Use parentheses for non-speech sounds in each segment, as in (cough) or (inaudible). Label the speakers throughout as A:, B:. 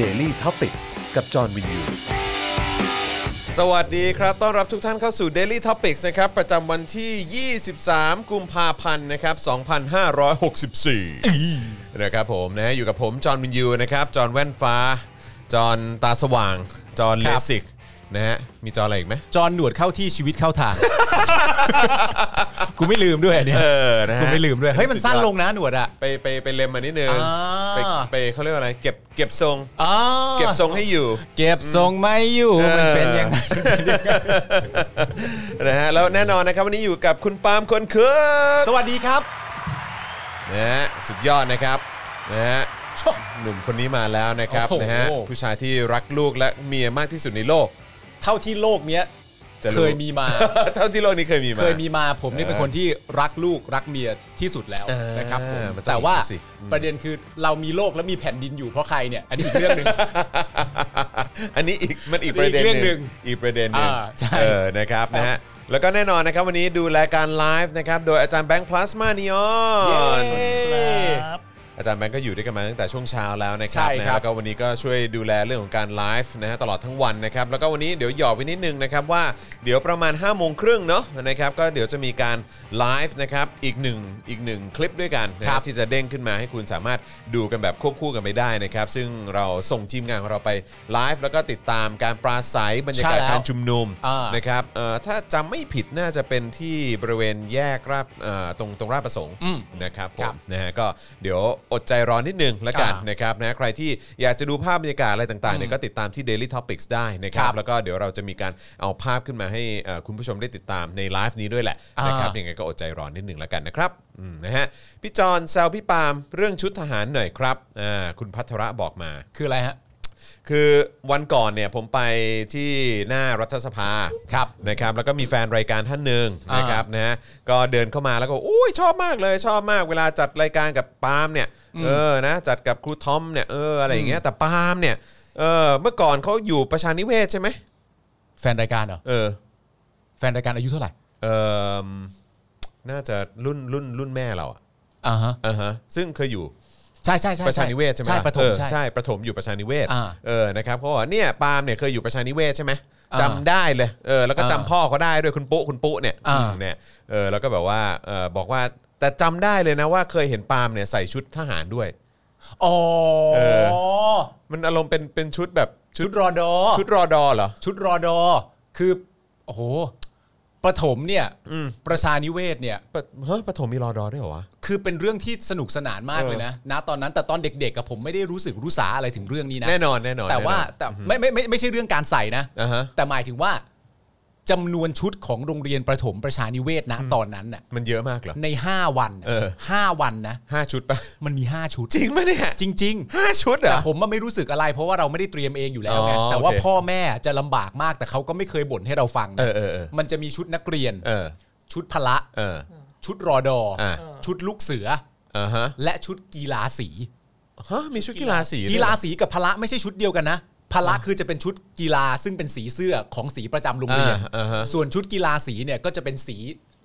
A: Daily t o p i c กกับจอห์นวินยู
B: สวัสดีครับ ต้อนรับทุกท่านเข้าสู่ Daily Topics นะครับ ประจำวันที่ 23 กุมภาพันธ์ นะครับ 2564 นะครับผมนะฮะอยู่กับผม จอห์นวินยู นะครับ จอห์นแว่นฟ้า จอห์นตาสว่าง จอห์นเล
C: ครับ
B: สิก นะฮะ มีจอห์นอะไรอีกไหม
C: จอนหนวดเข้าที่ชีวิตเข้าทาง กูไม่ลืมด้วยอันเนี่ย
B: เออ นะฮะ
C: กูไม่ลืมด้วย เฮ้ย มันสั้นลงนะหนวดอ่ะ
B: ไปไปไปเล็มมานิดนึง
C: อ่า
B: ไปไปเขาเรียกว่าอะไร เก็บเก็บทรง
C: อ๋อ
B: เก็บทรงให้อยู่
C: เก็บทรงไม่อยู่ มันเป็นยังไง
B: นะฮะ แล้วแน่นอนนะครับวันนี้อยู่กับคุณปาล์มคนคึก
C: สวัสดีครับ
B: นะฮะสุดยอดนะครับนะฮะหนุ่มคนนี้มาแล้วนะครับ
C: โอ้โห
B: นะฮะผู้ชายที่รักลูกและเมียมากที่สุดในโลก (laughs)
C: เท่าที่โลกเนี้ย
B: จะรู้
C: เคยมีมา
B: เท่าที่โลกนี้เคยมีมา
C: เคยมีมาผมนี่เป็นคนที่รักลูกรักเมียที่สุดแล้ว
B: เออ
C: นะครับผม
B: มันต้อง
C: แต่ว่า
B: อย่างนี้สิอืม
C: ประเด็นคือเรามีโลกและมีแผ่นดินอยู่เพราะใครเนี่ย อันนี้อีกเรื่องหนึ่ง
B: (laughs) (laughs) อันนี้อีกมันอีกประเด็นห
C: อีกเรื่องหนึ่
B: นึ่ง
C: ง
B: อีกประเด็นหนึ่ง
C: อ่าใช่
B: เออนะครับนะฮะแล้วก็แน่นอนนะครับวันนี้ดูรายการไลฟ์นะครับโดยอาจารย์แบงค์พลาสมานีออน
D: ครับ
B: อาจารย์แบงค์ก็อยู่ด้วยกันมาตั้งแต่ช่วงเช้าแล้วนะครับ
C: ใช่
B: นะ
C: ครั
B: ฮะ
C: บ
B: แล้วก็วันนี้ก็ช่วยดูแลเรื่องของการไลฟ์นะฮะตลอดทั้งวันนะครับแล้วก็วันนี้เดี๋ยวหยอกไปนิดนึงนะครับว่าเดี๋ยวประมาณ5้าโมงครึ่งเนาะนะครับก็เดี๋ยวจะมีการไลฟ์นะครับอีกหนึ่งอีกหนึ่งคลิปด้วยกันนะครับที่จะเด้งขึ้นมาให้คุณสามารถดูกันแบบควบคู่กันไปได้นะครับซึ่งเราส่งทีมงานของเราไปไลฟ์แล้วก็ติดตามการปราศัยบรรยากาศ
C: ใช่แล้ว
B: การชุมนุม
C: อ่าน
B: นะครับเอ่อถ้าจำไม่ผิดน่าจะเป็นที่บริเวณแยกราบเอ่อตรงตรงราชประสงค์นะครับผ
C: ครั
B: ม
C: บ
B: นะฮะก็เดี๋ยวอดใจรอนิดนึงละกัน
C: อ่าน
B: นะครับนะใครที่อยากจะดูภาพบรรยากาศอะไรต่างๆเนี่ย
C: อืม
B: ก็ติดตามที่ Daily Topics ได้นะครับ
C: ครับ
B: แล้วก็เดี๋ยวเราจะมีการเอาภาพขึ้นมาให้เอ่อคุณผู้ชมได้ติดตามในไลฟ์นี้ด้วยแหละ
C: อ่าน
B: นะครับยังไงก็อดใจรอนิดนึงละกันนะครับอืมนะฮะพี่จอนแซวพี่ปาล์มเรื่องชุดทหารหน่อยครับอ่าคุณพัทระบอกมา
C: คืออะไรฮะ
B: คือวันก่อนเนี่ยผมไปที่หน้ารัฐสภา
C: ครับ
B: นะครับแล้วก็มีแฟนรายการท่านหนึ่ง
C: อ่าน
B: นะครับนะฮะก็เดินเข้ามาแล้วก็บอกอุ้ยชอบมากเลยชอบมากเวลาจัดรายการกับปาล์มเนี่ยเออนะจัดกับครูทอมเนี่ยเอออะไรอย่างเงี้ยแต่ปาล์มเนี่ยเออเมื่อก่อนเขาอยู่ประชานิเวศใช่ไหม
C: แฟนรายการเหรอ
B: เออ
C: แฟนรายการอายุเท่าไหร่
B: เออน่าจะรุ่นรุ่นรุ่นแม่เราอะ
C: อ่าฮะ
B: อ่าฮะซึ่งเคยอยู่
C: ใช่ใช่ใช่
B: ประชานิเวศใช่ไหม
C: ใช่
B: ล่ะ
C: ประถ
B: เอ
C: ม
B: อ
C: ใช่
B: ใช่ประถมอยู่ประชานิเวศ
C: อ่า
B: เออนะครับเขาบอกว่าเนี่ยปาล์มเนี่ยเคยอยู่ประชานิเวศใช่ไหม
C: อ่า
B: จำได้เลยเออแล้วก็จำ
C: อ่า
B: พ่อเขาได้ด้วยคุณปุ๊คุณปุ๊เนี่ย
C: อ่า
B: เนี่ยเออแล้วก็แบบว่าเออบอกว่าแต่จำได้เลยนะว่าเคยเห็นปาล์มเนี่ยใส่ชุดทหารด้วย
C: อ๋อ
B: เอ มันอารมณ์เป็นเป็นชุดแบบ
C: ชุดรอดอ
B: ชุดรอดอเหรอ
C: ชุดรอดอคือ โอ้โหประถมเนี่ย
B: อืม
C: ประชานิเวศเนี่ย
B: ปะเฮ้ยประถมมีรอดอด้วยเหรอวะ
C: คือเป็นเรื่องที่สนุกสนานมาก
B: เออ
C: เลยนะณตอนนั้นแต่ตอนเด็กๆกับผมไม่ได้รู้สึกรู้สาอะไรถึงเรื่องนี้นะ
B: แน่นอนแน่นอน
C: แต่ว่า
B: น่นอน
C: แต่ไม่ไม่ไม่ไม่ใช่เรื่องการใส่นะ
B: อ่ะฮะ
C: แต่หมายถึงว่าจำนวนชุดของโรงเรียนประถมประชานิเวศนะตอนนั้นน่ะ
B: มันเยอะมากเหรอ
C: ใน 5 วันน่ะ
B: เออ
C: ห้าวันนะ
B: ห้าชุดปะ
C: มันมี 5 ชุด
B: จริงปะเนี่ย
C: จริง ๆ
B: ห้าชุดเหร
C: แต่
B: อ
C: ผมว่าไม่รู้สึกอะไร เพราะว่าเราไม่ได้เตรียมเองอยู่แล้วไง
B: อ๋อ
C: แต่ว่า
B: โอเค
C: พ่อแม่จะลำบากมากแต่เขาก็ไม่เคยบ่นให้เราฟัง
B: เอ
C: นะ
B: อเออเออ
C: มันจะมีชุดนักเรียน
B: เออ
C: ชุดพละ
B: เออ
C: ชุดรอดอ
B: อ่า
C: ชุดลูกเสือ
B: อ่าฮะ
C: และชุดกีฬาสี
B: ฮะมีชุดกีฬาสีด้วย
C: กีฬาสีกับพละไม่ใช่ชุดเดียวกันนะพละคือจะเป็นชุดกีฬาซึ่งเป็นสีเสื้อของสีประจำโรงเรียน
B: อ่าอ่าฮะ
C: ส่วนชุดกีฬาสีเนี่ยก็จะเป็นสี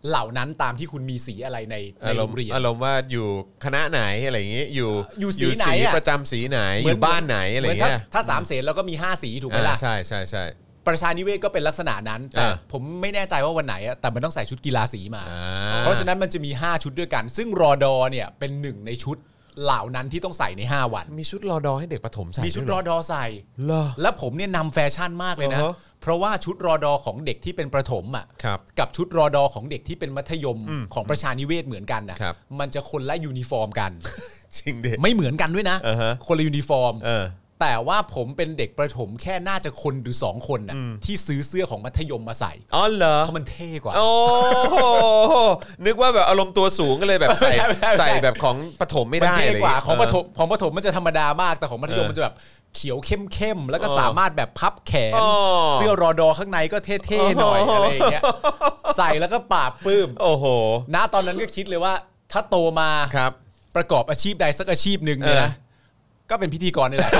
C: เหล่านั้นตามที่คุณมีสีอะไรในใน
B: อาร
C: โร
B: ม
C: ง
B: ณ์
C: เรียน
B: อารมณ์ว่าอยู่คณะไหนอะไรอย่างงี้อยู่
C: อยู่สีไหนอะ
B: ประจำสีไหนอยู่บ้านไหนอะไรอย่าง
C: มื
B: เงี้
C: ถ้าย ถ้าสามเสนแล้วก็มีห้าสีถูกไหม
B: อ่า
C: ล่ะ
B: ใช่ใช่ใช่
C: ประชานิเวศก็เป็นลักษณะนั้น แต่
B: อ่า
C: ผมไม่แน่ใจว่าวันไหนอะแต่มันต้องใส่ชุดกีฬาสีมา
B: อ่า
C: เพราะฉะนั้นมันจะมี 5 ชุดด้วยกัน ซึ่งรอดอเนี่ยเป็นหนึ่งในชุดเหล่านั้นที่ต้องใส่ใน 5 วัน
B: มีชุดรอดอให้เด็กประถมใส่
C: มีชุด
B: วยเห
C: รอดอใส่
B: เหรอ
C: และผมเนี่ยนำแฟชั่นมากเลยนะ
B: อ่าฮะ
C: เพราะว่าชุดรอดอของเด็กที่เป็นประถมอ่ะ
B: ครับ
C: กับชุดรอดอของเด็กที่เป็นมัธยมของประชานิเวศเหมือนกัน
B: ครั
C: นะ
B: บ
C: มันจะคนละยูนิฟอร์มกัน
B: จริงเด็ก
C: ไม่เหมือนกันด้วยนะ
B: อ่าฮะ
C: คนละยูนิฟอร์ม
B: เออ
C: แต่ว่าผมเป็นเด็กประถมแค่น่าจะคนหรือสองคนน่ะที่ซื้อเสื้อของมัธยมมาใส่
B: อ๋อเหรอ
C: เพราะมันเท่กว่า
B: โอ้โหนึกว่าแบบอารมณ์ตัวสูงก็เลยแบบใส่
C: ไม่ได้ไม่ได้
B: ใส่แบบของประถมไม่
C: มัน
B: ได้
C: เท่
B: เลย
C: กว่าของ
B: เ
C: ประถมของประถมมันจะธรรมดามากแต่ของมัธยม
B: เออ
C: มันจะแบบเขียวเข้มๆแล้วก็
B: อ๋อ
C: สามารถแบบพับแขน
B: อ๋อ
C: เสื้อรอดอข้างในก็เท่ๆหน่อย
B: อ๋ออ
C: อะไรอย่าง
B: (laughs)
C: เงี้ยใส่แล้วก็ปราบปลื้ม
B: โอ้โห
C: ณตอนนั้นก็คิดเลยว่า ถ้าโตมา
B: ครับ
C: ประกอบอาชีพใดสักอาชีพหนึ่งเนี่
B: เอ
C: ย
B: อ
C: นะก็เป็นพิธีกรนี่แหละ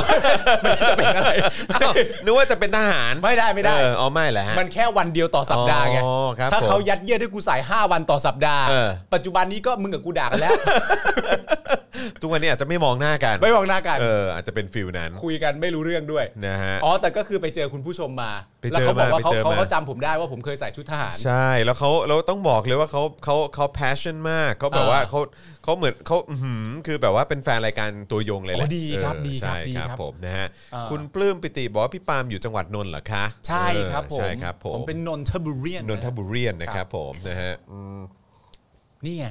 C: (laughs) ไม่ได้จะเป็นอะไร
B: อ้าวนึกว่าจะเป็นทหาร
C: ไม่ได้ไม่ได้
B: เอออ๋อไม่แหละ
C: มันแค่วันเดียวต่อสัปดาห์ไง
B: อ๋อครับ
C: ถ้าเขา
B: ผม
C: ยัดเยียดให้กูใส่ 5 วันต่อสัปดาห์
B: เออ (laughs)
C: ปัจจุบันนี้ก็มึงกับกูด่ากันแล้ว
B: ทุกวันนี้อาจจะไม่มองหน้ากัน
C: ไม่มองหน้ากัน
B: เอออาจจะเป็นฟิลนั้น
C: คุยกันไม่รู้เรื่องด้วย
B: นะฮะ
C: อ๋อแต่ก็คือไปเจอคุณผู้ชมมา
B: ไป
C: แล้
B: เจอ
C: วเขาบอกว่า
B: มา
C: เขา
B: ไปเจอ
C: เขา
B: มา
C: เขาจำผมได้ว่าผมเคยใส่ชุดทหาร
B: ใช่แล้วเขาเราต้องบอกเลยว่าเขาเขาเขา passion มากเขาแบบ
C: อ่า
B: ว่าเขาเขาเหมือนเขาอื้อหือคือแบบว่าเป็นแฟนรายการตัวยงเลยแหละ
C: โอ้ดีครับ
B: เออ
C: ดีครับ
B: ใช่
C: ดี
B: ค
C: ครั
B: รับบผมนะฮะ
C: อ่า
B: คุณปลื้มปิติบอกว่าพี่ปาล์มอยู่จังหวัดนนท์เหรอคะ
C: ใช่
B: เออ
C: ครับผม
B: ใช่ครับผม
C: เป็นนนทบุรี
B: นนทบุรีนะครับผมนะฮะอืม
C: นี่ไง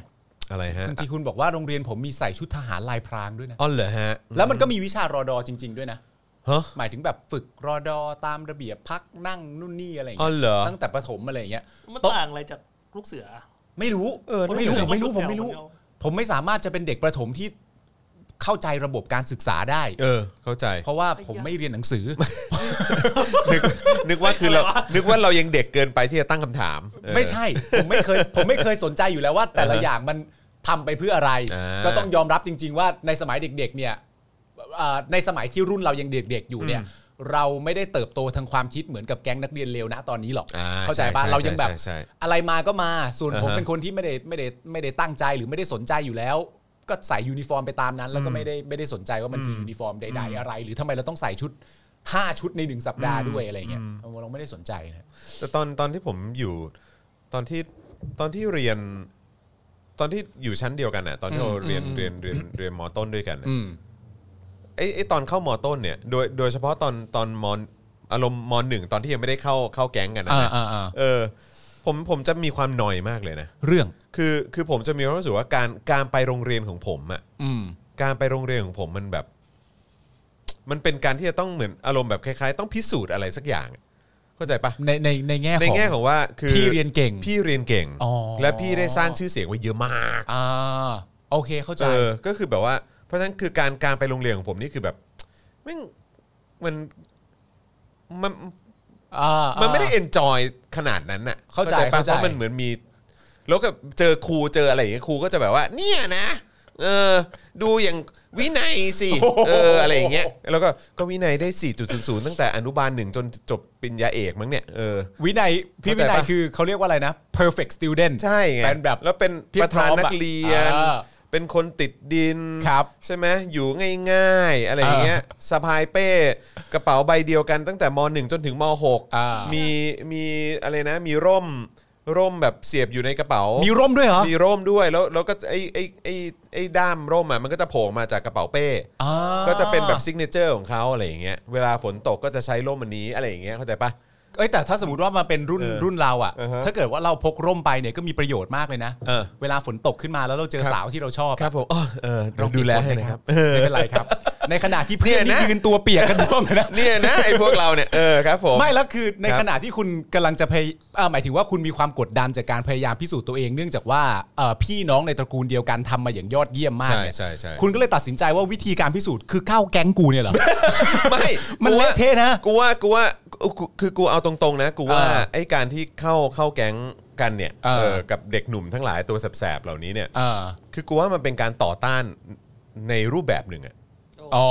B: อะไรฮะ
C: บางทีคุณบอกว่าโรงเรียนผมมีใส่ชุดทหารลายพรางด้วยนะ
B: อ๋อเหรอฮะ
C: แล้วมันก็มีวิชารอดอจริง ๆ ด้วยนะ
B: ฮะ
C: หมายถึงแบบฝึกรอดอตามระเบียบพักนั่งนู่นนี่อะไรอย่าง
B: อ๋อ
C: เงี้
B: เหรอ
C: ยตั้งแต่ประถมอะไรอย่างเงี้ย
E: มัน
C: โต๊ะ
E: ต่างอะไรจากลูกเสือ
C: ไม่รู้
B: เออ
C: ผมไม่รู้
E: นั่
C: ผ
E: น
C: ม
E: แหละ
C: ไม่รู้ผมไม่รู้
E: คนเดียว
C: ผมไม่สามารถจะเป็นเด็กประถมที่เข้าใจระบบการศึกษาได้
B: เออเข้าใจ
C: เพราะว่าผมไม่เรียนหนังสือ
B: นึกนึกว่าคือเรานึกว่าเรายังเด็กเกินไปที่จะตั้งคำถามเออ
C: ไม่ใช่ ผมไม่เคย (laughs) ผมไม่เคยสนใจอยู่แล้วว่า แต่ละอย่างมันทำไปเพื่ออะไร
B: อ่า
C: ก็ต้องยอมรับจริง ๆ ว่าในสมัยเด็ก ๆ เนี่ยเอ่อในสมัยที่รุ่นเรายังเด็ก ๆ อยู่เนี่ย เราไม่ได้เติบโตทางความคิดเหมือนกับแก๊งนักเรียนเลวนะตอนนี้หรอก
B: อ่า
C: เข้าใจปะ
B: ใช่ใช่
C: เรายังแบบ
B: ใช่ใช่
C: อะไรมาก็มา ส่วนผม
B: อ่าฮะ
C: เป็นคนที่ไม่ได้ไม่ได้ไม่ได้ตั้งใจหรือไม่ได้สนใจอยู่แล้ว ก็ใส่ยูนิฟอร์มไปตามนั้น แล้วก็ไม่ได้ไม่ได้สนใจว่ามันคือยูนิฟอร์มใดๆอะไร หรือทำไมเราต้องใส่ชุดห้าชุดในหนึ่งสัปดาห์ด้วยอะไรเงี้ยเราไม่ได้สนใจนะ
B: แต่ตอนตอนที่ผมอยู่ตอนที่ตอนที่เรียน ตอนที่อยู่ชั้นเดียวกันน่ะ ตอนที่เรา
C: อืม
B: เรียน
C: อืม
B: เรียนเรียนเรียนมอต้นด้วยกันน่ะ
C: อืม
B: ไอ้ไอ้ตอนเข้ามอต้นเนี่ยโดยโดยเฉพาะตอนตอนมอารมณ์มหนึ่งตอนที่ยังไม่ได้เข้าเข้าแก๊งกันนะ
C: อ่า
B: ฮะ
C: อ่าอ่า
B: เออ ผมผมจะมีความหน่อยมากเลยนะ
C: เรื่อง
B: คือคือผมจะมีความรู้สึกว่าการการไปโรงเรียนของผมอ่ะ
C: อืม
B: การไปโรงเรียนของผมมันแบบ มันเป็นการที่จะต้องเหมือนอารมณ์แบบคล้ายๆ ต้องพิสูจน์อะไรสักอย่าง เข้าใจปะ
C: ในในในแง่
B: ในแง่ของว่าคือ
C: พี่เรียนเก่ง
B: พี่เรียนเก่ง
C: อ๋อ
B: และพี่ได้สร้างชื่อเสียงไว้เยอะมาก
C: อ่าโอเคเข้าใจ
B: เออก็คือแบบว่า เพราะฉะนั้นคือการการไปโรงเรียนของผมนี่คือแบบแม่งมันมัน
C: ่า
B: มันไม่ได้
C: อ่า
B: เอนจอยขนาดนั้นน่ะ
C: เข้าใจ
B: ปะ
C: เข้าใจ
B: เพราะมันเหมือนมี แล้วก็เจอครูเจออะไรอย่างเงี้ยครูก็จะแบบว่า เนี่ยนะเออดูอย่างวินัยสิเอออะไรอย่างเงี้ยแล้วก็ก็วินัยได้ 4.00 ตั้งแต่อนุบาลหนึ่งจนจบปริญญาเอกมั้งเนี่ยเออ
C: วินัยพี่
B: เข้าใจ
C: วินัย
B: ปะ
C: คือเขาเรียกว่าอะไรนะ perfect student
B: ใช่ไง
C: เป็นแบบ
B: แล้วเป็น
C: เพีย
B: ป
C: บ
B: ระธาน
C: พร้อมอะ
B: นักเรียน
C: เออ
B: เป็นคนติดดิน
C: ครับ
B: ใช่ไหมอยู่ง่ายๆ อะไรอย่างเงี้ยสะพายเป้กระเป๋าใบเดียวกันตั้งแต่ม .1 จนถึงม
C: อ่า
B: .6 มีมีอะไรนะ มีร่มร่มแบบเสียบอยู่ในกระเป๋า
C: มี
B: มี
C: ร่มด้วยเหรอ
B: มีร่มด้วยแล้วแล้วก็ไอ้ไอ้ไอ้ไอ้ด้ามร่มอ่ะมันก็จะโผล่มาจากกระเป๋าเป้
C: อ่า
B: ก็จะเป็นแบบซิกเนเจอร์ของเขาอะไรอย่างเงี้ยเวลาฝนตกก็จะใช้ร่มอันนี้อะไรอย่างเงี้ยเข้าใจปะ
C: เอ้ยแต่ถ้าสมมติว่ามาเป็นรุ่น
B: เออ
C: รุ่นเราอ่ะ
B: อ่าฮะ
C: ถ้าเกิดว่าเราพกร่มไปเนี่ยก็มีประโยชน์มากเลยนะ
B: เออ
C: เวลาฝนตกขึ้นมาแล้วเราเจอสาวที่เราชอบ
B: ครับผมอ้อเออ
C: เรา
B: ดูแล
C: มี
B: ให้
C: น
B: นะครับ
C: ไม่เป็นไรครับ ในขณะที่เพื่อน
B: เนี่ย
C: นี่
B: นะ
C: ยืนตัวเปียกกันท่วมเลยนะ
B: เนี่ยนะไอ้พวกเราเนี่ยเออครับผม
C: ไม่แล้วคือใน
B: ครับ
C: ขณะที่คุณกำลังจะพยเอ่อหมายถึงว่าคุณมีความกดดันจากการพยายามพิสูจน์ตัวเองเนื่องจากว่าเอ่อพี่น้องในตระกูลเดียวกันทำมาอย่างยอดเยี่ยมมากเนี่ย
B: ใช่ใช่ใช่
C: คุณก็เลยตัดสินใจว่าวิธีการพิสูจน์คือก้าวแก๊งกูเนี่ยเหรอ
B: ไม่
C: มัน
B: กูว่า
C: เละเทะนะ
B: กูว่ากูว่ากูคือกูเอาตรงๆนะ กูว่า
C: อ่า
B: ไอ้การที่เข้าเข้าแก๊งกันเนี่ย
C: อ่า
B: เออกับเด็กหนุ่มทั้งหลายตัวแสบๆเหล่านี้เนี่ย
C: เออ
B: คือกูว่ามันเป็นการต่อต้านในรูปแบบหนึ่งอะ
C: อ๋อ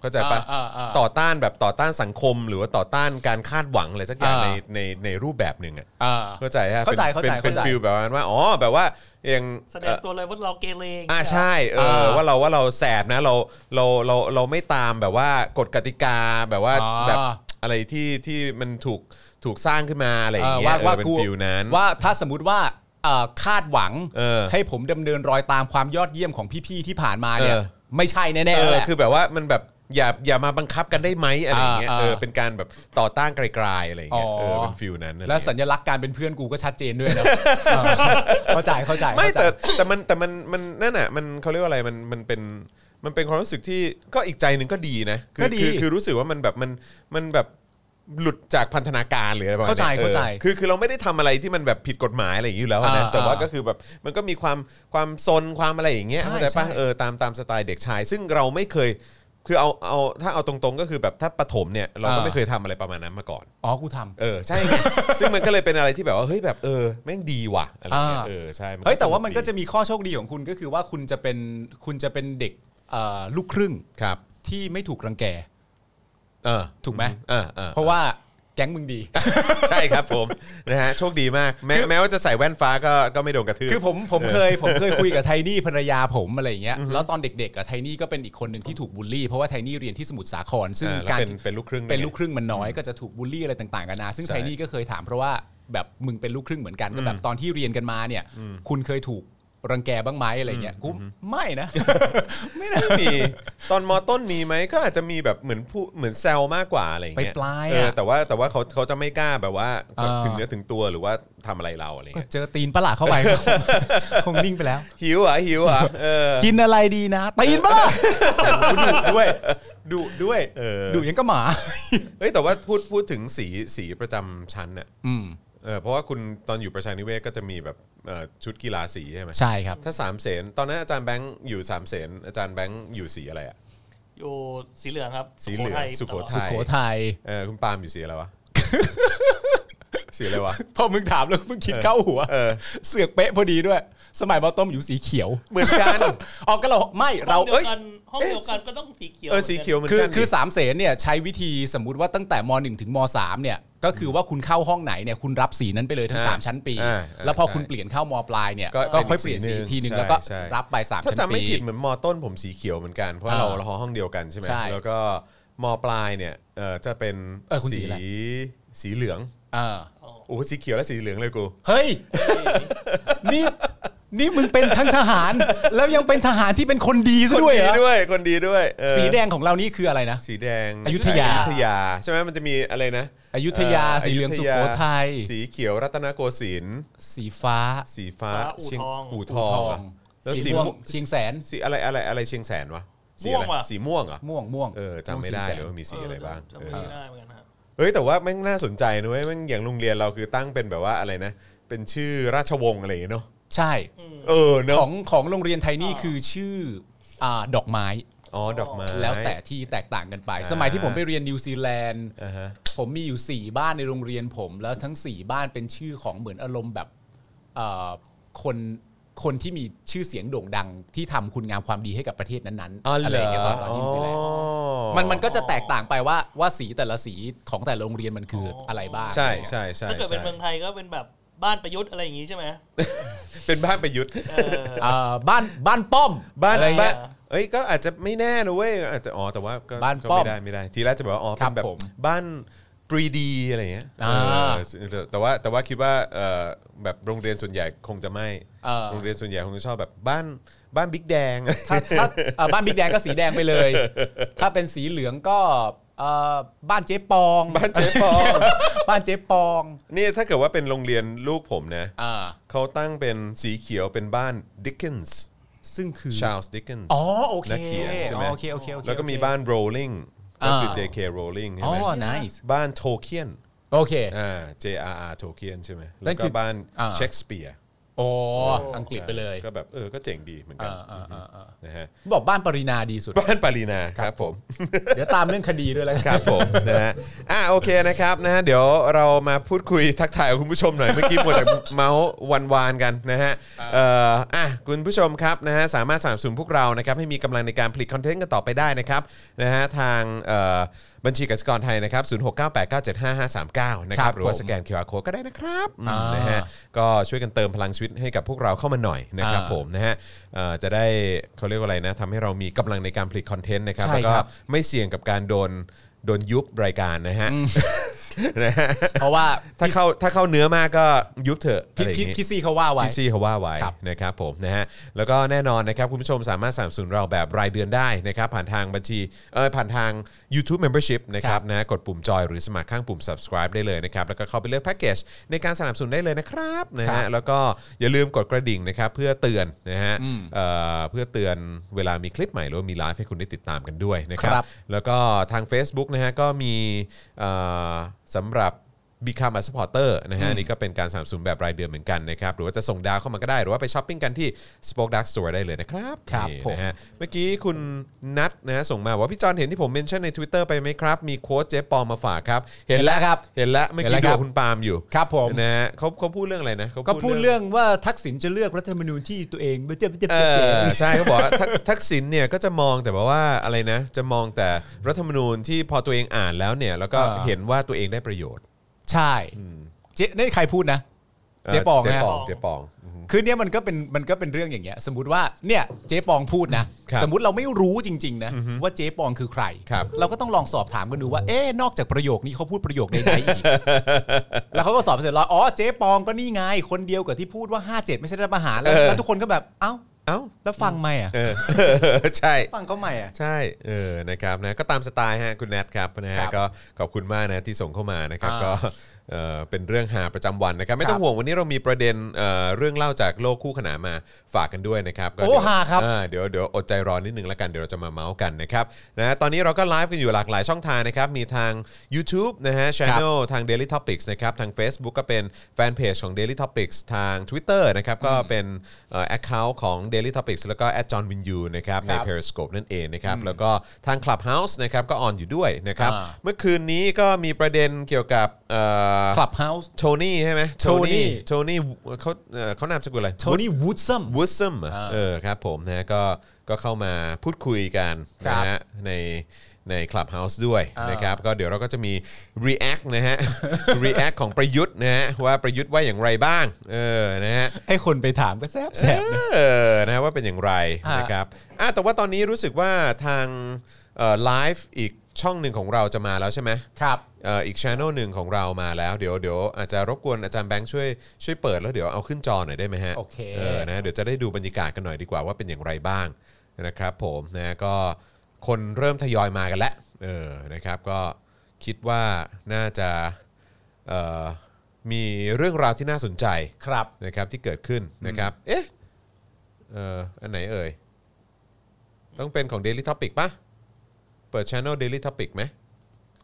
B: เข้าใจปะ
C: อ่าอ่าอ่า
B: ต่อต้านแบบต่อต้านสังคม หรือว่าต่อต้านการคาดหวังอะไรสักอย่าง
C: อ่า
B: ในในในรูปแบบหนึ่งอะ
C: เออ
B: เข้าใจฮะ
C: เข้าใจ
B: ป็น
C: เข้าใจ
B: เป็น
C: เข้าใจ
B: ฟิลแบบว่าอ๋อแบบว่าอย่าง
E: แสดงตัวเลยว่าเราเกเรอย่าง
B: อ่า
E: เงี้ย
B: ใช่เอ
C: อ่
B: อา ว่าเราว่าเราแสบนะเราเราเราเราไม่ตามแบบว่ากฎกติกาแบบว่า
C: อ่า
B: แบบอะไรที่ที่มันถูกถูกสร้างขึ้นมาอะไรอย่างเงี้ย
C: ว่า
B: เอ
C: ว่า
B: อเป็น
C: กู
B: ฟิลนั้น
C: ว่าถ้าสมมติว่าเอ่อคาดหวัง
B: เออ
C: ให้ผมดำเนินรอยตามความยอดเยี่ยมของพี่ๆที่ผ่านมาเนี่ย
B: เออ
C: ไม่ใช่แน่
B: เอ
C: ๆ
B: อ
C: แหละ
B: คือแบบว่ามันแบบอย่าอย่ามาบังคับกันได้ไหมอะไรอย่างเงี้ย
C: อ่า
B: เออ
C: อ่า
B: เป็นการแบบต่อต้านไกลๆอะไรอย่างเงี้ย
C: อ๋อ
B: เออเป็นฟิลนั้นอะไร
C: และสั
B: เงี้ย
C: ญลักษณ์การเป็นเพื่อนกูก็ชัดเจนด้วยนะ เออเข้าใจเข้าใจ
B: ไม่
C: เข้าใจ
B: แต่แต่มันแต่มันมันนั่นน่ะมันเขาเรียกว่าอะไรมันมันเป็นมันเป็นความรู้สึกที่ก็อีกใจหนึ่งก็ดีนะคื
C: ก็ดี
B: คือคือรู้สึกว่ามันแบบมันมันแบบหลุดจากพันธนาการหรืออะไรประมาณ
C: เข้าใจ
B: นี้ยออ
C: เข้าใจ
B: คือคือเราไม่ได้ทำอะไรที่มันแบบผิดกฎหมายอะไรอย่างนี้อยู่แล้วอะนะ
C: อ่า
B: แต่ว่า
C: อ่า
B: ก็คือแบบมันก็มีความความซนความอะไรอย่างเงี้ย
C: ใช่
B: เข้าใจปะ
C: ใช่
B: เออตามตามสไตล์เด็กชาย ซึ่งเราไม่เคย คือเอาเอาถ้าเอาตรงๆ ก็คือแบบถ้าประถมเนี่ยเราก็
C: อ่า
B: ไม่เคยทำอะไรประมาณนั้นมาก่อน
C: อ๋อกูทำ
B: เออใช่
C: (laughs)
B: ไง ซึ่งมันก็เลยเป็นอะไรที่แบบว่าเฮ้ยแบบเออแม่งดีว่ะอะไรเงี้ย
C: อ่า
B: เออใช่
C: เฮ้ยแต่ว่ามันก็จะมีข้อโชคดีของคุณก็คือว่าคุณจะเป็นคุณจะเป็นเด็กเอ่อลูกครึ่ง
B: ครับ
C: ที่ไม่ถูกรังแก
B: เออ
C: ถูกไหม
B: เออเออ
C: เพราะว่า แก๊งมึงดี
B: (laughs) ใช่ครับผมนะฮะโชคดีมากแม้แม้ว่าจะใส่แว่นฟ้าก็ก็ไม่โดนกระทืบ
C: คือผมผมเคยผมเคยคุยกับไทนี่ภรรยาผมอะไรอย่างเงี้ยแล้วตอนเด็กๆกับไทนี่ก็เป็นอีกคนหนึ่งที่ถูกบูลลี่เพราะว่าไทนี่เรียนที่สมุทรสาคร ซึ่ง
B: อ่าแล้ว
C: การ
B: เป็นเป็นลูกครึ่งด้วย
C: เป็นลูกครึ่งมันน้อยก็จะถูกบูลลี่อะไรต่างๆกันานาซึ่ง
B: ใช่
C: ไทนี่ก็เคยถามเพราะว่าแบบมึงเป็นลูกครึ่งเหมือนกันก็แบบตอนที่เรียนกันมาเนี่ย คุณเคยถูกรังแกบ้างไหมอะไรเงี้ยกูไม่ (laughs) นะ ไม่นะ
B: ไม่มีตอนมอต้นมีไหมก็อาจจะมีแบบเหมือนผู้เหมือนแซวมากกว่าอะไรอย่างเงี้ย
C: ไปปลายอะ
B: เออแต่ว่าแต่ว่าเขาเขาจะไม่กล้าแบบว่า
C: เออ
B: ถึงเนื้อถึงตัวหรือว่าทำอะไรเราอะไร
C: ก็
B: เงี้ย
C: เจอตีนปะล่ะเข้า (laughs) ไป คงนิ่งไปแล้ว
B: หิวเหรอ่ะหิวเหรอ่ะเออ
C: กินอะไรดีนะตีนปะล่ะดุด้วยดุด้วย
B: เออ
C: ดุยังก็หมา
B: เฮ้ยแต่ว่าพูดพูดถึงสีสีประจำชั้นเนี่ย
C: อืม
B: เออเพราะว่าคุณตอนอยู่ประชานิเวศก็จะมีแบบเอ่อชุดกีฬาสีใช่ไหม
C: ใช่ครับ
B: ถ้าสามเสนตอนนั้นอาจารย์แบงค์อยู่สามเสนอาจารย์แบงค์อยู่สีอะไรอ่ะ
E: อยู่สีเหลืองครับ
B: สีเหลืองสุโขทัย
E: ตล
C: สุ
E: อด
C: โขทัย
B: เออคุณปาล์มอยู่สี (laughs) อะไรวะ สีอะไรวะ
C: พอมึงถามแล้วมึงคิดเข้าหัว
B: เออ
C: เสือกเป๊ะพอดีด้วย สมัยมอต้มอยู่สีเขียว
B: เหมือนกัน
C: ออกก็เราไม่เรา
E: ห้องเดี
C: เอ้
E: ย
C: ยว
E: กันห้องเดียวกันก็ต้องสีเขียว
B: เออสีเขียวเหมือน
C: คือ
B: กัน
C: คือ
B: ดิ
C: สามเสนเนี่ยใช้วิธีสมมติว่าตั้งแต่มหนึ่งถึงมสามเนี่ยก็คือว่าคุณเข้าห้องไหนเนี่ยคุณรับสีนั้นไปเลยทั้ง
B: อ่า
C: สามชั้นปี
B: อ่าอ่า
C: แล้วพอ
B: ใช่
C: คุณเปลี่ยนเข้ามปลายเนี่ย
B: ก็
C: ก็ค่อยเปลี่ยนสี
B: เป็นอีกสี
C: ทีนึง
B: หนึ่ง
C: แล้วก็
B: ใช่ใช่
C: รับไปสาม
B: ถ้า
C: ชั้น
B: จำ
C: ปี
B: ไม่ผิดเหมือนมอต้นผมสีเขียวเหมือนกันเพราะว่า
C: อ่า
B: เราเราห้องเดียวกันใช่ไหม
C: ใช่
B: แล้วก็มปลายเนี่ยเออจะเป็น
C: เออคุณสี
B: สี
C: อะไร
B: สีเหลือง
C: เออ
B: โอ้โหสีเขียวและสีเหลืองเลยกู
C: เฮ้ยนี่นี่มึงเป็นทั้งทหาร แล้วยังเป็นทหารที่เป็นคนดีซะ
B: คน
C: ด้วย
B: ดี
C: เหรอ
B: ด้วยคนดีด้วยเออ
C: สีแดงของเรานี่คืออะไรนะ
B: สีแดง
C: อยุธยา
B: อยุธยาใช่ไหมมันจะมีอะไรนะ
C: อยุธยา
B: อ่
C: สีเหลือง
B: ยุ
C: สุ
B: ธา
C: โขทัย
B: สีเขียวรัตนโกสินทร์
C: สีฟ้า
B: สีฟ้า
E: ฟ้าอู่ทอง
B: อู่ท
C: ท
B: อ
C: อง ง
B: อะแล้ว
C: สี
B: สี
C: ม่วง
B: ม่วง
C: เชียงแสน
B: สีอะไรอะไรอะไรเชียงแสนวะสีอะไร
E: ม่วงว่ะ
B: สีม่วงเหรอ่ะ
C: ม่วงม่วง
B: เออจำไม่ได้เลยว่ามีสีอะไรบ้าง
E: จำ
B: เอ
E: ไม่
B: อ
E: ได้เหมือนกันครับ
B: เฮ้ยแต่ว่าแม่งน่าสนใจนะเว้ยแม่งอย่างโรงเรียนเราคือตั้งเป็นแบบว่าอะไรนะ เป็นชื่อราชวงศ์อะไรอย่างเงี้ยเนาะ
C: ใช่
B: เออ
C: ข
B: เนาะ
C: องของโรงเรียนไทยนี่คือชื่ออ่าดอกไม้
B: อ๋อดอกไม้
C: แล้วแต่ที่แตกต่างกันไป
B: อ่า
C: สมัยที่ผมไปเรียนนิวซีแลนด์
B: อ่าฮะ
C: ผมมีอยู่ 4 บ้านในโรงเรียนผม แล้วทั้ง 4 บ้านเป็นชื่อของเหมือนอารมณ์แบบเอ่อคนคนที่มีชื่อเสียงโด่งดังที่ทำคุณงามความดีให้กับประเทศนั้นๆ
B: อ๋อ
C: อะไร
B: เหร
C: อย่างเงี้ยต
B: อ
C: อนตอนนิวซีแลนด์
B: อ๋อ
C: มันมันก็จะแตกต่างไปว่าว่าสีแต่ละสีของแต่ละโรงเรียนมันคืออะไรบ้าง
B: ใช่ใช่ใช่
E: ถ้าเกิดเป็นเมืองไทยก็เป็นแบบบ้านประยุทธ์อะไรอย่างงี้ใช่ไหม
B: เป็นบ้านประยุทธ์
E: เออ
C: เอ่อบ้านบ้านป้อม
B: บ้าน
C: อะไร
B: บ้า
C: เงี้
B: น
C: ย
B: เอ้ยก็อาจจะไม่แน่นะเว้ยอาจจะอ๋อแต่ว่าก็
C: บ้าน
B: ก็
C: ป้อม
B: ไม่ได้ไม่ได้ ทีแรกจะแบบว่าอ๋อ
C: ครั
B: เป็
C: บ
B: นแบบ
C: ผม
B: บ้านปรีดีอะไรอย่างเงี้ย
C: อ่า
B: เออแต่ว่าแต่ว่าคิดว่าเออแบบโรงเรียนส่วนใหญ่คงจะไม่
C: เออ
B: โรงเรียนส่วนใหญ่คงจะชอบแบบบ้านบ้านบิ๊กแดง
C: ถ้าถ้าเอ่อบ้านบิ๊กแดงก็สีแดงไปเลย ถ้าเป็นสีเหลืองก็เอ่อบ้านเจ๊ปอง
B: (laughs) บ้านเจ๊ป
C: (laughs)
B: อง
C: บ้านเจ๊ปอง
B: นี่ถ้าเกิดว่าเป็นโรงเรียนลูกผมนะ
C: อ่า
B: เขาตั้งเป็นสีเขียวเป็นบ้านดิกเกนส์
C: ซึ่งคือ
B: ชาลส์ดิกเกนส์
C: อ๋อโอเค
B: นักเขียนใช่ไหม
C: อ๋อโอเคโอเคโอเค
B: แล้วก็มี
C: โอเค
B: บ้านโรลลิง
C: อ่า
B: ก็คือ J.K. Rowling ใช่
C: อ๋อ
B: ไหม
C: nice
B: บ้านโทเคียน
C: โอเค
B: อ่า J.R.R. โทเคียนใช่ไหม
C: นั่
B: แล้ว
C: นคื
B: ก็
C: อ
B: บ้าน
C: อ่า
B: เชคสเปียร์
C: โอ้อังกฤษไปเลย
B: ก็แบบเออก็เจ๋งดีเหมือนกัน
C: อ่าอ่าอ่าอ่า
B: นะฮะ
C: บอกบ้านปรินาดีสุด
B: บ้านปารีนาครับผม
C: เดี๋ยวตามเรื่องคดีด้วยแล้วกัน
B: ครับผมนะฮะอ่ะโอเคนะครับนะฮะเดี๋ยวเรามาพูดคุยทักทายกับคุณผู้ชมหน่อย เมื่อกี้หมดแต่เมาส์วันวานๆกันนะฮะเอ่ออ่ะคุณผู้ชมครับนะฮะสามารถสนับสนุนพวกเรานะครับให้มีกำลังในการผลิตคอนเทนต์กันต่อไปได้นะครับนะฮะทางเอ่อบัญชีกสิกรไทยนะครับ0698975539นะค
C: ครั
B: รับ บหรือว่า
C: ผม
B: สแกน QR Code ก็ได้นะครับอืม
C: อ่าน
B: นะฮะก็ช่วยกันเติมพลังชีวิตให้กับพวกเราเข้ามาหน่อยนะครับ
C: อ่า
B: ผมนะฮะเอ่อจะได้เขาเรียกว่าอะไรนะทำให้เรามีกำลังในการผลิตคอนเทนต์นะครับ
C: ใช่
B: แล้วก็
C: ครับ
B: ไม่เสี่ยงกับการโดนโดนยุบรายการนะฮะนะฮะ
C: เพราะว่า
B: ถ้าเข้าถ้าเข้าเนื้อมากก็ยุบเถอะอะ
C: พี่
B: ไรอย่า
C: พี่
B: งงี้
C: พี่ซีเขาว่าไว้
B: พี่ซี่เขาว่าไว้
C: ครับ
B: นะครับผมนะฮะแล้วก็แน่นอนนะครับคุณผู้ชมสามารถสนับสนุนเราแบบรายเดือนได้นะครับผ่านทางบัญชีเออผ่านทาง YouTube Membership นะครั
C: ครับ บ
B: นะกดปุ่มจอยหรือสมัครข้างปุ่ม subscribe ได้เลยนะครับแล้วก็เข้าไปเลือกแพ็กเกจในการสนับสนุนได้เลยนะครับนะฮะแล้วก็อย่าลืมกดกระดิ่งนะครับเพื่อเตือนนะฮะเอ่อเพื่อเตือนเวลามีคลิปใหม่หรือว่ามีไลฟ์ให้คุณได้ติดตามกันด้วยนะครับ
C: ครับ
B: แล้วก็ทาง Facebook นะฮะก็มีเอ่อสำหรับ Become a supporter นะฮะอันนี่ก็เป็นการสนับสนุนแบบรายเดือนเหมือนกันนะครับหรือว่าจะส่งดาวเข้ามาก็ได้ หรือว่าไปช้อปปิ้งกันที่ Spoke Dark Store ได้เลยนะครับ
F: ครับ
B: นี่
F: ผม
B: นะฮะเมื่อกี้คุณนัทนะฮะส่งมาบอกว่าพี่จอนเห็นที่ผมเมนชั่นใน Twitter ไปไหมครับ มีโค้ดเจ๊ปอมาฝากครับ
F: เห็นแล้วครับ
B: เห็นแล้วเมื่อ
F: เห็นแล้ว
B: กี้ดู
F: ครับ
B: คุณปาล์มอยู่
F: ครับผม
B: นะฮะเขาเขาพูดเรื่องอะไรนะเขา
C: ก็พูดเรื่องว่าทักษิณจะเลือกรัฐธรรมนูญที่ตัวเองไม่เจ็บไม่เจ็บ
B: เอ
C: ไม่เจ็บ
B: อใช่เขาบอกว่าทักทักษิณเนี่ยก็จะมองแต่แบบว่าอะไรนะ จะมองแต่รัฐธรรมนูญที่พอตัวเองอ่านแล้วเนี่ย แล้วก็
F: เออ
B: เห็นว่าตัวเองได้ประโยชน์
C: ใช่เจ๊นี่ใครพูดนะ เจ๊ปอง
B: เจ๊
C: นะ
B: ปองเจ๊ปองอืม
C: คือเนี่ยมันก็เป็นมันก็เป็นเรื่องอย่างเงี้ย สมมติว่าเนี่ยเจ๊ปองพูดนะ
B: ครับ
C: สมมติเราไม่รู้จริงๆนะว่าเจ๊ปองคือใคร
B: ครับ
C: เราก็ต้องลองสอบถามกันดูว่า เอ๊ะนอกจากประโยคนี้เขาพูดประโยคใดๆอี
B: (laughs)
C: ก แล้วเขาก็สอบเสร็จแล้วอ๋อเจ๊ปองก็นี่ไง คนเดียวกับที่พูดว่า 57 ไม่ใช่รัฐประหารแล้วแล้วทุกคนก็แบบเอ้า
B: เอ้า
C: แล้วฟังไหมอ่ะ
B: เอ (laughs) อ ใช่
C: ฟังเขาไหมอ่ะ
B: ใช่ เออ นะครับ นะ ก็ตามสไตล์ฮะ คุณแนทครับ นะฮะ
C: ครับ
B: ก็ขอบคุณมากนะที่ส่งเข้ามานะครับ
C: อ่า
B: ก็ เออเป็นเรื่องหาประจำวันนะครับ ไม่ต้องห่วงวันนี้เรามีประเด็น เอ่อ เรื่องเล่าจากโลกคู่ขนานมาฝากกันด้วยนะครับก็
C: โอ้
B: เดี๋ยว
C: หาครับ
B: อ่เดี๋ยว เดี๋ยวอดใจรอนิดนึงแล้วกัน เดี๋ยวเราจะมาเมาส์กันนะครับ นะ ตอนนี้เราก็ไลฟ์กันอยู่หลากหลายช่องทางนะครับ มีทาง YouTube นะฮะ Channel ทาง Daily Topics นะครับ ทาง Facebook ก็เป็นแฟนเพจของ Daily Topics ทาง Twitter นะครับ ก็เป็นแอคเคาท์ของ Daily Topics แล้วก็ @johnwinu นะครับ ใน Periscope นั่นเองนะครับ แล้วก็ทาง Clubhouse นะครับ ก็ออนอยู่ด้วยนะครับ
C: อ่า
B: เมื่อคืนนี้ก็มีประเด็นเกี่ยวกับเอ่อ
C: คลับเฮาส์
B: โทนี่ใช่ไหม
C: Tony
B: โทนี่เขาเอ่อเขานามสกุลอะไร
C: โทนี่วูดซัม
B: วูดซึม
C: อ่า
B: เออครับผมนะก็ก็เข้ามาพูดคุยกัน
C: ครับ
B: นะฮะในใน Clubhouse ด้วย
C: อ่าน
B: นะครับก็เดี๋ยวเราก็จะมี React นะฮ (laughs) ะ React ของประยุทธ์นะฮะว่าประยุทธ์ว่าอย่างไรบ้างเออนะฮะ
C: ให้คนไปถามก็แซบแซบ
B: เออนะฮะว่าเป็นอย่างไร
C: อ่าน
B: นะครับอ่ะแต่ว่าตอนนี้รู้สึกว่าทางไลฟ์อีกช่องหนึ่งของเราจะมาแล้วใช่ไหม
C: ครับ
B: เอ่ออีกช anel หนึ่งของเรามาแล้วเดี๋ยวเดี๋ยวอาจจะรบกวนอาจารย์แบงค์ช่วยช่วยเปิดแล้วเดี๋ยวเอาขึ้นจอหน่อยได้ไหมฮะ
C: (laughs) โอเค
B: อนะเดี๋ยวจะได้ดูบรรยากาศกันหน่อยดีกว่าว่าเป็นอย่างไรบ้างนะครับผมนะก็คนเริ่มทยอยมากันแล้วเออนะครับก็คิดว่าน่าจะเอ่อมีเรื่องราวที่น่าสนใจ
C: ครับ
B: นะครับที่เกิดขึ้นนะครับเอ๊ะเอ่ออันไหนเอ่ยต้องเป็นของ Daily Topic ปะเปิด Channel Daily Topic ไหม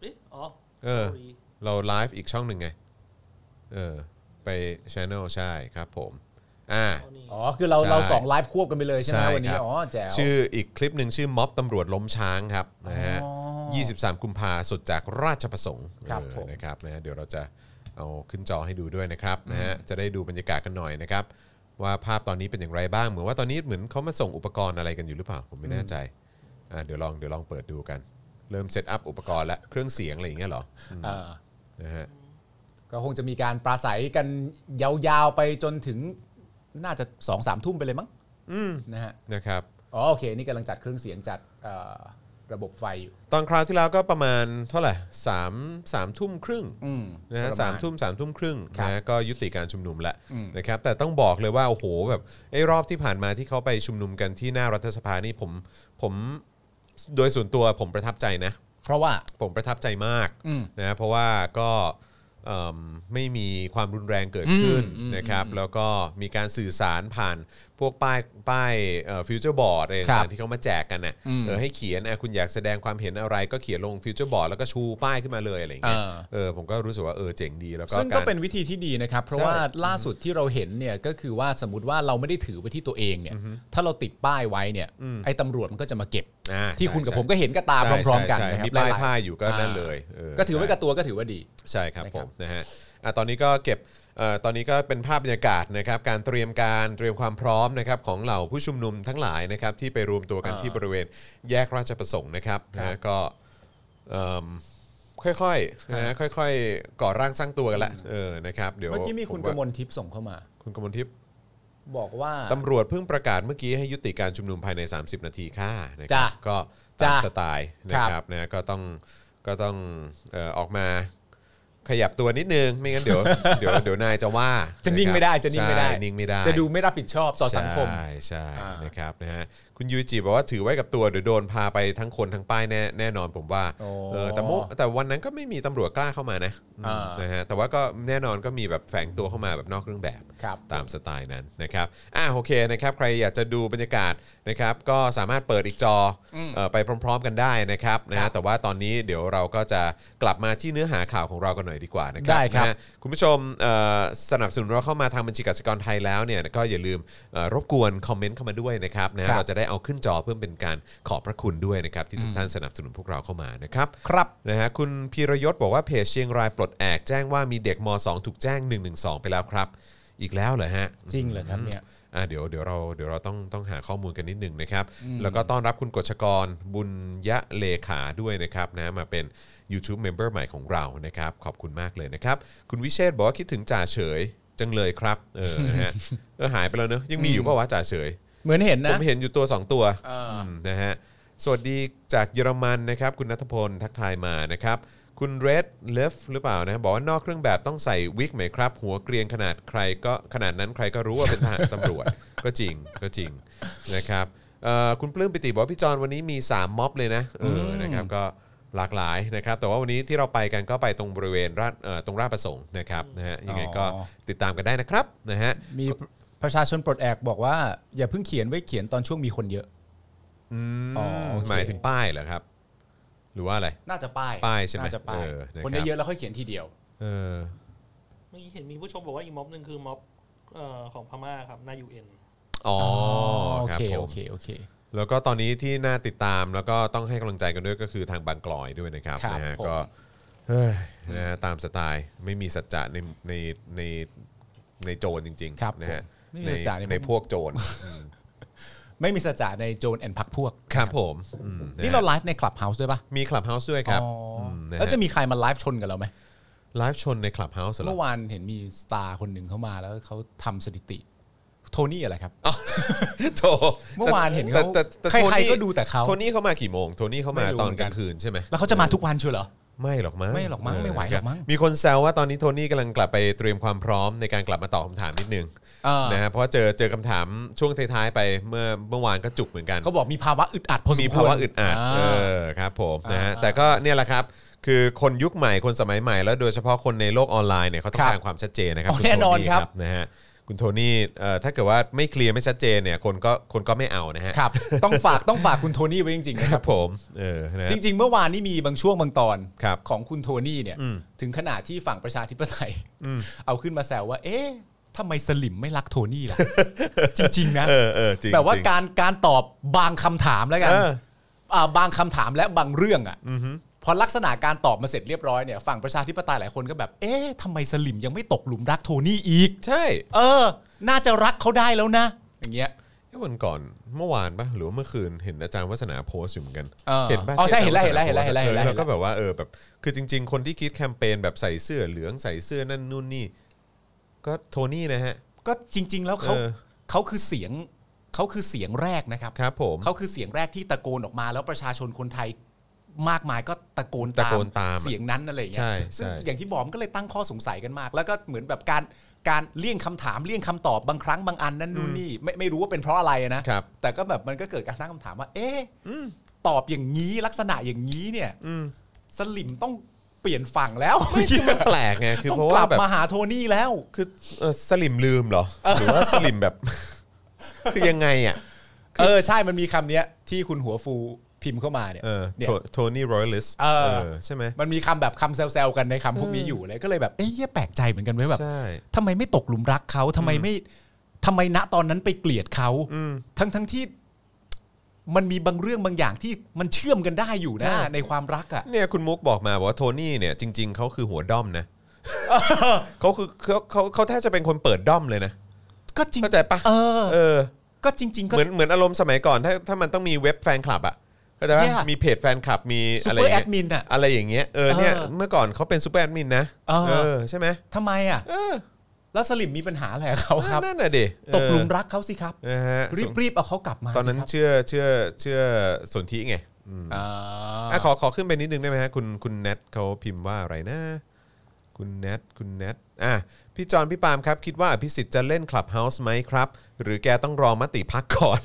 E: เอ๊ะอ๋อ
B: เออ
E: สตรี่
B: เราไลฟ์อีกช่องหนึ่งไง เออ ไปช anel ใช่ครับผม อ่า
E: เอานี่
F: อ๋อคือเรา
B: ใช่
F: เราสองไลฟ์ควบกันไปเลยใช่ไหมวัน
B: ค
F: นี้
B: รับ
F: อ๋อแจ๋ว
B: ชื่ออีกคลิปหนึ่งชื่อม็อบตำรวจล้มช้างครับนะฮะ23 กุมภาสดจากราชประสงค์
F: ครับ
B: เออ
F: ผม
B: นะครับนะฮะเดี๋ยวเราจะเอาขึ้นจอให้ดูด้วยนะครับนะฮะจะได้ดูบรรยากาศกันหน่อยนะครับ ว่าภาพตอนนี้เป็นอย่างไรบ้าง เหมือนว่าตอนนี้เหมือนเขามาส่งอุปกรณ์อะไรกันอยู่หรือเปล่า ผมไม่แน่ใจอ่าเดี๋ยวลองเดี๋ยวลองเปิดดูกัน เริ่มเซตอัพอุปกรณ์และเครื่องเสียงอะไรอย่างเงี้ยเหรอ
F: เออ
B: นะฮะ
F: ก็คงจะมีการปราศัยกันยาวๆไปจนถึงน่าจะสองสามทุ่มไปเลยมั้งนะฮะ
B: นะครับ
F: อ๋อโอเค นี่กำลังจัดเครื่องเสียงจัดเอ่อระบบไฟอยู่
B: ตอนคราวที่แล้วก็ประมาณเท่าไหร่สามสามทุ่มครึ่ง
F: อืม
B: นะฮะ
F: ประณ
B: สามทุ่มสามทุ่มครึ่ง
F: ครับ
B: นะฮะก็ยุติการชุมนุมแล้ว
F: อืม
B: นะครับแต่ต้องบอกเลยว่า โอ้โหแบบไอ้รอบที่ผ่านมาที่เขาไปชุมนุมกันที่หน้ารัฐสภานี่ผมผมโดยส่วนตัวผมประทับใจนะ
F: เพราะว่า
B: ผมประทับใจมาก
F: อืม
B: นะเพราะว่าก็เอิ่มไม่มีความรุนแรงเกิดขึ้นนะครับแล้วก็มีการสื่อสารผ่านพวกป้ายป้ายฟิวเจอร์บอร์ดอะไร
F: ครั
B: ต่าง
F: บ
B: ๆที่เขามาแจกกันนะเออให้เขียนอ่ะคุณอยากแสดงความเห็นอะไรก็เขียนลงฟิวเจอร์บอร์ดแล้วก็ชูป้ายขึ้นมาเลยอะไรอย่างเงี้ย
F: อ่า
B: เออผมก็รู้สึกว่าเออเจ๋งดีแล้วก็
F: ซึ่งก็
B: าร
F: เป็นวิธีที่ดีนะครับ เพราะ
B: ใช่
F: ว่าล่าสุดที่เราเห็นเนี่ยก็คือว่าสมมติว่าเราไม่ได้ถือไว้ที่ตัวเองเนี่ย ถ้าเราติดป้ายไว้เนี่ยไอ้ตำรวจมันก็จะมาเก็บ
B: อ่า
F: ที่
B: ใช่
F: คุณกับ
B: ใช่
F: ผมก็เห็นกับตา
B: ใช่
F: พร้อมๆกัน
B: ใช่
F: นะค
B: ใช่
F: รับ
B: มีป้าย
F: หลๆ
B: ผ้าอยู่ก็นั่นเลยเ
F: ก็ถือไว้
B: ใช่
F: กับตัวก็ถือว่าดี
B: ใช่ครับ
F: นะครับ
B: ผมนะฮะอ่ะตอนนี้ก็เก็บเอ่อตอนนี้ก็เป็นภาพบรรยากาศนะครับการเตรียมการเตรียมความพร้อมนะครับของเหล่าผู้ชุมนุมทั้งหลายนะครับที่ไปรวมตัวกัน
F: อ่า
B: ที่บริเวณแยกราชประสงค์นะครับ
F: ครับ
B: นะฮะก็เอิ่มค่อยๆนะฮะค่อยๆก่อร่างสร้างตัวกันละเออนะครับเดี๋ยว
F: เมื่อกี้มีคุณก
B: ผว่าม
F: ลทิพย์ส่งเข้ามา
B: คุณกมลทิพย์
F: บอกว่า
B: ตำรวจเพิ่งประกาศเมื่อกี้ให้ยุติการชุมนุมภายใน 30 นาทีค่ะนะครั
F: จ้ะ
B: บก็ตาม
F: จ้ะ
B: สไตล์นะ
F: ค
B: ครั
F: รั
B: บบ นะก็ต้องก็ต้องเอ่อออกมา ขยับตัวนิดนึง ไม่งั้นเดี๋ยว เดี๋ยวเดี๋ยวนายจะว่า
F: จะนิ่งไม่ได้จะนิ่งไม่ได้
B: ใช่นิ่งไม่ได้
F: จะดูไม่รับผิดชอบต่อสังคม
B: ใช่ใช่
F: อ่าน
B: นะครับนะฮะ คุณยูจิบอกว่าถือไว้กับตัวเดี๋ยวโดนพาไปทั้งคนทั้งป้ายแน่แน่นอนผมว่า
C: โอ้
B: เออแต่โมแต่วันนั้นก็ไม่มีตำรวจกล้าเข้ามานะ
C: อ่าน
B: นะฮะแต่ว่าก็แน่นอนก็มีแบบแฝงตัวเข้ามาแบบนอกเครื่องแบบ
C: ครับ
B: ตามสไตล์นั้นนะครับ อ่ะโอเคนะครับ ใครอยากจะดูบรรยากาศนะครับ ก็สามารถเปิดอีกจอเอ่อไปพร้อม ๆ กันได้นะครับนะฮะแต่ว่าตอนนี้เดี๋ยวเราก็จะกลับมาที่เนื้อหาข่าวของเรากันหน่อยดีกว่านะครั
C: ได้ครับ
B: นะฮะคุณผู้ชมเอ่อสนับสนุนเราเข้ามาทางบัญชีกสิกรไทยแล้วเนี่ยก็อย่าลืมเอ่อรบกวนคอมเมนต์เข้ามาด้วยนะครับนะฮะเราจะได้เอาขึ้นจอเพื่อเป็นการขอบพระคุณด้วยนะครับที่ทุกท่านสนับสนุนพวกเราเข้ามานะครับ
C: ครับ
B: นะฮะคุณพีรยศบอกว่าเพจเชียงรายปลดแอกแจ้งว่ามีเด็กม .2 ถูกแจ้ง 112 ไปแล้วครับ อีกแล้วเหรอฮะ
C: จริงเหรอครับเนี่ย
B: อ่ะเดี๋ยวเดี๋ยวเราเดี๋ยวเราต้องต้องหาข้อมูลกันนิดหนึ่งนะครับ แล้วก็ต้อนรับคุณกฎชกรบุญยะเลขาด้วยนะครับนะมาเป็น YouTube Member ใหม่ของเรานะครับ ขอบคุณมากเลยนะครับ คุณวิเชษฐ์บอกว่าคิดถึงจ่าเฉยจังเลยครับเออนะฮะเออหายไปแล้วเนอะยังมีอยู่ป่าวะจ่าเฉย
C: เหมือนเห็น
B: ผ
C: นะ
B: มเห็นอยู่ตัว 2 ตัว
C: เอออื
B: มนะฮะสวัสดีจากเยอรมันนะครับ คุณนัทพลทักทายมานะครับ คุณเรดเลฟหรือเปล่านะบอกว่านอกเครื่องแบบต้องใส่วิกไหมครับ หัวเกรียนขนาดใครก็ขนาดนั้นใครก็รู้ว่าเป็นทหาร ตำรวจ (laughs) ก็จริงก็จริงนะครับเอ่อคุณปลื้มปิติบอกว่าพี่จอนวันนี้มี 3 ม็อบเลยนะเอออนะครับก็หลากหลายนะครับ แต่ว่าวันนี้ที่เราไปกันก็ไปตรงบริเวณราชเอ่อตรงราชประสงค์นะครับนะฮะยังไงก็
C: อ๋อ
B: ติดตามกันได้นะครับนะฮะ
C: มีประชาชนปลดแอกบอกว่า อย่าเพิ่งเขียนไว้เขียนตอนช่วงมีคนเยอะ
B: อืม
C: อ๋อโอเค
B: หมายถึงป้ายเหรอครับ หรือว่าอะไร
C: น่าจะป้าย
B: ป้ายใช่ไหม
C: น่าจะป้าย
B: เออนะครับ
C: คนเยอะๆแล้วค่อยเขียนทีเดียว
B: เออ
E: เมื่อกี้เห็นมีผู้ชมบอกว่าอีกม็อบหนึ่งคือม็อบเอ่อของพม่าครับหน้ายูเอ็น
B: อ๋อ
C: โอ
B: ครับ
C: เค
B: ผ
C: โอ
B: ม
C: เคโอเค
B: แล้วก็ตอนนี้ที่น่าติดตามแล้วก็ต้องให้กำลังใจกันด้วยก็คือทางบางกลอยด้วยนะครับ
C: ครับ
B: นะฮะ
C: ผม
B: ก็เฮ้ยนะฮะตามสไตล์ไม่มีสัจจะในในในในโจรจริง
C: ครับ
B: ๆนะฮะ
C: ผมไม่มี
B: ใน
C: สัจจะในผม
B: ในพวกโจร
C: ไม่มีสัจจะในโจนแอนพักพวก
B: ครับผมอืมะฮะ
C: นี่เราไลฟ์ในคลับเฮาส์ด้วยปะ
B: มีคลับเฮาส์ด้วยครับ
C: อ๋ออ
B: มนฮ
C: แล้วจะมีใครมาไลฟ์ชนกับเราไหม
B: ไลฟ์ชนในคลับเฮาส์เหรอ
C: เมื่อวานเห็นมีสตาร์คนหนึ่งเข้ามาแล้วเขาทำสถิติ โทนี่อะไรครับ
B: โถ
C: เมื่อวานเห็นเขา
B: แต่แต่แต่
C: ใคร
B: โท
C: ๆ
B: นี่
C: ก็ดูแต่เขา
B: โทนี่เขามากี่โมงโทนี่เขามา
C: ไม่รู้
B: ตอน
C: เหมือน
B: ก
C: กัน
B: ลางคืนใช่ไหม
C: แล้วเขาจะมาทุกวันเชียวเหรอ
B: ไม่หรอกมั้ง
C: ไม่หรอกมั้ง
B: เ
C: ไม่ไหวหรอกมั้ง
B: มีคนแซวว่าตอนนี้โทนี่กำลังกลับไปเตรียมความพร้อมในการกลับมาตอบคำถามนิดนึง
C: เออ
B: นะฮะเพราะว่าเจอเจอคำถามช่วงท้ายๆไปเมื่อเมื่อวานก็จุกเหมือนกัน
C: เขาบอกมีภาวะอึดอัดพอสมควร
B: มีภาวะอึดอัด
C: า
B: เออครับผมนะฮะแต่ก็เนี่ยแหละครับ คือคนยุคใหม่คนสมัยใหม่แล้วโดยเฉพาะคนในโลกออนไลน์เนี่ยเขาต้อง
C: ครับ
B: การความชัดเจนนะครับ
C: อ๋อ
B: คุณ
C: แน่นอน
B: โท
C: ครับ
B: นะฮะคุณโทนี่เอ่อถ้าเกิดว่าไม่เคลียร์ไม่ชัดเจนเนี่ยคนก็คนก็ไม่เอานะฮะ
C: ครับ ต้องฝากต้องฝากคุณโทนี่ไว้จริงๆนะ
B: ค
C: ค
B: รั
C: รั
B: บบ ผมเออนะฮะ
C: จริง ๆ เมื่อวานนี่มีบางช่วงบางตอน
B: ครับ
C: ของคุณโทนี่เนี่ย
B: อืม
C: ถึงขนาดที่ฝั่งประชาธิปไตยเอาขึ้นมาแซวว่า เอ๊ะทำไมสลิมไม่รักโทนี่ล่ะ
B: (laughs)
C: จริง ๆ นะ
B: เออเออจริง
C: แบบว่า
B: จริง
C: การการตอบบางคำถามแล้วกัน
B: เออ
C: าบางคำถามและบางเรื่องอ่ะพอลักษณะการตอบมาเสร็จเรียบร้อยเนี่ยฝั่งประชาธิปไตยหลายคนก็แบบ เอ๊ะทำไมสลิมยังไม่ตกหลุมรักโทนี่อีก
B: ใช่
C: เออ น่าจะรักเขาได้แล้วนะ อย่างเงี้ย
B: เอ้ยวันก่อนเมื่อวานปะหรือว่าเมื่อคืนเห็นอาจารย์วัฒนาโพสต์อยู่เหมือนกัน
C: เออ
B: ปะ
C: อ๋อใช่
B: ที่อาจารย์
C: เห็น
B: วั
C: แล้ว
B: ฒา
C: เห็น
B: โพสต์
C: แล้วเห็นแล้วเห็นแล้
B: อ
C: ว
B: อก็แบบว่าเออแบบคือจริง ๆ คนที่คิดแคมเปญแบบใส่เสื้อเหลืองใส่เสื้อนั่นนู่นนี่ ก็โทนี่นะฮะ
C: ก็จริง ๆ แล้วเขา
B: เออ
C: เขาคือเสียงเขาคือเสียงแรกนะครับ
B: ครับผม
C: เขาคือเสียงแรกที่ตะโกนออกมาแล้วประชาชนคนไทยมากมายก็ตะโกน
B: ตะโกนตามอะ
C: เสียงนั้นอะไรอย่างเงี้
B: ใช่
C: ย
B: ใช่
C: ซึ่งอย่างที่บอกมันก็เลยตั้งข้อสงสัยกันมาก แล้วก็เหมือนแบบการการเลี่ยงคำถามเลี่ยงคำตอบบางครั้งบางอันนั้นนู่นนี่ไม่ไม่รู้ว่าเป็นเพราะอะไรนะ
B: ครับ
C: แต่ก็แบบมันก็เกิดการตั้งคำถามว่า เอ๊ะตอบอย่างนี้ลักษณะอย่างนี้เนี่ย
B: อื
C: (laughs)
B: ม
C: สลิมต้องเปลี่ยนฝั่งแล้ว
B: แปลกไงคือ
C: ต้อง
B: เพราะว่า
C: กลับ
B: แบบ
C: มาหาโทนี่แล้ว
B: คือเอ่อสลิมลืมเหรอ หรือว่าสลิมแบบ (laughs) คือยังไงอ่ะ
C: เออใช่มันมีคำเนี้ยที่คุณหัวฟูพิมพ์เข้ามาเนี่ย
B: เออ
C: เนี่ย
B: โทโทนี่รอยลิส
C: เออ
B: ใช่ไหม
C: มันมีคำแบบคำแซวๆกันในคำพวกนี้อยู่เลยก็เลยแบบเอ๊ะเหี้ยแปลกใจเหมือนกันไว้ยแบบ
B: ใช่
C: ทำไมไม่ตกหลุมรักเขาทำไมไม่ทำไมณตอนนั้นไปเกลียดเขา
B: อืม
C: ทั้งทั้งๆที่ มันมีบางเรื่องบางอย่างที่มันเชื่อมกันได้อยู่นะ
B: ใช่
C: ในความรักอ่ะ
B: เนี่ยคุณมุกบอกมาบอกว่าโทนี่เนี่ยจริง ๆเขาคือหัวด้อม
C: (laughs)
B: นะเขาคือเขาเขาเขาแทบจะเป็นคนเปิดด้อมเลยนะ
C: ก็จริง
B: เข้าใจปะ
C: เออ
B: เออ
C: ก็จริง ๆ ก็
B: เหมือนเหมือนอารมณ์สมัยก่อนถ้าถ้ามันต้องมีเว็บแฟนคลับอ่ะก็จะว่า
C: เนี่ย
B: มีเพจแฟนคลับมี
C: ซู
B: อะไร
C: เปอร์
B: ย่าง
C: แอดมิน
B: เงี้ย
C: อะ
B: อะไรอย่างเงี้ยเออเนี่ย
C: เออ
B: เมื่อก่อนเขาเป็นซูเปอร์แอดมินนะ
C: เออ
B: ใช่ไหม
C: ทำไมอ่ะ
B: เออ
C: แล้วสลิมมีปัญหาอะไรกับเขาครับ
B: นั่นน่ะดิ
C: ตกหลุมรักเขาสิครับ
B: เออนะฮะ
C: รีบรีบๆเอาเขากลับมา
B: ตอนนั้น
C: สิครับ
B: เชื่อเชื่อเชื่อสนธิไง
C: อ่า
B: อ่ะขอขอขึ้นไปนิดนึงได้ไหมฮะคุณคุณแนทเขาพิมพ์ว่าอะไรนะ คุณแนทคุณแนทอ่ะพี่จอนพี่ปาล์มครับ คิดว่าอภิสิทธิ์จะเล่นคลับเฮาส์ไหมครับ (laughs) หรือแกต้องรอมติพักก่อน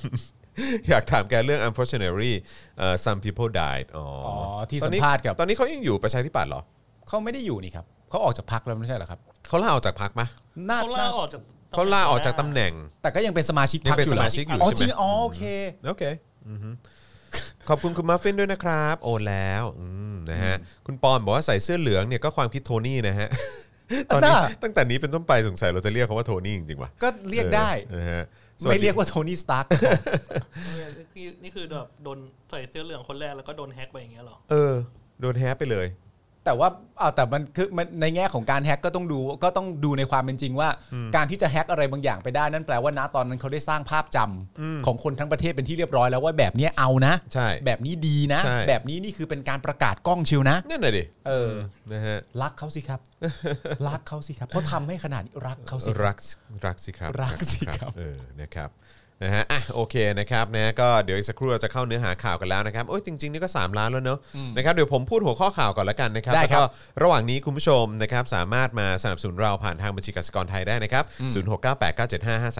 B: อยากถามแกเรื่อง unfortunately เอ่อ some people died อ๋ออ
C: อที่
B: ตอนนี้
C: สัมภาษณ์กับ
B: ตอนนี้เขายังอยู่ประชาธิปัตย์เหรอ
C: เขาไม่ได้อยู่นี่ครับเขาออกจากพักแล้วไม่ใช่เหรอครับ
B: เขาลาออกจากพรรคปะ
C: น่า
E: เขาลาออกจาก
B: เขาลาออกจากตำแหน่ง
C: แต่ก็ยังเป็นสมาชิก
B: ยัง
C: พัก
B: เป็น
C: อยู่เหร
B: สมาชิกอยู่
C: อ๋อ
B: ใช่ไหม
C: จริงอ๋อโอเค
B: โอเคอือฮึ (laughs) ขอบคุณคุณมัฟฟินด้วยนะครับ โอนแล้วอืมนะฮะ คุณปอนบอกว่าใส่เสื้อเหลืองเนี่ยก็ความคิดโทนี่นะฮ (laughs) ะ ตอนนี้
C: อันน่ะ
B: ตั้งแต่นี้เป็นต้นไปสงสัยเราจะเรียกเขาว่าโทนี่จริงๆวะ
C: ก็เรียกได้
B: เออนะฮะสส
C: ไม่
B: ดี
C: เรียกว่าโทนี่สตาร์
E: เออนี่นี่คือแบบโดนใส่เสื้อเหลืองคนแรกแล้วก็โดนแฮกไปอย่างเงี้ยเหรอ
B: เออ โดนแฮปไปเลย
C: (laughs) แต่ว่าเอาแต่มันคือมันในแง่ของการแฮกก็ต้องดูก็ต้องดูในความเป็นจริงว่า การที่จะแฮกอะไรบางอย่างไปได้นั่นแปลว่าณตอนนั้นเขาได้สร้างภาพจำของคนทั้งประเทศเป็นที่เรียบร้อยแล้วว่าแบบเนี้ยเอานะ
B: ใช่
C: แบบนี้ดีนะ
B: ใช่
C: แบบนี้นี่คือเป็นการประกาศกล้องชิวนะ
B: นั่นน่ะดิ
C: เออ
B: นะฮะ
C: รักเขาสิครับ รักเขาสิครับเขาทำให้ขนาดนี้รักเขาสิ
B: รักรักสิครับ
C: รักสิครับ
B: เออนะครับนะฮะอ่ะโอเคนะครับนะก็เดี๋ยวอีกสักครู่เราจะเข้าเนื้อหาข่าวกันแล้วนะครับโอ้ยจริง ๆ นี่ก็ 3 ล้านแล้วเนอะนะครับเดี๋ยวผมพูดหัวข้อข่าวก่อนละกันนะครับ
C: ได้ครั
B: แล้ว
C: บ
B: ก็ระหว่างนี้คุณผู้ชมนะครับสามารถมาสนับสนุนเราผ่านทางบัญชีกสิกรไทยได้นะครับ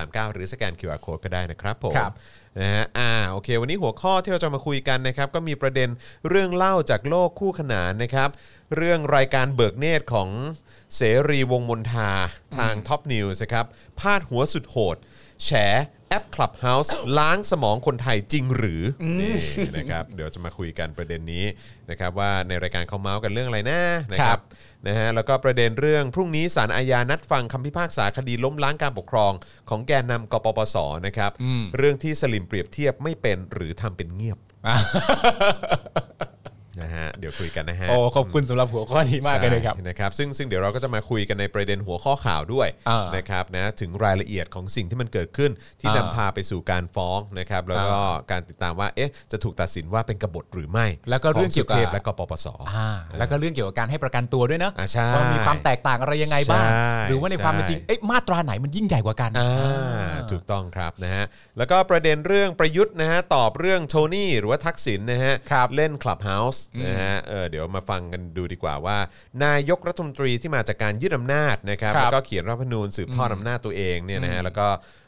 B: 0698975539 หรือสแกน QR Code ก็ได้นะครับผม
C: ครับ
B: นะฮะ อ่า โอเค วันนี้หัวข้อที่เราจะมาคุยกันนะครับ ก็มีประเด็นเรื่องเล่าจากโลกคู่ขนานนะครับ เรื่องรายการเบิกเนตรของเสรีวงศ์มนทาทางท็อปนิวส์นะครับ พาดหัวสุดโหด แฉแอป Clubhouse ล้างสมองคนไทยจริงหรืออนี่นะครับ เดี๋ยวจะมาคุยกันประเด็นนี้นะครับว่าในรายการเขาเมาส์กันเรื่องอะไรนะนะค
C: ครั
B: รับ
C: บ
B: นะฮะแล้วก็ประเด็นเรื่องพรุ่งนี้ศาลอาญานัดฟังคำพิพากษาคดีล้มล้างการปกครอง ของแกนนำกปปสนะครับ เรื่องที่สลิมเปรียบเทียบไม่เป็นหรือทำเป็นเงียบนะฮะเดี๋ยวคุยกันนะฮะ
C: โอ้ขอบคุณสำหรับหัวข้อนี้มากเลยนะครับ
B: ใช่นะครับ ซึ่งซึ่งเดี๋ยวเราก็จะมาคุยกันในประเด็นหัวข้อข่าวด้วย
C: อ่าน
B: นะครับนะถึงรายละเอียดของสิ่งที่มันเกิดขึ้นที่นำ
C: อ่า
B: พาไปสู่การฟ้องนะครับแล้วก็การติดตามว่าเอ๊ะจะถูกตัดสินว่าเป็นกบฏหรือไม่
C: แล้วก็เรื่องเกี่ยวกั
B: ข
C: บ
B: สุทพและกปปส
C: อ่าแล้วก็เรื่องเกี่ยวกับการให้ประกันตัวด้วยนะ
B: อ่าใช่
C: ว่ามีความแตกต่างอะไรยังไงบ้าง
B: ใช่
C: หรือว่าในความเป็นจริง
B: ใช่
C: เอ๊ะมาตราไหนมันยิ่งใหญ่กว่ากัน
B: อ่าถูกต้องครับนะฮะแล้วก็ประเด็นเรื่องประยุทธ์นะฮะตอบเรื่องโทนี่หรือว่าทักษิณนะฮะ
C: ครับ
B: เล่น Clubhouse นะฮะเออเดี๋ยวมาฟังกันดูดีกว่าว่า นายกรัฐมนตรีที่มาจากการยึดอำนาจนะครับ
G: ครับ
B: แล้วก็เขียนรัฐธรรมนูญสืบทอดอำนาจตัวเองเนี่ยนะฮะแล้วก็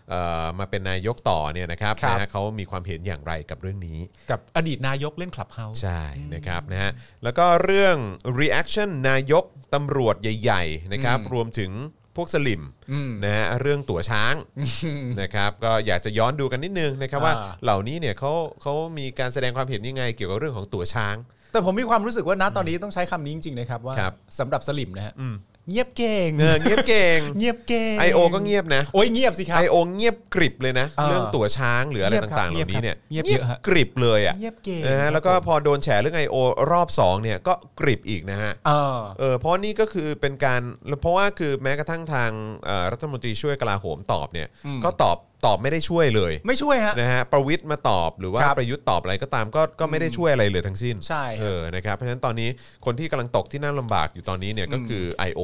B: เอ่อมาเป็นนายกต่อเนี่ยนะครับนะฮะเขามีความเห็นอย่างไรกับเรื่องนี้
C: กับอดีตนายกเล่นคลับเฮาส์
B: ใช่นะครับนะฮะแล้วก็เรื่อง reaction นายกตำรวจใหญ่ๆนะครับรวมถึงพวกสลิมนะฮะเรื่องตั๋วช้างนะครับก็อยากจะย้อนดูกันนิดนึงนะครับว่า
C: อ่า
B: เหล่านี้เนี่ยเขาเขามีการแสดงความเห็นยังไง เกี่ยวกับเรื่องของตั๋วช้าง
C: แต่ผมมีความรู้สึกว่านะตอนนี้ต้องใช้คำนี้จริงๆนะครับว่า
B: ครับ
C: สำหรับสลิมนะฮะเงียบเก่ง
B: เออเงียบเก่ง
C: เงียบเก่ง
B: IO ก็เงียบนะ
C: โอ้ยเงียบสิครับ
B: IO เงียบกริบเลยนะ
C: อ่า
B: เรื่องตั๋วช้างหรืออะไรต่างๆเห
C: เงี
B: ล่าย
C: บครั
B: นี้
C: บ
B: เนี่ย
C: เงียบเยอะฮะ
B: กริบเลยอ่ะ
C: เงียบเก่ง
B: นะ
C: ครั
B: ฮะ
C: บ
B: แล้วก็พอโดนแฉเรื่อง IO รอบสองเนี่ยก็กริบอีกนะฮะ
C: เออ
B: เออเพราะนี่ก็คือเป็นการเพราะว่าคือแม้กระทั่งทางเอ่อรัฐมนตรีช่วยกลาโหมตอบเนี่ย
C: อืม
B: ก็ตอบตอบไม่ได้ช่วยเลย
C: ไม่ช่วยฮะ
B: นะฮะประวิทย์มาตอบหรือว่า
C: ครับ
B: ประยุทธ์ตอบอะไรก็ตามก็ก็ไม่ได้ช่วยอะไรเลยทั้งสิ้น
C: ใช่ครับ
B: เออนะครับเพราะฉะนั้นตอนนี้คนที่กำลังตกที่นั่งลำบากอยู่ตอนนี้เนี่ยก็คือ I.O.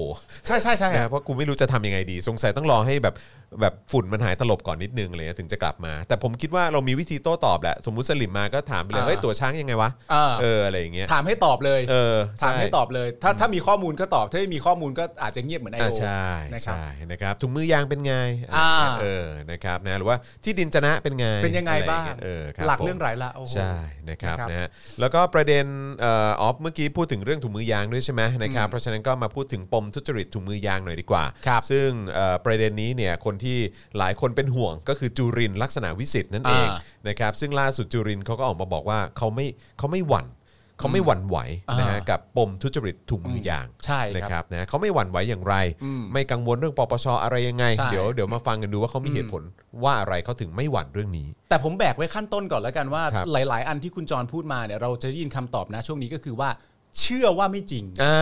C: ใช่ใช่ใช่
B: นะ
C: ฮะ
B: ฮะเพราะกูไม่รู้จะทำยังไงดี สงสัยต้องรอให้แบบแบบฝุ่นมันหายตลบก่อนนิดนึงอะไรเลยถึงจะกลับมา แต่ผมคิดว่าเรามีวิธีโต้ตอบแหละสมมุติสลิมมาก็ถามไปเลย
C: อ่า
B: เฮ้ยตัวช้างยังไงวะ
C: อ่า
B: เอออะไรอย่างเงี้ย
C: ถามให้ตอบเลย
B: เออ
C: ถามให้
B: ช่
C: ตอบเลย ถ้าถ้ามีข้อมูลก็ตอบ ถ้าไม่มีข้อมูลก็อาจจะเงียบเหมือนไอ
B: อ่า
C: โอ
B: ใช่
C: นะครับ
B: ใช่นะครับถุงมือยางเป็นไง
C: อ่า
B: เออนะครับนะหรือว่าที่ดินจนะเป็นไง
C: เป็นยังไงบ้าง
B: อะรอย่เยเออครับ
C: หลัก
B: ผม
C: เรื่องหลายละโอ้โห
B: ใช่นะครับ
C: นะครับ
B: นะฮะแล้วก็ประเด็นเอ่อออฟเมื่อกี้พูดถึงเรื่องถุงมือยางด้วยใช่ไหมนะครับเพราะฉะนั้นก็มาพูดถึงปมทุจริตถุงมือยางหน่อยดีกว่า
C: ครับ
B: ซึ่งเอ่อประเด็นนี้เนี่ยคนที่หลายคนเป็นห่วงก็คือจุรินทร์ลักษณะวิสิทธิ์นั่นเอง
C: อ่า
B: นะครับซึ่งล่าสุดจุรินทร์เขาก็ออกมาบอกว่าเขาไม่เขาไม่หวั่นเขาไม่หวั่นไหวนะฮะกับปมทุจริตถุงมือยาง
C: ใช่ครับ
B: นะครับนะเขาไม่หวั่นไหวอย่างไร ไม่กังวลเรื่องปปชอะไรยังไง
C: ใช่
B: เดี๋ยวเดี๋ยวมาฟังกันดูว่าเขามีเหตุผลว่าอะไรเขาถึงไม่หวั่นเรื่องนี้
C: แต่ผมแบกไว้ขั้นต้นก่อนแล้วกันว่า
B: ครับ
C: หลาย ๆ อันที่คุณจรพูดมาเนี่ยเราจะได้ยินคำตอบนะช่วงนี้ก็คือว่า เชื่อว่าไม่จริง
B: ่า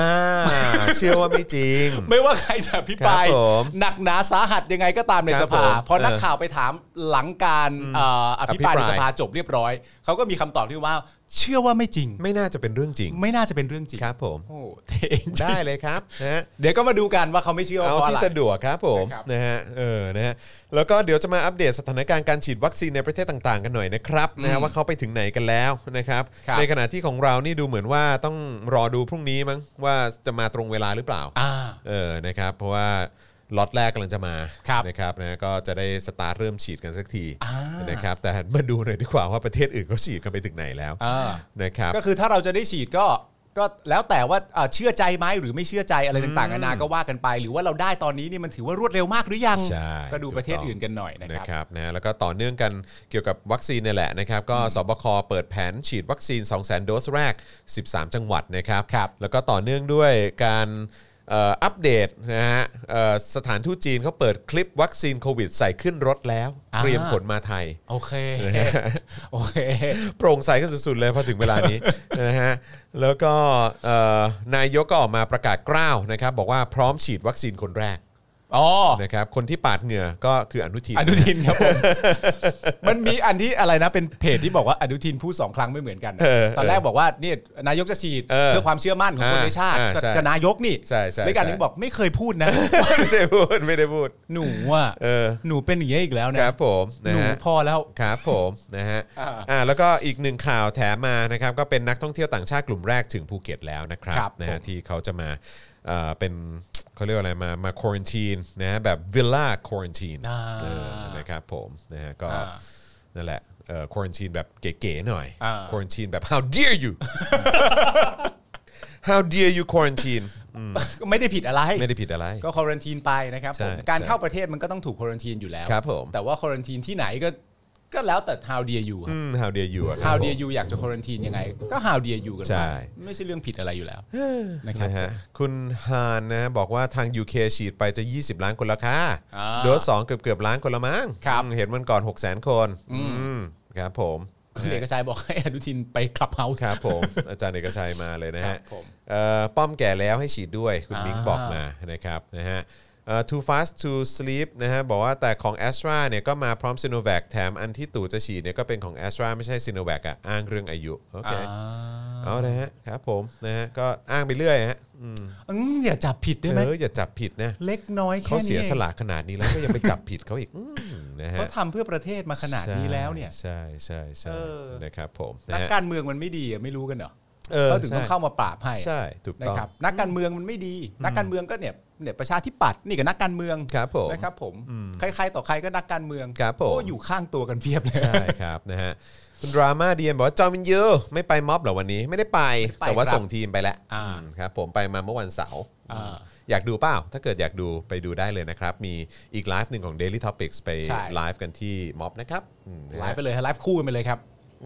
B: เชื่อว่าไม่จริง
C: ไม่ว่าใครจะพิปราย
B: ครับผม
C: หนักหนาสาหัสยังไงก็ตามใน
B: ครับ
C: สภา
B: ผม
C: พอนักข่าวไปถามหลังการเอ่ออภิปราย
B: อภิปรา
C: ใน
B: ย
C: สภาจบเรียบร้อยเขาก็มีคำตอบที่ว่า เชื่อว่าไม่จริง
B: ไม่น่าจะเป็นเรื่องจริง
C: ไม่น่าจะเป็นเรื่องจริง
B: ครับผม
C: โอ้เท่ง (laughs)
B: ได้เลยครับนะฮะ
C: เดี๋ยวก็มาดูกันว่าเขาไม่เชื่อว่า
B: เอา
C: เพราะ
B: ที่
C: อะไร
B: สะดวกครับผม
C: นะครับ
B: นะฮะเออนะฮะแล้วก็เดี๋ยวจะมาอัปเดตสถานการณ์การฉีดวัคซีนในประเทศต่างๆ กันหน่อยนะครับนะฮะว่าเขาไปถึงไหนกันแล้วนะครับ
C: ครับ
B: ในขณะที่ของเรานี่ดูเหมือนว่าต้องรอดูพรุ่งนี้มั้งว่าจะมาตรงเวลาหรือเปล่า
C: อ่า
B: เออนะครับเพราะว่า ล็อตแรกกำลังจะมา
F: ครับ
B: นะครับนะก็จะได้สตาร์ทเริ่มฉีดกันสักที
F: อ่าน
B: นะครับแต่มาดูหน่อยดีกว่าว่าประเทศอื่นเขาฉีดกันไปถึงไหนแล้ว
F: อ่า
B: นะครับ
C: ก็คือถ้าเราจะได้ฉีดก็ก็แล้วแต่ว่าเอ่อเชื่อใจไหมหรือไม่เชื่อใจอะไรต่างๆนานาก็ว่ากันไป หรือว่าเราได้ตอนนี้นี่มันถือว่ารวดเร็วมากหรือยัง
B: ใช่
C: ก็ดู
B: ถูก
C: ประเทศ
B: ต้อง
C: อื่นกันหน่อยนะ
B: นะครับ ครับนะแล้วก็ต่อเนื่องกันเกี่ยวกับวัคซีนเนี่ยแหละนะครับ ก็สบคเปิดแผนฉีดวัคซีน 200,000 โดสแรก 13 จังหวัดนะครับ
C: ครับ
B: แล้วก็ต่อเนื่องด้วยการเอ่ออัปเดตนะฮะเอ่อสถานทูตจีนเขาเปิดคลิปวัคซีนโควิดใส่ขึ้นรถแล้ว
C: อ่า
B: เตรียมขนมาไทย
C: โอเคโอเค
B: โปร่งใสกันสุดๆเลยพอถึงเวลา
C: (laughs)
B: นี้ นะฮะแล้วก็เอ่อนายกก็ออกมาประกาศกล้าวนะครับบอกว่าพร้อมฉีดวัคซีนคนแรก
C: อ๋อ
B: นะครับคนที่ปาดเหงื่อก็คืออนุทิน
C: อนุทินครับผม มันมีอันที่อะไรนะเป็นเพจที่บอกว่าอนุทินพูดสองครั้งไม่เหมือนกัน
B: เออ
C: ตอนแรกบอกว่าเนี่ยนายกจะฉีด
B: เออ
C: เพื่อความเชื่อมั่นของคนในชาติ
B: อ่าใช่
C: ก็นายกนี่
B: ใช่ใช่
C: แล้วการ
B: ใช่
C: นึงบอกไม่เคยพูดนะ
B: ไม่ (laughs) ได้พูดไม่ได้พูด
C: หนูอ่ะ
B: เออ
C: หนูเป็นอย่างเงี้ยอีกแล้ว
B: ค
C: นะ
B: รับผมนะ
C: หนู
B: ฮะ
C: พอแล้ว (laughs)
B: ครับผมนะฮะ
C: อ่า
B: อ่าแล้วก็อีกหนึ่งข่าวแถมมานะครับก็เป็นนักท่องเที่ยวต่างชาติกลุ่มแรกถึงภูเก็ตแล้วนะครับ
C: ครับ
B: นะฮะ
C: ผม
B: ที่เขาจะมาเอ่อเป็นเขาเรียกว่าอะไรมามาควอนตีนนะฮะแบบวิลล่าควอนตีนนะครับผมนะฮะก็นั่นแหละเอ่อควอนตีนแบบเก๋ๆหน่อย
C: อ่า
B: ควอนตีนแบบ how dare
C: (laughs)
B: you how dare you quarantine อืม
C: ก็ไม่ได้ผิดอะไร
B: ไม่ได้ผิดอะไร
C: ก็ควอรันทีนไปนะครับ
B: ใช่
C: ผมการ
B: ใช่
C: เข้าประเทศมันก็ต้องถูกควอรันทีนอยู่แล้ว
B: ครับผม
C: แต่ว่าควอรันทีนที่ไหนก็ก็แล้วแต่ how dare you ครับ
B: อืม how dare you อะครับ
C: how dare you อยากจะควอรันทีนยังไง ก็ how dare you กัน
B: ใช่
C: ไปไม่ใช่เรื่องผิดอะไรอยู่แล้วนะครับ
B: นะฮะคุณฮานนะบอกว่าทาง UK ฉีดไปจะ 20 ล้านคนแล้วค่ะ
C: อ่า
B: โดสสองเกือบเกือบๆล้านคนและมั้ง
C: ครับ
B: อืมเห็นวันก่อน 6 0 0 0 0 0 คน อืมครับผม
C: คุณเอกชัยบอกให้อนุทินไปคลับเฮาส์
B: ครับผม อาจารย์เอกชัยมาเลยนะ
C: ครั
B: ฮะ
C: บผม
B: เอ่อป้อมแก่แล้วให้ฉีดด้วย คุณ
C: อ่ามิ้
B: มิ้งบอกมานะครับนะฮะเอ่อ too fast to sleep นะฮะบอกว่าแต่ของ a s t r a เนี่ยก็มาพร้อม s i n o v a c แถมอันที่ตู่จะฉีดเนี่ยก็เป็นของ a s t r a ไม่ใช่ s i n o v a c อ่ะอ้างเรื่องอายุโอเคเอานะฮะครับผมนะฮะก็อ้างไปเรื่อยฮะอืม
C: อืมอย่าจับผิดได้ไหม
B: เอออย่าจับผิดนะ
C: เล็กน้อยแค่
B: เขา
C: นี้
B: เสีย
C: อง
B: สละขนาดนี้แล้วก็ยังไปจับผิดเขาอีกอืมนะฮะ
C: เขาทำเพื่อประเทศมาขนาดนี้แล้วเนี่ย
B: ใช่ใช่ใช่
C: เออ
B: นะครับผม
C: นั
B: นะ
C: ก
B: ฮะ
C: การเมืองมันไม่ดีอะไม่รู้กันเหรอ
B: เออ
C: เขาถึงต้อง
B: ใช่
C: เข้ามาปราบให้อะ
B: ใช่ถูก
C: นะ
B: ต้อง
C: ครับนักการเมืองมันไม่ดี นักการเมืองก็เนี่ยเนี่ยประชาธิปัตย์นี่กับนักการเมือง
B: ครับผม
C: นะครับผมใครๆต่อใครก็นักการเมือง
B: ครับผม
C: ก็อยู่ข้างตัวกันเพียบเลย
B: ใช่ครับนะฮะคุณดราม่าเดียนบอกว่าจอมินยูไม่ไปม็อบเหรอวันนี้ไม่ได้ไป
C: ไม่ได้ไป
B: แต่ว่า
C: ครับ
B: ส่งทีมไปแล้ว
C: อ่า
B: อืมครับผมไปมาเมื่อวันเสาร์
C: อ่า
B: อยากดูเปล่า ถ้าเกิดอยากดูไปดูได้เลยนะครับ มีอีกไลฟ์หนึ่งของ Daily Topics ไป
C: ใช่
B: ไลฟ์กันที่ม็อบนะครับอืมนะฮะ
C: ไลฟ์ไปเลยฮะไลฟ์คู่กันไปเลยครับ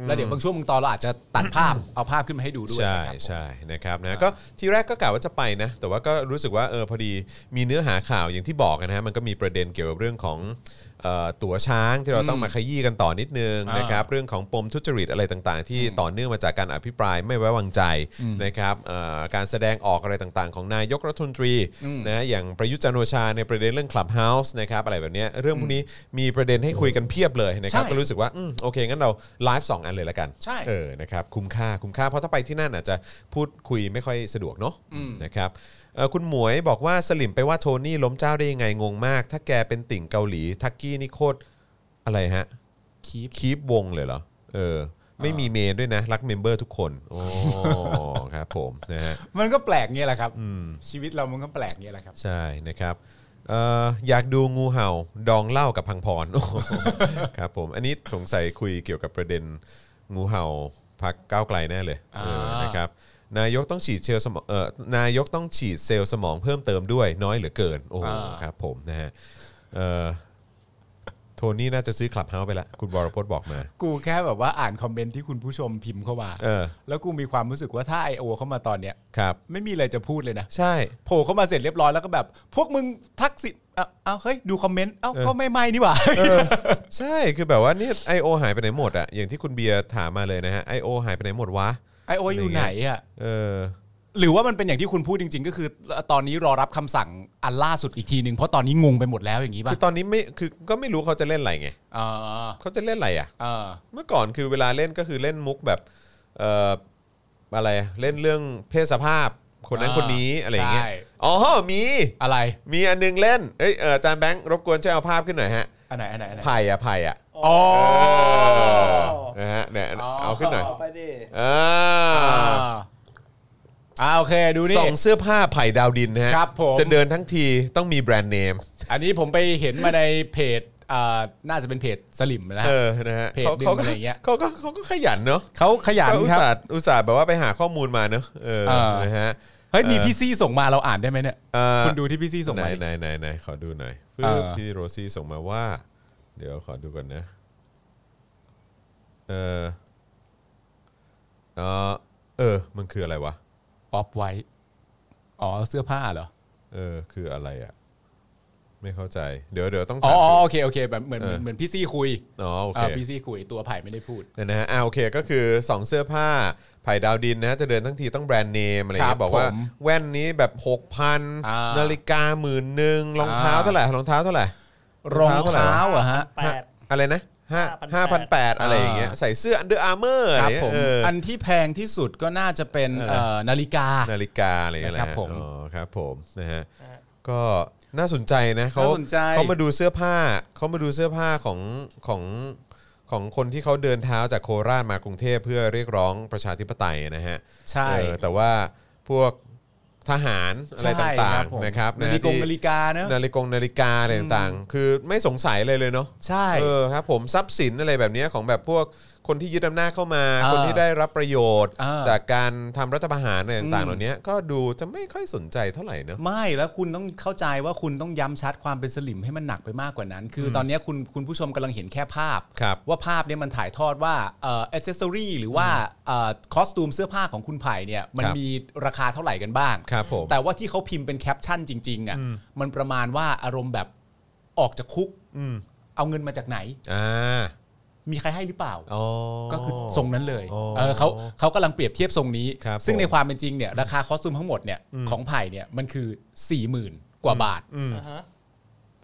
C: แล้วเดี๋ยวบางช่วงบางตอนเราอาจจะตัดภาพ (coughs) เอาภาพขึ้นมาให้ดูด้วย
B: ใช่
C: นะครับผม
B: ใช่นะครับนะก็ทีแรกก็กะว่าจะไปนะ แต่ว่าก็รู้สึกว่าเออพอดีมีเนื้อหาข่าวอย่างที่บอกนะฮะมันก็มีประเด็นเกี่ยวกับเรื่องของเอ่อตั๋วช้างที่เราต้องมาขยี้กันต่อนิดนึง
C: อ่าน
B: นะครับเรื่องของปมทุจริตอะไรต่างๆ ที่ต่อเนื่องมาจากการอภิปรายไม่ไว้วางใจนะครับเอ่อการแสดงออกอะไรต่างๆ ของนายกรัฐมนตรีนะอย่างประยุทธ์จันทร์โอชาในประเด็นเรื่องคลับเฮาส์นะครับอะไรแบบเนี้ยเรื่องพวกนี้มีประเด็นให้คุยกันเพียบเลยนะครับ
C: ใช่
B: ก็รู้สึกว่าอืมโอเคงั้นเราไลฟ์สองอันเลยละกัน
C: ใช่
B: เออ นะครับ คุ้มค่า คุ้มค่า เพราะถ้าไปที่นั่นอาจจะพูดคุยไม่ค่อยสะดวกเนาะ นะครับเอ่อคุณหมวยบอกว่าสลิมไปว่าโทนี่ล้มเจ้าได้ยังไงงงมาก ถ้าแกเป็นติ่งเกาหลี ทักกี้นี่โคตรอะไรฮะ คีปคีปวงเลยเหรอ เออ ไม่มีเมนด้วยนะ รักเมมเบอร์ทุกคน โอ้ ครับผม นะฮะ
C: มันก็แปลกเงี้ยแหละครับชีวิตเรามันก็แปลกเงี้ยแหละครับ
B: ใช่นะครับเอ่ออยากดูงูเห่าดองเหล้ากับพังพร (laughs) โอ้โหครับผมอันนี้สงสัยคุยเกี่ยวกับประเด็นงูเห่าพักก้าวไกลแน่เลยเออนะครับนายกต้องฉีดเซลล์สมองเอ่อนายกต้องฉีดเซลล์สมองเพิ่มเติมด้วยน้อยเหลือเกินโอ้โห
C: อ่า
B: ครับผมนะฮะเอ่อโทนี่น่าจะซื้อคลับเฮาส์ไปละคุณบรพจน์บอกมา
C: กูแค่แบบว่าอ่านคอมเมนต์ที่คุณผู้ชมพิมพ์เข้ามา
B: เออ
C: แล้วกูมีความรู้สึกว่าถ้าไอโอเข้ามาตอนเนี้ย
B: ครับ
C: ไม่มีอะไรจะพูดเลยนะ
B: ใช่
C: โผล่เข้ามาเสร็จเรียบร้อยแล้วก็แบบ พวกมึงทักสิเอ้าเอ้าเฮ้ยดูคอมเมนต์เอ้า
B: เออ
C: ก็ไม่ไม่นี่หว่า (laughs)
B: เออใช่คือแบบว่าเนี่ยไอโอหายไปไหนหมดอะอย่างที่คุณเบียร์ถามมาเลยนะฮะไอโอหายไปไหนหมดวะ
C: ไอโออยู่ไหนอ่ะ
B: เออ
C: หรือว่ามันเป็นอย่างที่คุณพูดจริง ๆ ก็คือ ตอนนี้รอรับคำสั่งอันล่าสุดอีกทีหนึ่งเพราะตอนนี้งงไปหมดแล้วอย่างนี้ป่ะ
B: คือตอนนี้ไม่คือก็ไม่รู้เขาจะเล่นอะไรไง
C: เออ
B: เขาจะเล่นอะไรอ่ะ
C: เออ
B: เมื่อก่อนคือเวลาเล่นก็คือเล่นมุกแบบเอ่ออะไรอะเล่นเรื่องเพศสภาพ คนนั้น
C: อ่า
B: คนนี้อะไรอย่างเงี้ย
C: ใช่
B: อ๋อมี
C: อะไร
B: มีอันนึงเล่นเอ้ยเอ่ออาจารย์แบงค์รบกวนช่วยเอาภาพขึ้นหน่อยฮะ
C: อันไหนอันไหนอันไหน
B: ไผ่อะไผ่อะ
C: อ๋อ
B: นะฮะเนี่ย
C: อ๋อ
B: เอาขึ้นหน่อย
E: ต่อไปดิ
B: อ่า
C: อ่า อ่าโอเคดูนี่
B: ส่องเสื้อผ้าไผ่ดาวดินนะฮะ
C: ครับผม
B: จะเดินทั้งทีต้องมีแบรนด์เนม
C: อันนี้ผมไปเห็นมาในเพจอ่าน่าจะเป็นเพจสลิมนะฮะ
B: เออ นะฮะ
C: เพจ
B: ขา
C: หนึ่งอะไรเงี้ย
B: เขาก็เขาก็ขยันเนาะ
C: เขาขยัน
B: ก็อุต
C: ครับ
B: ส่าห์อุตส่าห์แบบว่าไปหาข้อมูลมาเนอะเออ
C: เออ
B: นะฮะ
C: เฮ้ยมี
B: เออ
C: พี่ซี่ส่งมาเราอ่านได้ไหมเนี่ย
B: เอ่อ
C: คุณดูที่พี่ซี่ส่ง
B: ไหน
C: มา
B: ไหนไหนไหนขอดูหน่อย
C: เออ
B: พี่โรซี่ส่งมาว่า เดี๋ยวขอดูก่อนนะ เออเอ่อเออ มันคืออะไรวะ
C: ป๊อปไว้ อ๋อเสื้อผ้าเหรอ
B: เออ คืออะไรอ่ะ ไม่เข้าใจ เดี๋ยวเดี๋ยวต้อง
C: อ๋
B: ถา
C: อ
B: ม
C: อ๋อ
B: ดู
C: โอเคโอเคแบบเหมือน
B: เออ
C: เหมือนพี่ซี่คุย
B: อ๋อ โอเค
C: อ่าพี่ซี่คุยตัวไผ่ไม่ได้พูด
B: เนี่ยนะฮะอ่าโอเคก็คือ 2 เสื้อผ้าไผ่ดาวดินนะฮะจะเดินทั้งทีต้องแบรนด์เนมอะไรอย่างเงี้ย
C: ครับ
B: บอกว่า
C: ผม
B: แว่นนี้แบบ
C: อ่า
B: 6,000
C: น
B: นาฬิกาหมื่นหนึ่งรองเท้า
C: อ่า
B: เท่าไหร่รองเท้าเท่าไหร่
C: รองเท้าเหรอฮะ
E: แปด
B: อะไรนะห้าห้าพันแปด
E: 5,800
B: อะไรอย่างเงี้ย
C: อ่า
B: ใส่เสื้อ Under Armour อะ
C: ค
B: ไร
C: รับ
B: เงี้ย
C: ผม
B: เอออ
C: อันที่แพงที่สุดก็น่าจะเป็น
B: อะไร
C: เอ่อนาฬิกา
B: นาฬิกาอะไรอย่างเงี้ยแห
C: ครั
B: ละ
C: บผม
B: อ๋อครับผมนะฮะ
E: อ่า
B: ก็น่าสนใจนะเขา
C: น่าสนใจ
B: เขามาดูเสื้อผ้าเขามาดูเสื้อผ้าของของของคนที่เขาเดินเท้าจากโคราชมากรุงเทพเพื่อเรียกร้องประชาธิปไตยนะฮะ
C: ใช่
B: เออแต่ว่าพวกทหารอะไร
C: ใช่
B: ต่า
C: ครั
B: ง
C: บผม
B: ๆนะครับ
C: นาฬิกง
B: ที่
C: นาฬิกาเนอะ
B: นาฬิกงนาฬิกาอะไรต่างๆ คือไม่สงสัยเลยเลยเนาะ
C: ใช่
B: เออครับผมทรัพย์สินอะไรแบบเนี้ยของแบบพวกคนที่ยึดอำนาจเข้ามา
C: อ่า
B: คนที่ได้รับประโยชน์
C: อ่า
B: จากการทำรัฐประหารอะไรต่างๆ
C: อืม
B: เหล่านี้ก็ดูจะไม่ค่อยสนใจเท่าไหร่เนอะ
C: ไม่แล้วคุณต้องเข้าใจว่าคุณต้องย้ำชัดความเป็นสลิมให้มันหนักไปมากกว่านั้น คืออตอนเนี้ยคุณคุณผู้ชมกำลังเห็นแค่ภาพ
B: ครับ
C: ว่าภาพเนี่ยมันถ่ายทอดว่าเอ่อเอเซสซอรี่หรือว่าเอ่อคอสตูมเสื้อผ้าของคุณไผ่เนี่ยมัน
B: ครับ
C: มีราคาเท่าไหร่กันบ้าง
B: ครับผม
C: แต่ว่าที่เขาพิมพ์เป็นแคปชั่นจริงๆอ่ะ
B: อืม
C: มันประมาณว่าอารมณ์แบบออกจากคุก
B: อืม
C: เอาเงินมาจากไหน
B: อ่า
C: มีใครให้หรือเปล่า
B: อ๋อ
C: ก็คือทรงนั้นเลย
B: อ๋อ
C: เออเขาเขากำลังเปรียบเทียบทรงนี้
B: ครับ
C: ซึ่ง
B: ผม
C: ในความเป็นจริงเนี่ยราคาคอสตูมทั้งหมดเนี่ย
B: อืม
C: ของไผ่เนี่ยมันคือ 4 0 0 0 0 กว่าบาท
B: อืม
E: อ่าฮะ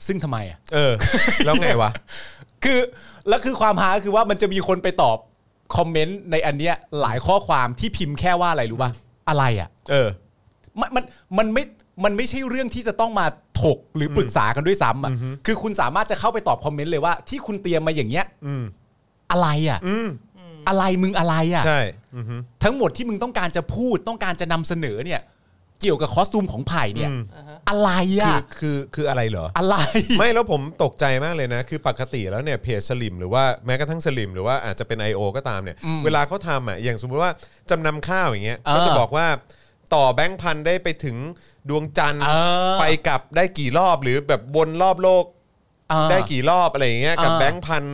C: ซึ่งทำไมอ่ะ
B: เออ (laughs) แล้วไงวะ
C: คือ แล้วคือความหาคือว่ามันจะมีคนไปตอบคอมเมนต์ในอันเนี้ยหลายข้อความที่พิมพ์แค่ว่าอะไรรู้ป่ะ อะไรอ่ะ
B: เออ
C: มันมันมันไม่ มันไม่ใช่เรื่องที่จะต้องมาถกหรือปรึกษากันด้วยซ้ำอ่ะ คือคุณสามารถจะเข้าไปตอบคอมเมนต์เลยว่าที่คุณเตรียมมาอย่างเงี้ย
B: อืม
C: อะไรอ่ะ
B: อืม
E: อืม
C: อะไรมึงอะไรอ่ะ
B: ใช่อือฮึ
C: ทั้งหมดที่มึงต้องการจะพูดต้องการจะนำเสนอเนี่ย เกี่ยวกับคอสตูมของไผ่เนี่ย
B: อืม
E: อ่าฮะ
C: อะไร
B: คือ
C: อ่ะ
B: คือคืออะไรเหรอ
C: อะไร
B: (laughs) ไม่แล้วผมตกใจมากเลยนะ คือปกติแล้วเนี่ยเพจสลิมหรือว่าแม้กระทั่งสลิมหรือว่าอาจจะเป็น I.O. ก็ตามเนี่ย
C: อืม
B: เวลาเขาทำอ่ะอย่างสมมติว่าจำนำข้าวอย่างเงี้ย
C: เออ
B: ก็จะบอกว่าต่อแบงค์พันได้ไปถึงดวงจันทร์
C: เออ
B: ไปกลับได้กี่รอบหรือแบบวนรอบโลก
C: เออ
B: ได้กี่รอบอะไรอย่างเงี้ยกับ
C: เออ
B: แบงค์พัน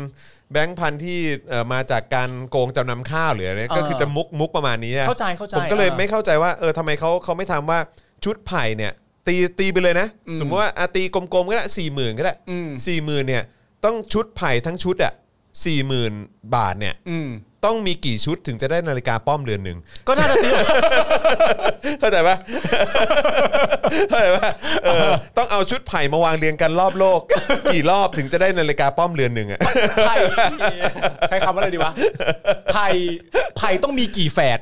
B: แบงค์พันที่เอ่อมาจากการโกงจำนำข้าวหรืออะไรเนี่ย
C: เออ
B: ก็คือจะมุกมุกประมาณนี้อะ
C: เข้าใจเข้าใจ
B: ผมก็เลย
C: ออ
B: ไม่เข้าใจว่าเออทำไมเขาเขาไม่ทำว่าชุดไผ่เนี่ย ตีตีไปเลยนะ
C: อืม
B: สมมติว่าอ่ะตีกลมๆก็ได้สี่หมื่นก็ได้
C: อืม
B: สี่หมื่นเนี่ยต้องชุดไผ่ทั้งชุดอ่ะสี่หมื่นบาทเนี่ย
C: อืม
B: ต้องมีกี่ชุดถึงจะได้นาฬิกาป้อมเรือนหนึ่ง
C: ก็น่าจะตี
B: (laughs) เข้าใจปะ (laughs) เข้าใจปะเออต้องเอาชุดไผ่มาวางเรียงกันรอบโลก (laughs) กี่รอบถึงจะได้นาฬิกาป้อมเรือนหนึ่งอ่ะ
C: ไผ่ใช้คำว่าอะไรดีวะไผ่ไผ่ต้องมีกี่แฝด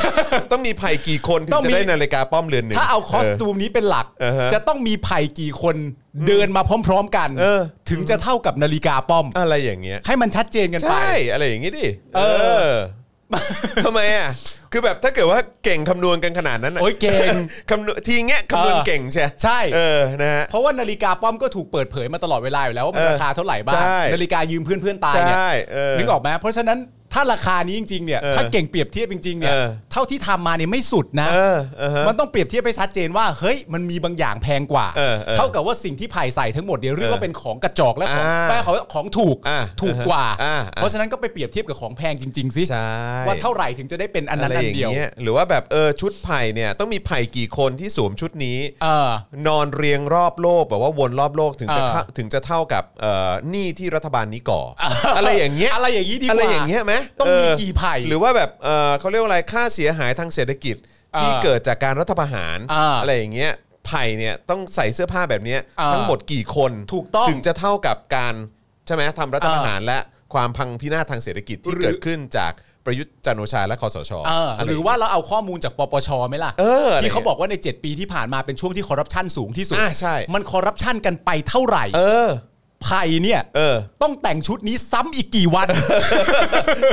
B: (laughs) ต้องมีไผ่กี่คนถึ
C: ต้อง งมี
B: จะได้นาฬิกาป้อมเรือนหนึ่ง
C: ถ้าเอาคอสตูมนี้เป็นหลัก
B: เออฮะ
C: จะต้องมีไผ่กี่คนเดินมาพร้อม ๆ กัน
B: เออ
C: ถึงจะเท่ากับนาฬิกาป้อม
B: เอออะไรอย่างเงี้ย
C: ให้มันชัดเจนกันไป
B: ใช่ อะไรอย่างงี้ดิ
C: เอ
B: เอ
C: อ (laughs)
B: อทำไมอ่ะ คือแบบถ้าเกิดว่าเก่งคำนวณกันขนาดนั้นอะ
C: โอ้ยเก่ง
B: (laughs) คำนวณทีเงี้ยคำนวณเก่งใช่
C: ใช่
B: เออนะฮะ
C: เพราะว่านาฬิกาป้อมก็ถูกเปิดเผยมาตลอดเวลาอยู่แล้วว่ามัน
B: เออ
C: ราคาเท่าไหร่บ้าง
B: ใช่
C: นาฬิกายืมเพื่อนเพื่อนๆตาย
B: ใช
C: เนี่ย
B: ่เออ
C: นึกออกไหมเพราะฉะนั้นถ้าราคานี้จริงๆเนี่ย
B: เออ
C: ถ้าเก่งเปรียบเทียบจริงๆเนี่ย
B: เออ
C: เท่าที่ทำมาเนี่ยไม่สุดนะ
B: เออเออฮะ
C: มันต้องเปรียบเทียบให้ชัดเจนว่าเฮ้ยมันมีบางอย่างแพงกว่า
B: เออเออ
C: กับว่าสิ่งที่ไผ่ใส่ทั้งหมดเนี่ยเรียก
B: เอ
C: ว่า
B: อ
C: เป็นของกระจอกและของ
B: อ่า
C: แปลของของถูก
B: อ่า
C: ถูกกว่า
B: อ่า
C: เพราะฉะนั้นก็ไปเปรียบเทียบกับของแพงจริงๆสิ
B: ใช่
C: ว่าเท่าไหร่ถึงจะได้เป็นอันนั้
B: ะ
C: น
B: ไร
C: อัน
B: อย่าง
C: เดียว
B: เงี้ยหรือว่าแบบเออชุดไผ่เนี่ยต้องมีไผ่กี่คนที่สวมชุดนี้
C: เออ
B: นอนเรียงรอบโลกแบบว่าวนรอบโลกถึงจะ
C: เออ
B: เข้าถึงจะเท่ากับเอ่อหนี้ที่รัฐบาลนี้ก่อ อะไรอย่างเงี้ย
C: อะไรอย่างนี้ดีกว่า
B: อะไรอย่างเงี้ยไหม
C: ต้องมี
B: เ
C: กี่ไผ่
B: หรือว่าแบบเออเขาเรียกว่าอะไรค่าเสียหายทางเศรษฐกิจที่
C: เออ
B: เกิดจากการรัฐประหาร
C: เอออ
B: ไรอย่างเงี้ยไผ่เนี่ยต้องใส่เสื้อผ้าแบบเนี้ย
C: เออ
B: ทั้งหมดกี่คน
C: ถูกต้อง
B: ถึงจะเท่ากับการใช่ไหมทำรัฐประหารและความพังพินาศทางเศรษฐกิจที่
C: หรือ
B: เกิดขึ้นจากประยุทธ์จันทร์โอชาและคอสช
C: เออ
B: ไร
C: หรือว่าเราเอาข้อมูลจากปปชไหมล่ะ
B: เออ
C: ที่เขา
B: ะไร
C: บ
B: ย่งงี้ย
C: อกว่าใน 7 ปีที่ผ่านมาเป็นช่วงที่คอร์รัปชันสูงที่สุด
B: อ่าใช่
C: มันคอร์รัปชันกันไปเท่าไหร่
B: เออ
C: ไผ่เนี่ย
B: เออ (laughs)
C: ต้องแต่งชุดนี้ซ้ำอีกกี่วัน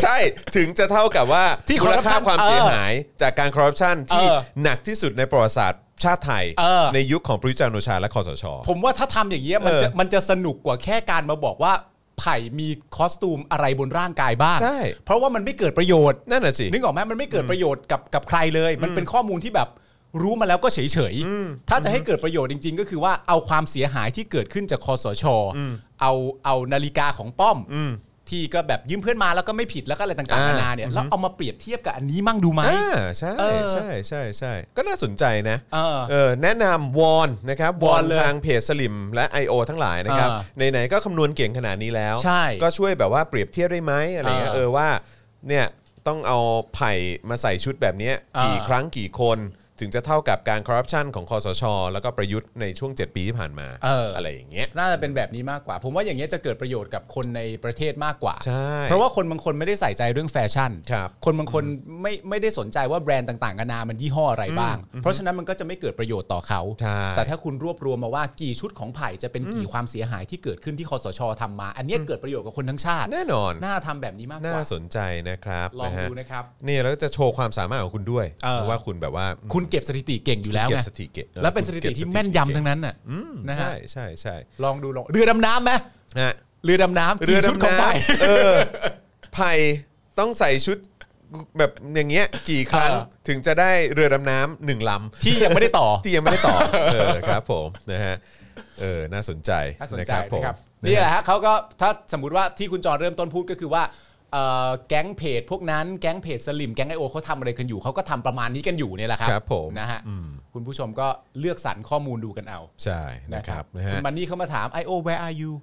B: ใช่ถึงจะเท่ากับว่า
C: ที่
B: มูลค่า
C: corruption
B: ความเสียหายจากการคอร์รัปชันที่
C: เออ
B: หนักที่สุดในประวัติศาสตร์ชาติไทย
C: เออ
B: ในยุคของประยุทธ์จันทร์โอชาและคอสช
C: ผมว่าถ้าทำอย่างเงี้ยมันจะ
B: เออ
C: มันจะสนุกกว่าแค่การมาบอกว่าไผ่มีคอสตูมอะไรบนร่างกายบ้าง
B: ใช่
C: เพราะว่ามันไม่เกิดประโยชน์
B: นั่นน่ะสิ
C: นึกออกไหมมันไม่เกิดประโยชน์กับกับใครเลย มันเป็นข้อมูลที่แบบรู้มาแล้วก็เฉยเฉยๆถ้าจะให้เกิดประโยชน์จริง ๆ ก็คือว่าเอาความเสียหายที่เกิดขึ้นจากคอสช เอาเอานาฬิกาของป้อมที่ก็แบบยืมเพื่อนมาแล้วก็ไม่ผิดแล้วก็อะไรต่างๆ
B: อ่า
C: นานาเนี่ยแล้วเอามาเปรียบเทียบกับอันนี้มั่งดูไหม
B: อ่าใช่
C: เออ
B: ใช่ใช่ใช่ก็น่าสนใจนะ
C: เออ
B: เออแนะนำวอนนะครับว
C: ว
B: อ
C: อน นเลย
B: ทางเพจสลิมและ I.O. ทั้งหลายนะครับ
C: อ่
B: ไหนๆก็คำนวณเก่งขนาดนี้แล้ว
C: ใช่
B: ก็ช่วยแบบว่าเปรียบเทียบได้ไหมอะไรเงี้ย
C: อ่า
B: เออว่าเนี่ยต้องเอาไผ่มาใส่ชุดแบบเนี้ย
C: อ่ากี่
B: กี่ครั้งกี่คนถึงจะเท่ากับการคอร์รัปชันของคอสช แล้วก็ประยุทธ์ในช่วง 7 ปีที่ผ่านมา
C: เอออ
B: ไรอย่างเงี้ย
C: น่าจะเป็นแบบนี้มากกว่า ผมว่าอย่างเงี้ยจะเกิดประโยชน์กับคนในประเทศมากกว่า
B: ใช่
C: เพราะว่าคนบางคนไม่ได้ใส่ใจเรื่องแฟชั่น
B: ครับ
C: คนบางคนไม่ไม่ได้สนใจว่าแบรนด์ต่างๆนานามันยี่ห้ออะไรบ้าง เพราะฉะนั้นมันก็จะไม่เกิดประโยชน์ต่อเขา
B: ใช่
C: แต่ถ้าคุณรวบรวมมาว่ากี่ชุดของไผ่จะเป็นกี่ความเสียหายที่เกิดขึ้นที่คอสชทำมา อันเนี้ยเกิดประโยชน์กับคนทั้งชาติ
B: แน่นอน
C: น่าทำแบบนี้มากก
B: น่า
C: ว่า
B: สนใจนะครับ
C: ลอง
B: นะฮะ
C: ดูนะครับ
B: นี่แล้วก็จะโชว์ความสามารถของคุณด้วย
C: เออ
B: เพราะว่าคุณแบบว่า
C: คุณเก็บสถิติเก่งอยู่แล้ว
B: เก็
C: ไง
B: บสถิติออ
C: แล้วเป็นส
B: คุณก็
C: ถิ
B: บ
C: ติที่แม่นยำทั้งนั้นน่ะ
B: อืม
C: นะฮะ
B: ใช่ใช่ใช่
C: ลองดูลองเรือดำน้ำไหม
B: นะฮะ
C: เรือดำน้ำ
B: เรือ
C: กี่ชุด
B: ดำ
C: ของ
B: น้
C: ไผ่
B: ำเออไผ่ต้องใส่ชุดแบบอย่างเงี้ยกี่ครั้ง
C: เออ
B: ถึงจะได้เรือดำน้ำหนึ่งลำ
C: ที่ยังไม่ได้ต่อ
B: ที่ยังไม่ได้ต่อ เออครับผมนะฮะเออน่าสนใจ
C: น่าสนใจ
B: ผม
C: นะครับ
B: นะ
C: นี่แห
B: ฮะ
C: ละฮะเขาก็ถ้าสมมติว่าที่คุณจอเริ่มต้นพูดก็คือว่าเอ่อแก๊งเพจพวกนั้นแก๊งเพจสลิมแก๊งไอโอเขาทำอะไรกันอยู่เขาก็ทำประมาณนี้กันอยู่เนี่ยแหละครับ
B: ครับผม
C: นะฮะ
B: อืม
C: คุณผู้ชมก็เลือกสรรข้อมูลดูกันเอา
B: ใช่นะครับนะฮะ
C: คุณมันนี่เขามาถาม IO where are you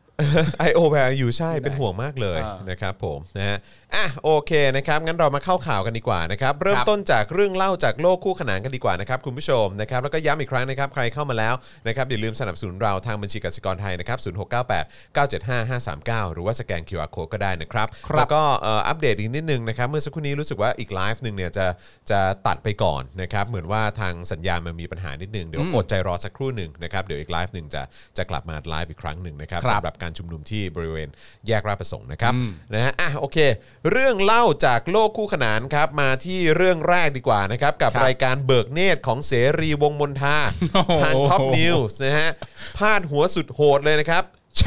B: (laughs) I.O. Value ใช่
C: ที่ไหน
B: เป็นห่วงมากเลย
C: อ่าน
B: นะครับผมนะฮะอ่ะโอเคนะครับงั้นเรามาเข้าข่าวกันดีกว่านะครับเริ่ม
C: ครับ
B: ต้นจากเรื่องเล่าจากโลกคู่ขนานกันดีกว่านะครับคุณผู้ชมนะครับแล้วก็ย้ำอีกครั้งนะครับใครเข้ามาแล้วนะครับอย่าลืมสนับสนุนเราทางบัญชีกสิกรไทยนะครับ0 6 9 8 9 7 5 5 3 9 หรือว่าสแกน QR Code ก็ได้นะครับ
C: ครับ
B: แล้วก็เอ่ออัปเดตอีกนิดนึงนะครับเมื่อสักครู่นี้รู้สึกว่าอีกไลฟ์หนึ่งเนี่ยจะจะตัดไปก่อนนะครับเหมือนว่าทางสัญญาณมันมีปัญหานิดนึงเดี๋ยวอดใจรอสักครู่หนึ่งนะครับเดี๋ยวอีกไลฟ์หนึ่งจะจะกลับมาไลฟ์อีกครั้งหนึ่งนะครับ
C: ครับ
B: สำหรับการชุมนุมที่บริเวณแยกราชประสงค์นะครับนะฮะอ่ะโอเค เรื่องเล่าจากโลกคู่ขนานครับมาที่เรื่องแรกดีกว่านะครับ กับ
C: ครับ
B: รายการเบิกเนตรของเสรีวงศ์มน
C: (laughs)
B: ทา ทางท็อปนิวส์นะฮะพาดหัวสุดโหดเลยนะครับ แฉ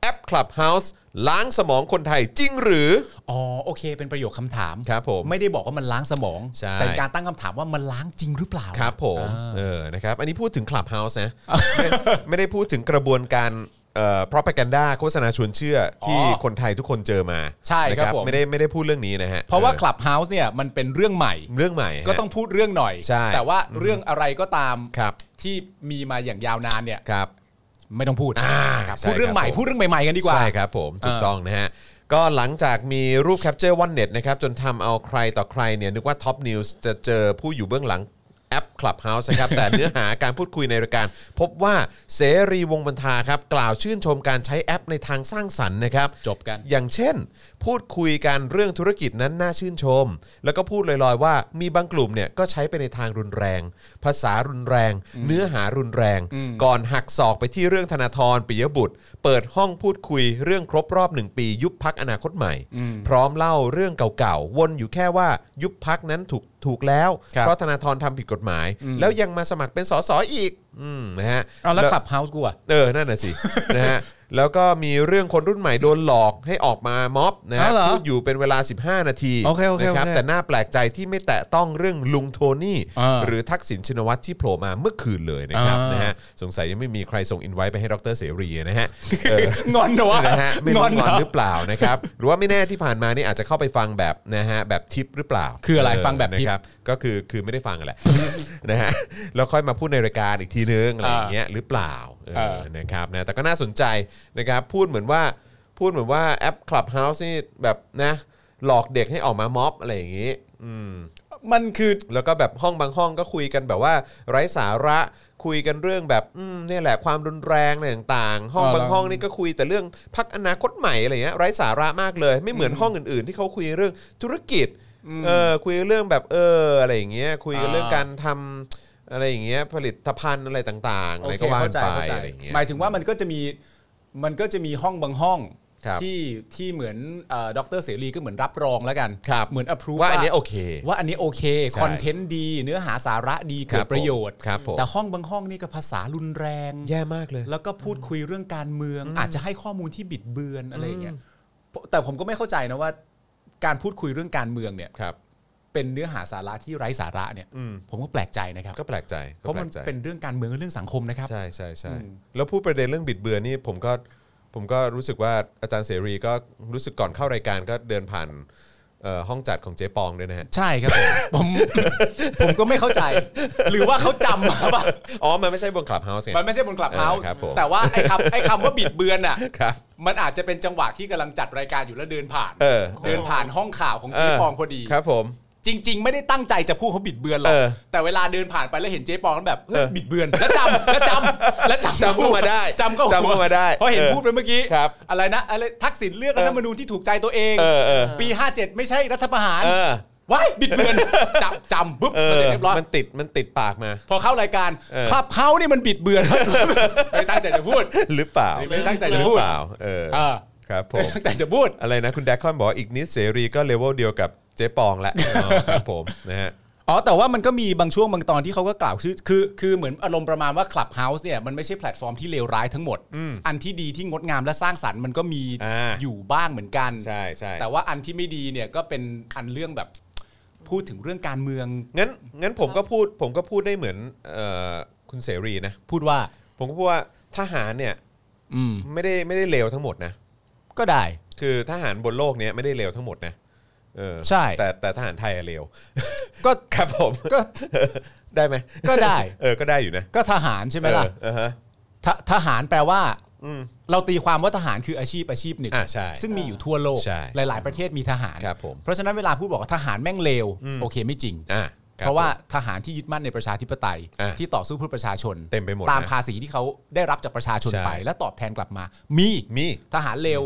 B: แอปคลับเฮาส์ล้างสมองคนไทยจริงหรือ
C: อ๋อโอเค เป็นประโยคคำถาม
B: ครับผม
C: ไม่ได้บอกว่ามันล้างสมอง
B: ใช่
C: แต่เป็นการตั้งคำถามว่ามันล้างจริงหรือเปล่า
B: ครับผมเออนะครับอันนี้พูดถึงคลับเฮาส์นะไม่ไม่ได้พูดถึงกระบวนการเอ่อ propaganda โฆษณาชวนเชื่ออที่คนไทยทุกคนเจอมา
C: ใช่ครับ
B: นะ
C: ผม
B: ไม่ได้ไม่ได้พูดเรื่องนี้นะฮะ
C: เพราะว่า
B: ออ
C: คลับเฮาส์เนี่ยมันเป็นเรื่องใหม่
B: เรื่องใหม่ฮะ
C: ก็ต้องพูดเรื่องหน่อย
B: ใช่
C: แต่ว่าเรื่องอะไรก็ตาม
B: ครับ
C: ที่มีมาอย่างยาวนานเนี่ย
B: ครับ
C: ไม่ต้องพูด
B: อ่า
C: ครับ
B: ใช่
C: พูดเรื่
B: ค
C: อ
B: รับ
C: งใหม่
B: ผม
C: พูดเรื่องใหม่ๆกันดีกว่า
B: ใช่ครับผมถูกต้องนะฮะก็หลังจากมีรูปแคปเจอร์วันเน็ตนะครับจนทำเอาใครต่อใครเนี่ยนึกว่าท็อปนิวส์จะเจอผู้อยู่เบื้องหลังแอป Clubhouse นะครับ
C: (laughs)
B: แต่เนื้อหาการพูดคุยในรายการ พบว่าเสรีวงศ์บรรทาครับ กล่าวชื่นชมการใช้แอปในทางสร้างสรรค์นะครับ
C: จบกัน
B: อย่างเช่น พูดคุยกันเรื่องธุรกิจนั้นน่าชื่นชม แล้วก็พูดลอยๆว่ามีบางกลุ่มเนี่ยก็ใช้ไปในทางรุนแรง ภาษารุนแรง เนื้อหารุนแรง ก่อนหักศอกไปที่เรื่องธนาธรปิยบุตร เปิดห้องพูดคุยเรื่องครบรอบหนึ่งปี ยุบพักอนาคตใหม่ พร้อมเล่าเรื่องเก่าๆ วนอยู่แค่ว่ายุบพักนั้นถูกถูกแล้ว
C: ครับ
B: เพราะธนาธรทำผิดกฎหมาย แล้วยังมาสมัครเป็นสสอีกอืมนะฮะ
C: เอาแล้วคลับเฮาส์กูอะ
B: เออ นั่นน่ะสิ (laughs) นะฮะ แล้วก็มีเรื่องคนรุ่นใหม่โดนหลอกให้ออกมาม็อบนะฮะ
C: อ้าวเหรอ
B: พูดอยู่เป็นเวลา 15 นาที
C: โอเคโอเค
B: นะครับ
C: โอเค
B: แต่น่าแปลกใจที่ไม่แตะต้องเรื่องลุงโทนี่
C: อ่า
B: หรือทักษิณชินวัตรที่โผล่มาเมื่อคืนเลยนะครับ
C: อ่าน
B: นะฮะ สงสัยยังไม่มีใครส่งอินไว้ไปให้ดรเสรี
C: (laughs)
B: นะฮะเออ
C: งอนเหรอวะ
B: นะฮะไม่รู้ง
C: เห
B: อน
C: รอ
B: หรือเปล่า
C: (laughs)
B: นะครับ หรือว่าไม่แน่ที่ผ่านมานี่อาจจะเข้าไปฟังแบบนะฮะแบบทิปหรือเปล่า
C: คืออะไรฟังแบบทิป
B: นะครัก็คือคือไม่ได้ฟังแหละ (laughs) นะฮะแล้วค่อยมาพูดในรายการอีกทีนึงอะไรอย่างเงี้ยหรือเปล่าเออ
C: เออ
B: นะครับนะแต่ก็น่าสนใจนะครับพูดเหมือนว่าพูดเหมือนว่าแอป Clubhouse นี่แบบนะหลอกเด็กให้ออกมาม็อบอะไรอย่างงี้ อืม
C: มันคือ
B: แล้วก็แบบห้องบางห้องก็คุยกันแบบว่าไร้สาระคุยกันเรื่องแบบอืมเนี่ยแหละความรุนแรงอะไรต่างๆ ห้อง
C: อ๋อ
B: บางห้องนี่ก็คุยแต่เรื่องพักอนาคตใหม่อะไรเงี้ยไร้สาระมากเลยไม่เหมือนห้องอื่นๆ ที่เขาคุยเรื่องธุรกิจเออคุยเรื่องแบบเอออะไรอย่างเงี้ยคุยกันเรื่องการทำอะไรอย่างเงี้ยผลิตภัณฑ์อะไรต่างๆอะไรก็ว่ากันไป
C: โอเคเข้ใจ
B: อะไรอย่างเงี้ย
C: หมายถึงว่ามันก็จะมี มันก็จะมีห้องบางห้อง
B: ครับ
C: ที่ที่เหมือนด็อกเตอร์เสรีก็เหมือนรับรองแล้วกัน
B: ครับ
C: เหมือน approve
B: ว่าอันนี้โอเค
C: ว่าอันนี้โอเค
B: ใช่
C: คอนเทนต์ดี เนื้อหาสาระดี
B: ครับ
C: เกิดประโยชน์
B: ผมครับผม
C: แต่ห้องบางห้องนี่ก็ภาษารุนแรง
B: แย่มากเลย
C: แล้วก็พูดคุยเรื่องการเมือง อาจจะให้ข้อมูลที่บิดเบือนอะไรอย่างเงี้ยแต่ผมก็ไม่เข้าใจนะว่า การพูดคุยเรื่องการเมืองเนี่ย
B: ครับ
C: เป็นเนื้อหาสาระที่ไร้สาระเนี่ย
B: อืม
C: ผมก็แปลกใจนะครับ
B: ก็แปลกใจก็
C: เพราะ
B: แปล
C: มัน
B: กใจ
C: เป็นเรื่องการเมืองและเรื่องสังคมนะครับ
B: ใช่ใช่ใช่
C: อืม
B: แล้วพูดประเด็นเรื่องบิดเบือนนี่ผมก็ผมก็รู้สึกว่าอาจารย์เสรีก็รู้สึกก่อนเข้ารายการก็เดินผ่านเอ่อห้องจัดของเจ๊ปองด้วยนะฮะ
C: ใช่ครับผม (laughs) ผมก็ไม่เข้าใจ หรือว่าเขาจำมา
B: (laughs)
C: ป่ะ
B: อ๋อ มันไม่ใช่บนคลับเฮาส์ไง
C: มันไม่ใช่บนกลับเฮาส์
B: เออครับผม
C: แต่ว่าไอ้คำไอ้คำว่าบิดเบื
B: (laughs)
C: อนอ่ะ
B: ครับ
C: มันอาจจะเป็นจังหวะที่กำลังจัดรายการอยู่แล้วเดินผ่าน
B: เออ
C: เดินผ่านห้องข่าวของเจ๊ปองพอดี
B: ครับผม
C: จริง ๆ ไม่ได้ตั้งใจจะพูดเขาบิดเบือนหรอ
B: เอก อ
C: แต่เวลาเดินผ่านไปแล้วเห็นเจ๊ปองแล้วแบบเฮ้ย
B: เออ
C: บิดเบือนแล้วจำแล้วจำแล้วจำ
B: จำเข้ามาได้
C: จำเข้า
B: จำเข้ามาได้
C: เพราะเห็น
B: เออ
C: พูดไปเมื่อกี้
B: ครับ
C: อะไรนะอะไรทักษิณเลือกรัฐธรรมนูญที่ถูกใจตัวเอง
B: เออเออ
C: ปี 57 ไม่ใช่รัฐประหาร
B: เออ
C: ว้ายบิดเบือนจำจำปุ๊บ
B: เออ
C: เสร็จเรียบร้อย
B: มันติดมันติดปากมา (laughs)
C: พอเข้ารายการ
B: เออ
C: ภาพเฮาเนี่ยมันบิดเบือน
B: (laughs)
C: ไม่ตั้งใจจะพูด
B: หรือเปล่า
C: ไม่ได้ตั้งใจ
B: ห
C: จะ
B: รือ
C: พูด
B: เปล่าเออ
C: เออ
B: ครับผม
C: ไม่ตั้งใจจะพูด
B: อะไรนะคุณแดกคอนบอกว่าอีกนิดเสรีก็เลเวลเดียวกับเจ๊ปองละ (laughs) อ๋อครับผมนะฮะ
C: อ๋อแต่ว่ามันก็มีบางช่วงบางตอนที่เขาก็กล่าวชื่อคือคือเหมือนอารมณ์ประมาณว่า Clubhouse เนี่ยมันไม่ใช่แพลตฟอร์มที่เลวร้ายทั้งหมด อันที่ดีที่งดงามและสร้างสรรค์มันก็มี
B: อ่า
C: อยู่บ้างเหมือนกัน
B: ใช่ใช่
C: แต่ว่าอันที่ไม่ดีเนี่ยก็เป็นอันเรื่องแบบพูดถึงเรื่องการเมือง
B: งั้นงั้นผมก็พูดผมก็พูดได้เหมือนเอ่อคุณเสรีนะ
C: พูดว่า
B: ผมก็พูดว่าทหารเนี่ย
C: อืม
B: ไม่ได้ไม่ได้เลวทั้งหมดนะ
C: ก็ได้
B: คือทหารบนโลกเนี้ยไม่ได้เลวทั้งหมดนะเออ
C: ใช่
B: แต่แต่ทหารไทยอะเลว
C: ก็
B: ครับผม
C: ก็
B: ได้ไหม
C: ก็ได้
B: เออก็ได้อยู่นะ
C: ก็ทหารใช่ไหมล่ะ
B: เอออ่าฮะ
C: ทะทหารแปลว่า
B: อืม
C: เราตีความว่าทหารคืออาชีพอาชีพหนึ่ง
B: อ่าใช่
C: ซึ่งมีอยู่ทั่วโลก
B: ใช่
C: หลาย ๆ ประเทศมีทหาร
B: ครับผม
C: เพราะฉะนั้นเวลาพูดบอกว่าทหารแม่งเลวโอเคไม่จริง
B: อ่าคบ
C: เพราะว่า
B: ผม
C: ทหารที่ยึดมั่นในประชาธิปไตย
B: อ่ะ
C: ที่ต่อสู้เพื่อประชาชน
B: เต็มไปหมด
C: ตาม
B: นะ
C: ภาษีที่เขาได้รับจากประชาชน
B: ใช่
C: ไป และตอบแทนกลับมา มี
B: มี
C: ทหารเลว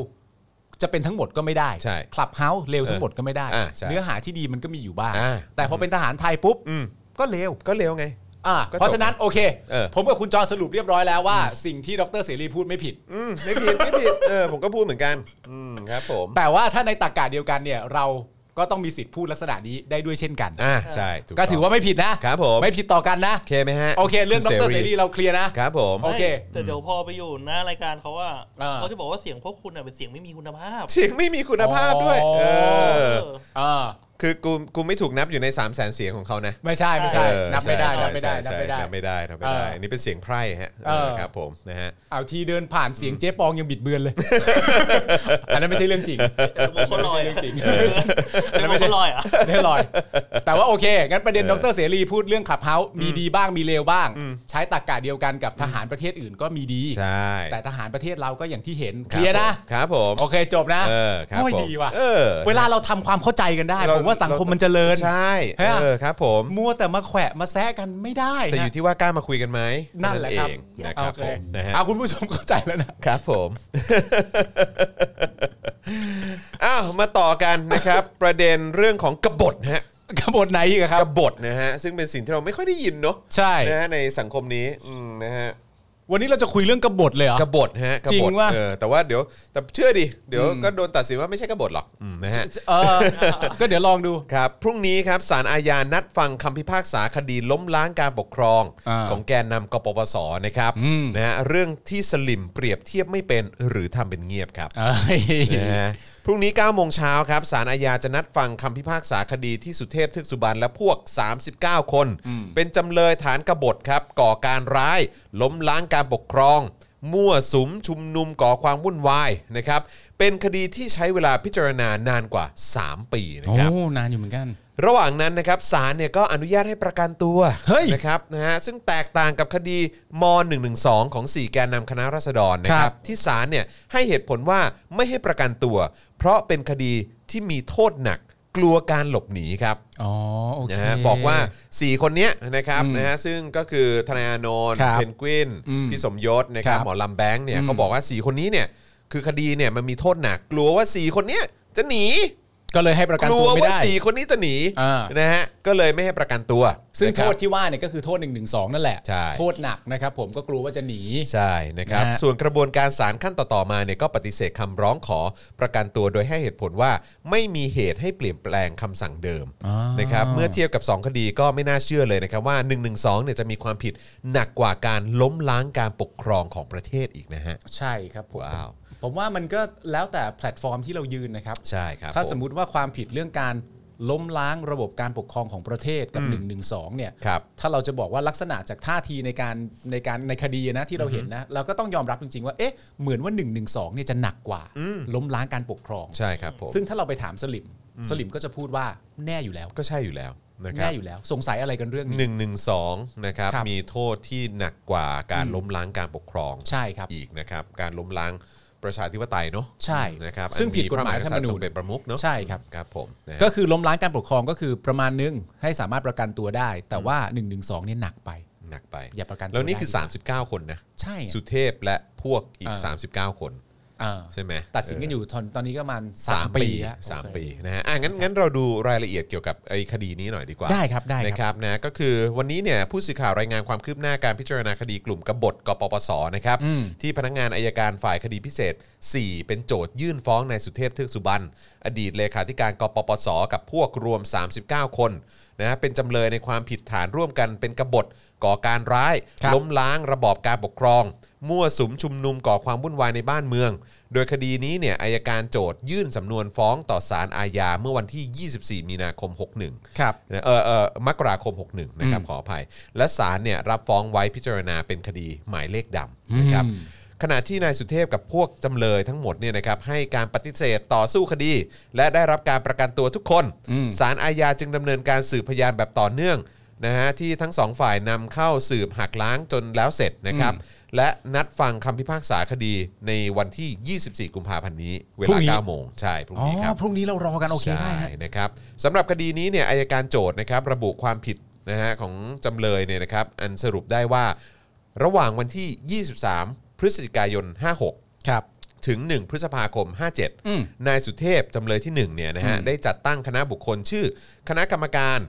C: จะเป็นทั้งหมดก็ไม่ได้
B: ใช่
C: คลับเฮาส์เลวทั้งหมดก็ไม่ได้
B: อ่ะใช่
C: เนื้อหาที่ดีมันก็มีอยู่บ้าง
B: อ่ะ
C: แต่พอเป็นทหารไทยปุ๊บ
B: อืม
C: ก็เลว
B: ก็เลวไง
C: อ่ะ
B: ก็จบ
C: เพราะฉะนั้นโอเค
B: เออ
C: ผมกับคุณจรสรุปเรียบร้อยแล้วว่า สิ่งที่ดรเสรีพูดไม่ผิด
B: อืมไม่ผิดไม่ผิดเออผมก็พูดเหมือนกันอืมครับผม
C: แต่ว่าถ้าในตากาเดียวกันเนี่ย เราก็ต้องมีสิทธิ์พูดลักษณะนี้ได้ด้วยเช่นกัน
B: อ่าใช่ถู
C: ก็ถือว่าไม่ผิดนะครับ
B: ผม
C: ไม่ผิดต่อกันนะ
B: โอเคไหมฮะ
C: โอเค เรื่องด
B: คุณ
C: รเสรีเราเคลียร์นะ
B: ครับผม
C: โอเค
E: แต่เดี๋ยวพอไปอยู่หน้ารายการเขาว่า
C: อ่า
E: เขาจะบอกว่าเสียงพวกคุณน่ะเป็นเสียงไม่มีคุณภาพ
B: เสียงไม่มีคุณภาพด้วย
C: อ๋อ
B: เอ
E: เอ
B: อ
E: อ
C: อ่า
B: คือกู กูไม่ถูกนับอยู่ใน 3 0 0แสนเสียงของเขานะ
C: ไม่ใช่ไม่ใช่
B: เออ
C: นับไม่ได้
B: ใช่
C: นับไม่ได้นับ
B: ใช่
C: ไม่
B: ใช่
C: ได้
B: นับไม่ได้นับไม่ได้
C: เอออั
B: นนี่เป็นเสียงไพร่ฮะ
C: เออ
B: เออครับผมนะฮะ
C: เอาทีเดินผ่านเสียงเจ๊ปองยังบิดเบือนเลย อันนั้นไม่ใช่เรื่องจริง
E: มุกเขาลอย
C: ไม่
E: อะ
C: ใช่เรื่องจริง
E: เป็นมุกเขาลอยอ่ะ
C: แน่ลอย แต่ว่าโอเค งั้นประเด็น
B: เอ
C: ด
B: อ
C: รเสรีพูดเรื่องขับเฮาส์มีดีบ้างมีเลวบ้าง ใช้ตากาเดียวกันกับทหารประเทศอื่นก็มีดี
B: ใช่
C: แต่ทหารประเทศเราก็อย่างที่เห็น
B: บ
C: เคลียร์นะ
B: ผมครับผม
C: โอเคจบนะ
B: เออครับผม
C: โยดีว่ะ
B: เออ
C: เวลาเราทำความเข้าใจกันได้
B: เร
C: ผมว่าสังคมมันเจริญ
B: ใช่
C: ฮะ
B: เออครับผม
C: มัวแต่มาแขวะมาแซะกันไม่ได้
B: แต่อยู่
C: นะ
B: ที่ว่ากล้ามาคุยกันไหม
C: นั่นแหละครับ
B: เองนะครับ
C: โอเค
B: ผมนะฮะ
C: เอาคุณผู้ชมเข้าใจแล้วนะ
B: ครับผม อ้าว มาต่อกันนะครับ ประเด็นเรื่องของกบฏนะฮะ
C: กบฏไหนอีกอะครั
B: ก
C: บ
B: บฏนะฮะ ซึ่งเป็นสิ่งที่เราไม่ค่อยได้ยินเนาะ
C: ใช่
B: นะฮะในสังคมนี้อืมนะฮะ
C: วันนี้เราจะคุยเรื่องกบฏเลยเหรอ
B: กบฏฮะกบฏ
C: จริงว่ะ
B: เออแต่ว่าเดี๋ยวแต่เชื่อดิเดี๋ยวก็โดนตัดสินว่าไม่ใช่กบฏหรอกอืมนะฮะ
C: เออ (laughs) ก็เดี๋ยวลองดู
B: ครับพรุ่งนี้ครับสารอาญานัดฟังคำพิพากษาคดีล้มล้างการปกครอง
C: อ่า
B: ของแกนนำกปปสนะครับ
C: อืม
B: นะฮะเรื่องที่สลิมเปรียบเทียบไม่เป็นหรือทำเป็นเงียบครับ
C: เอ้ย
B: นะฮะพรุ่งนี้9โมงเช้าครับสารอาญาจะนัดฟังคำพิพากษาคดีที่สุเทพเทึกสุบรรณและพวก 39 คน เป็นจำเลยฐานกบฏครับ ก่อการร้าย ล้มล้างการปกครอง มั่วสุมชุมนุมก่อความวุ่นวายนะครับ เป็นคดีที่ใช้เวลาพิจารณานานกว่า 3 ปีนะ
C: โอ้
B: ครับ
C: นานอยู่เหมือนกัน
B: ระหว่างนั้นนะครับศาลเนี่ยก็อนุญาตให้ประกันตัว
C: เฮ้ย
B: นะครับนะฮะซึ่งแตกต่างกับคดีม .112 ของสี่แกนนำคณะราษฎรนะค
C: ครั
B: รับบ ที่ศาลเนี่ยให้เหตุผลว่าไม่ให้ประกันตัว เพราะเป็นคดีที่มีโทษหนักกลัวการหลบหนีครับ
C: อ๋อ โอเค
B: นะฮะบอกว่า 4 คนเนี้ยนะครับนะฮะซึ่งก็คือธนายอานนท์
C: ครับ
B: เพนกวิน
C: อืม
B: พี่สมยศนะครับ
C: ครับ
B: หมอลำแบงค์เนี่ย
C: อืม
B: เขาบอกว่า 4 คนนี้เนี่ยคือคดีเนี่ยมันมีโทษหนักกลัวว่า 4 คนเนี้ยจะหนี
C: ก็เลยให้ประกัน
B: กลั
C: ตัว
B: ว
C: ไม่
B: ว่า
C: ได้
B: สี่คนนี้จะหนี
C: อ่า
B: นะฮะก็เลยไม่ให้ประกันตัว
C: ซึ่ง
B: นะค
C: โท
B: รับ
C: ษที่ว่าเนี่ยก็คือโทษ1นึนั่นแหละ
B: ใช่
C: โทษหนักนะครับผมก็กลัวว่าจะหนี
B: ใช่นะครับ
C: นะฮะ
B: ส่วนกระบวนการศาลขั้นต่อๆมาเนี่ยก็ปฏิเสธคำร้องขอประกันตัวโดยให้เหตุผลว่า ไม่มีเหตุให้เปลี่ยนแปลงคำสั่งเดิมนะครับเมื่อเทียบกับ 2 คดีก็ไม่น่าเชื่อเลยนะครับว่า 1 1 2เนี่ยจะมีความผิดหนักกว่าการล้มล้างการปกครองของประเทศอีกนะฮะ
C: ใช่ครับผม
B: ว้าว
C: ผมว่ามันก็แล้วแต่แพลตฟอร์มที่เรายืนนะครับ
B: ใช่ครับ
C: ถ้าสมมติว่าความผิดเรื่องการล้มล้างระบบการปกครองของประเทศกับ1นึเนี่ย
B: ครับ
C: ถ้าเราจะบอกว่าลักษณะจากท่าทีในการในการในคดีนะที่เราเห็นนะเราก็ต้องยอมรับจริงๆว่าเอ๊ะเหมือนว่า1นึเนี่ยจะหนักกว่า
B: อืม
C: ล้มล้างการปกครอง
B: ใช่ครับผม
C: ซึ่งถ้าเราไปถามสลิมสลิมก็จะพูดว่าแน่อยู่แล้ว
B: ก็ใช่อยู่แล้วนะครั
C: แน่
B: บ
C: อยู่แล้ว สงสัยอะไรกันเรื่องนี้
B: 112นะครับ
C: ครับ
B: มีโทษที่หนักกว่าการล้มล้างการปกครอง
C: ใช่ครับ
B: อีกนะครับการล้มล้างประชาธิปไตยเนาะ
C: ใช่
B: นะครับ
C: ซึ่งผิดกฎหมาย
B: อัน
C: ธรรมนู
B: พะก
C: ญ
B: ษัตทงเป็นประมุขเนาะ
C: ใช่ครับ
B: ครับผมนะฮะ
C: ก็คือล้มล้างการปกครองก็คือประมาณนึงให้สามารถประกันตัวได้ แต่ว่า1นึเนี่ยหนักไป
B: หนักไป
C: อย่าประกันตัว
B: แล้วนี่คือ
C: ได้ดีกว่
B: 39 คนนะ
C: ใช่
B: สุเทพและพวกอีก
C: อ่า
B: 39 คน
C: อ่า
B: ใช่ไหม
C: ตัดสินกันอยู่ตอนตอนนี้ก็ประมาณ
B: เสามปี
C: แล้ว
B: สาม
C: โอเค
B: ปีนะฮะอ่ะงั้นงั้นเราดูรายละเอียดเกี่ยวกับไอ้คดีนี้หน่อยดีกว่า
C: ได้ครับได้
B: นะ
C: ค
B: ครับ รับนะก็คือวันนี้เนี่ยผู้สื่อข่าวรายงานความคืบหน้าการพิจารณาคดีกลุ่มกบฏกปปสนะครับ
C: อืม
B: ที่พนักงานอายการฝ่ายคดีพิเศษ 4 เป็นโจทยื่นฟ้องนายสุเทพเทือกสุบรรณอดีตเลขาธิการกปปส กับพวกรวม 39 คนนะฮะเป็นจำเลยในความผิดฐานร่วมกันเป็นกบฏก่อการร้าย
C: ครับ
B: ล้มล้างระบอบการปกครอง มั่วสุมชุมนุมก่อความวุ่นวายในบ้านเมือง โดยคดีนี้เนี่ยอายการโจทยื่นสำนวนฟ้องต่อศาลอาญาเมื่อวันที่ 24 มีนาคม 61
C: ครับ
B: นะเออเออมกราคม 61 นะครับ ขออภัย และศาลเนี่ยรับฟ้องไว้พิจารณาเป็นคดีหมายเลขดำนะครับ ขณะที่นายสุเทพกับพวกจำเลยทั้งหมดเนี่ยนะครับให้การปฏิเสธต่อสู้คดี และได้รับการประกันตัวทุกคน ศาลอาญาจึงดำเนินการสืบพยานแบบต่อเนื่องนะฮะที่ทั้งสองฝ่ายนำเข้าสืบหักล้างจนแล้วเสร็จนะครับ และนัดฟังคำพิพากษาคดีในวันที่ 24 กุมภาพันธ์นี้ เว
C: พรุ่
B: ลาง
C: นี้
B: เก้า9โมงใช่พรุ่ง
C: อ๋อ
B: นี้ครับ
C: พรุ่งนี้เรารอกันโอเคได้ฮะ
B: ใช่นะครับสำหรับคดีนี้เนี่ยอายการโจทย์นะครับระบุความผิดนะฮะของจำเลยเนี่ยนะครับอันสรุปได้ว่าระหว่างวันที่ 23 พฤศจิกายน 56
C: ครับ
B: ถึง 1 พฤษภาคม
C: อืม
B: 57 นายสุเทพจำเลยที่1เนี่ยนะฮะได้จัดตั้งคณะบุคคลชื่อ คณะกรรมการ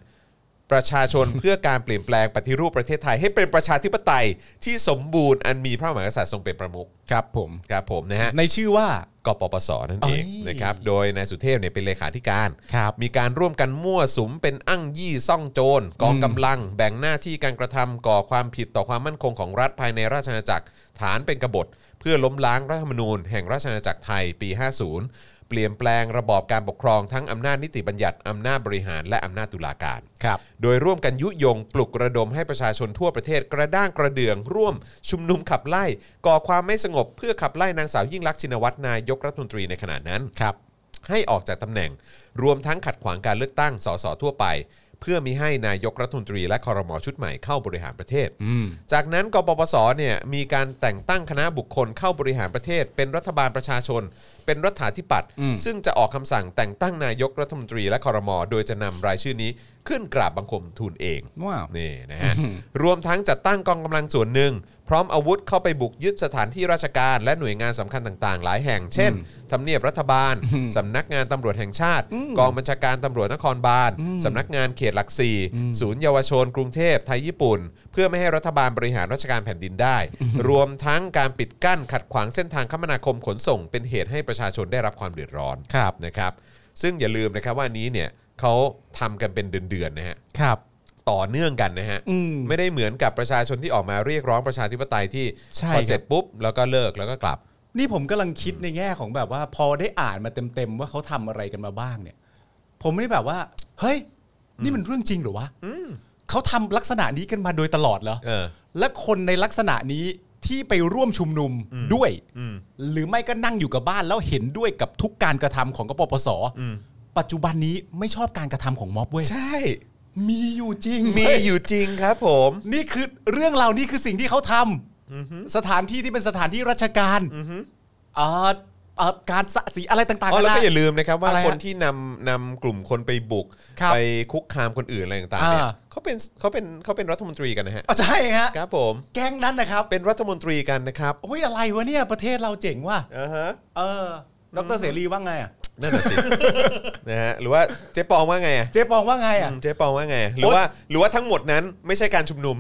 B: ประชาชน เพื่อการเปลี่ยนแปลงปฏิรูปประเทศไทยให้เป็นประชาธิปไตยที่สมบูรณ์อันมีพระมหากษัตริย์ทรงเป็นประมุข
C: ครับผม
B: ครับผมนะฮะ
C: ในชื่อว่า
B: กปปสนั่นเอง
C: เอ้ย
B: นะครับ โดยนายสุเทพเนี่ยเป็นเลขาธิการ
C: ครับ
B: มีการร่วมกันมั่วสุมเป็นอ้างยี่ซ่องโจรกองกำลัง แบ่งหน้าที่การกระทำก่อความผิดต่อความมั่นคงของรัฐภายในราชอาณาจักร ฐานเป็นกบฏ เพื่อล้มล้างรัฐธรรมนูญแห่งราชอาณาจักรไทยปี 50 เปลี่ยนแปลงระบอบการปกครองทั้งอำนาจนิติบัญญัติอำนาจบริหารและอำนาจตุลาการ
C: ครับ
B: โดยร่วมกันยุยงปลุกระดมให้ประชาชนทั่วประเทศกระด้างกระเดือง ร่วมชุมนุมขับไล่ ก่อความไม่สงบเพื่อขับไล่นางสาวยิ่งลักษณ์ชินวัตรนายกรัฐมนตรีในขณะนั้น
C: ครับ
B: ให้ออกจากตำแหน่ง รวมทั้งขัดขวางการเลือกตั้งสสทั่วไป เพื่อมิให้นายกรัฐมนตรีและคอรมอชุดใหม่เข้าบริหารประเทศ
C: อืม
B: จากนั้นกปปสเนี่ยมีการแต่งตั้งคณะบุคคลเข้าบริหารประเทศ เป็นรัฐบาลประชาชน เป็นรัฐาธิปัตย์
C: อืม
B: ซึ่งจะออกคำสั่งแต่งตั้งนายกรัฐมนตรีและคอรมอโดยจะนำรายชื่อนี้ขึ้นกราบบังคมทูลเอง
C: ว้าว
B: นี่นะฮะ รวมทั้งจัดตั้งกองกำลังส่วนหนึ่ง พร้อมอาวุธเข้าไปบุกยึดสถานที่ราชการและหน่วยงานสำคัญต่างๆ หลายแห่ง เช่นทำเนียบรัฐบาลสำนักงานตำรวจแห่งชาติ กองบัญชาการตำรวจนครบาลสำนักงานเขตหลักสี่ศูนย์เยาวชน กรุงเทพไทยญี่ปุ่น เพื่อไม่ให้รัฐบาลบริหารราชการแผ่นดินได้ รวมทั้งการปิดกั้นขัดขวางเส้นทางคมนาคมขนส่ง เป็นเหตุให้ประชาชนได้รับความเดือดร้อน
C: ครับ
B: นะครับ ซึ่งอย่าลืมนะครับว่านี้เนี่ยเขาทำกันเป็นเดือนๆนะฮะ
C: ครับ
B: ต่อเนื่องกันนะฮะ
C: อืม
B: ไม่ได้เหมือนกับประชาชนที่ออกมาเรียกร้องประชาธิปไตยที่
C: ใช่
B: พอ
C: ครับ
B: เสร็จปุ๊บ แล้วก็เลิกแล้วก็กลับ
C: นี่ผมกำลังคิดในแง่ของแบบว่า พอได้อ่านมาเต็มๆว่าเขาทำอะไรกันมาบ้างเนี่ย ผมไม่ได้แบบว่า เฮ้ย นี่มันเรื่องจริงเหรือวะเขาทำลักษณะนี้กันมาโดยตลอดเหรอ
B: เออ
C: และคนในลักษณะนี้ที่ไปร่วมชุมนุมด้วย
B: อืม
C: หรือไม่ก็นั่งอยู่กับบ้านแล้วเห็นด้วยกับทุกการกระทำของกปปส
B: อืม
C: ปัจจุบันนี้ไม่ชอบการกระทำของม็อบเว้ย
B: ใช่
C: มีอยู่จริง
B: มี
C: เว้ย
B: อยู่จริงครับผม
C: นี่คือเรื่องเรานี่คือสิ่งที่เขาทำสถานที่ที่เป็นสถานที่ราชการเอ่อเอ่อการสะสีอะไรต่างๆ
B: อ๋อแล้วก็อ
C: นานา
B: ย่าลืมนะครับว่า
C: อะไรฮะ
B: คนที่นำนำกลุ่มคนไปบุก
C: ครับ
B: ไปคุกคามคนอื่นอะไรต่างๆเนี่ย
C: อ่า
B: เขาเป็นเขาเป็นเขาเป็นรัฐมนตรีกันนะฮะ
C: อ๋อใช่ฮะ
B: ครับผม
C: แก๊งนั้นนะครับ
B: เป็นรัฐมนตรีกันนะครับ
C: โอ้ยอะไรวะเนี่ยประเทศเราเจ๋งว่ะ
B: อ่าฮะ
C: เออดรเสรีว่าไงอ่ะ
B: นั่นแหะสิ
C: (laughs)
B: นะฮะหรือว่าเจ๊ปองว่าไงอ่ะ
C: เจ๊ปองว่าไงอ่ะ
B: อืมเจ๊ปองว่าไง หรือว่าหรือว่าทั้งหมดนั้นไม่ใช่การชุม
C: (laughs)
B: นุม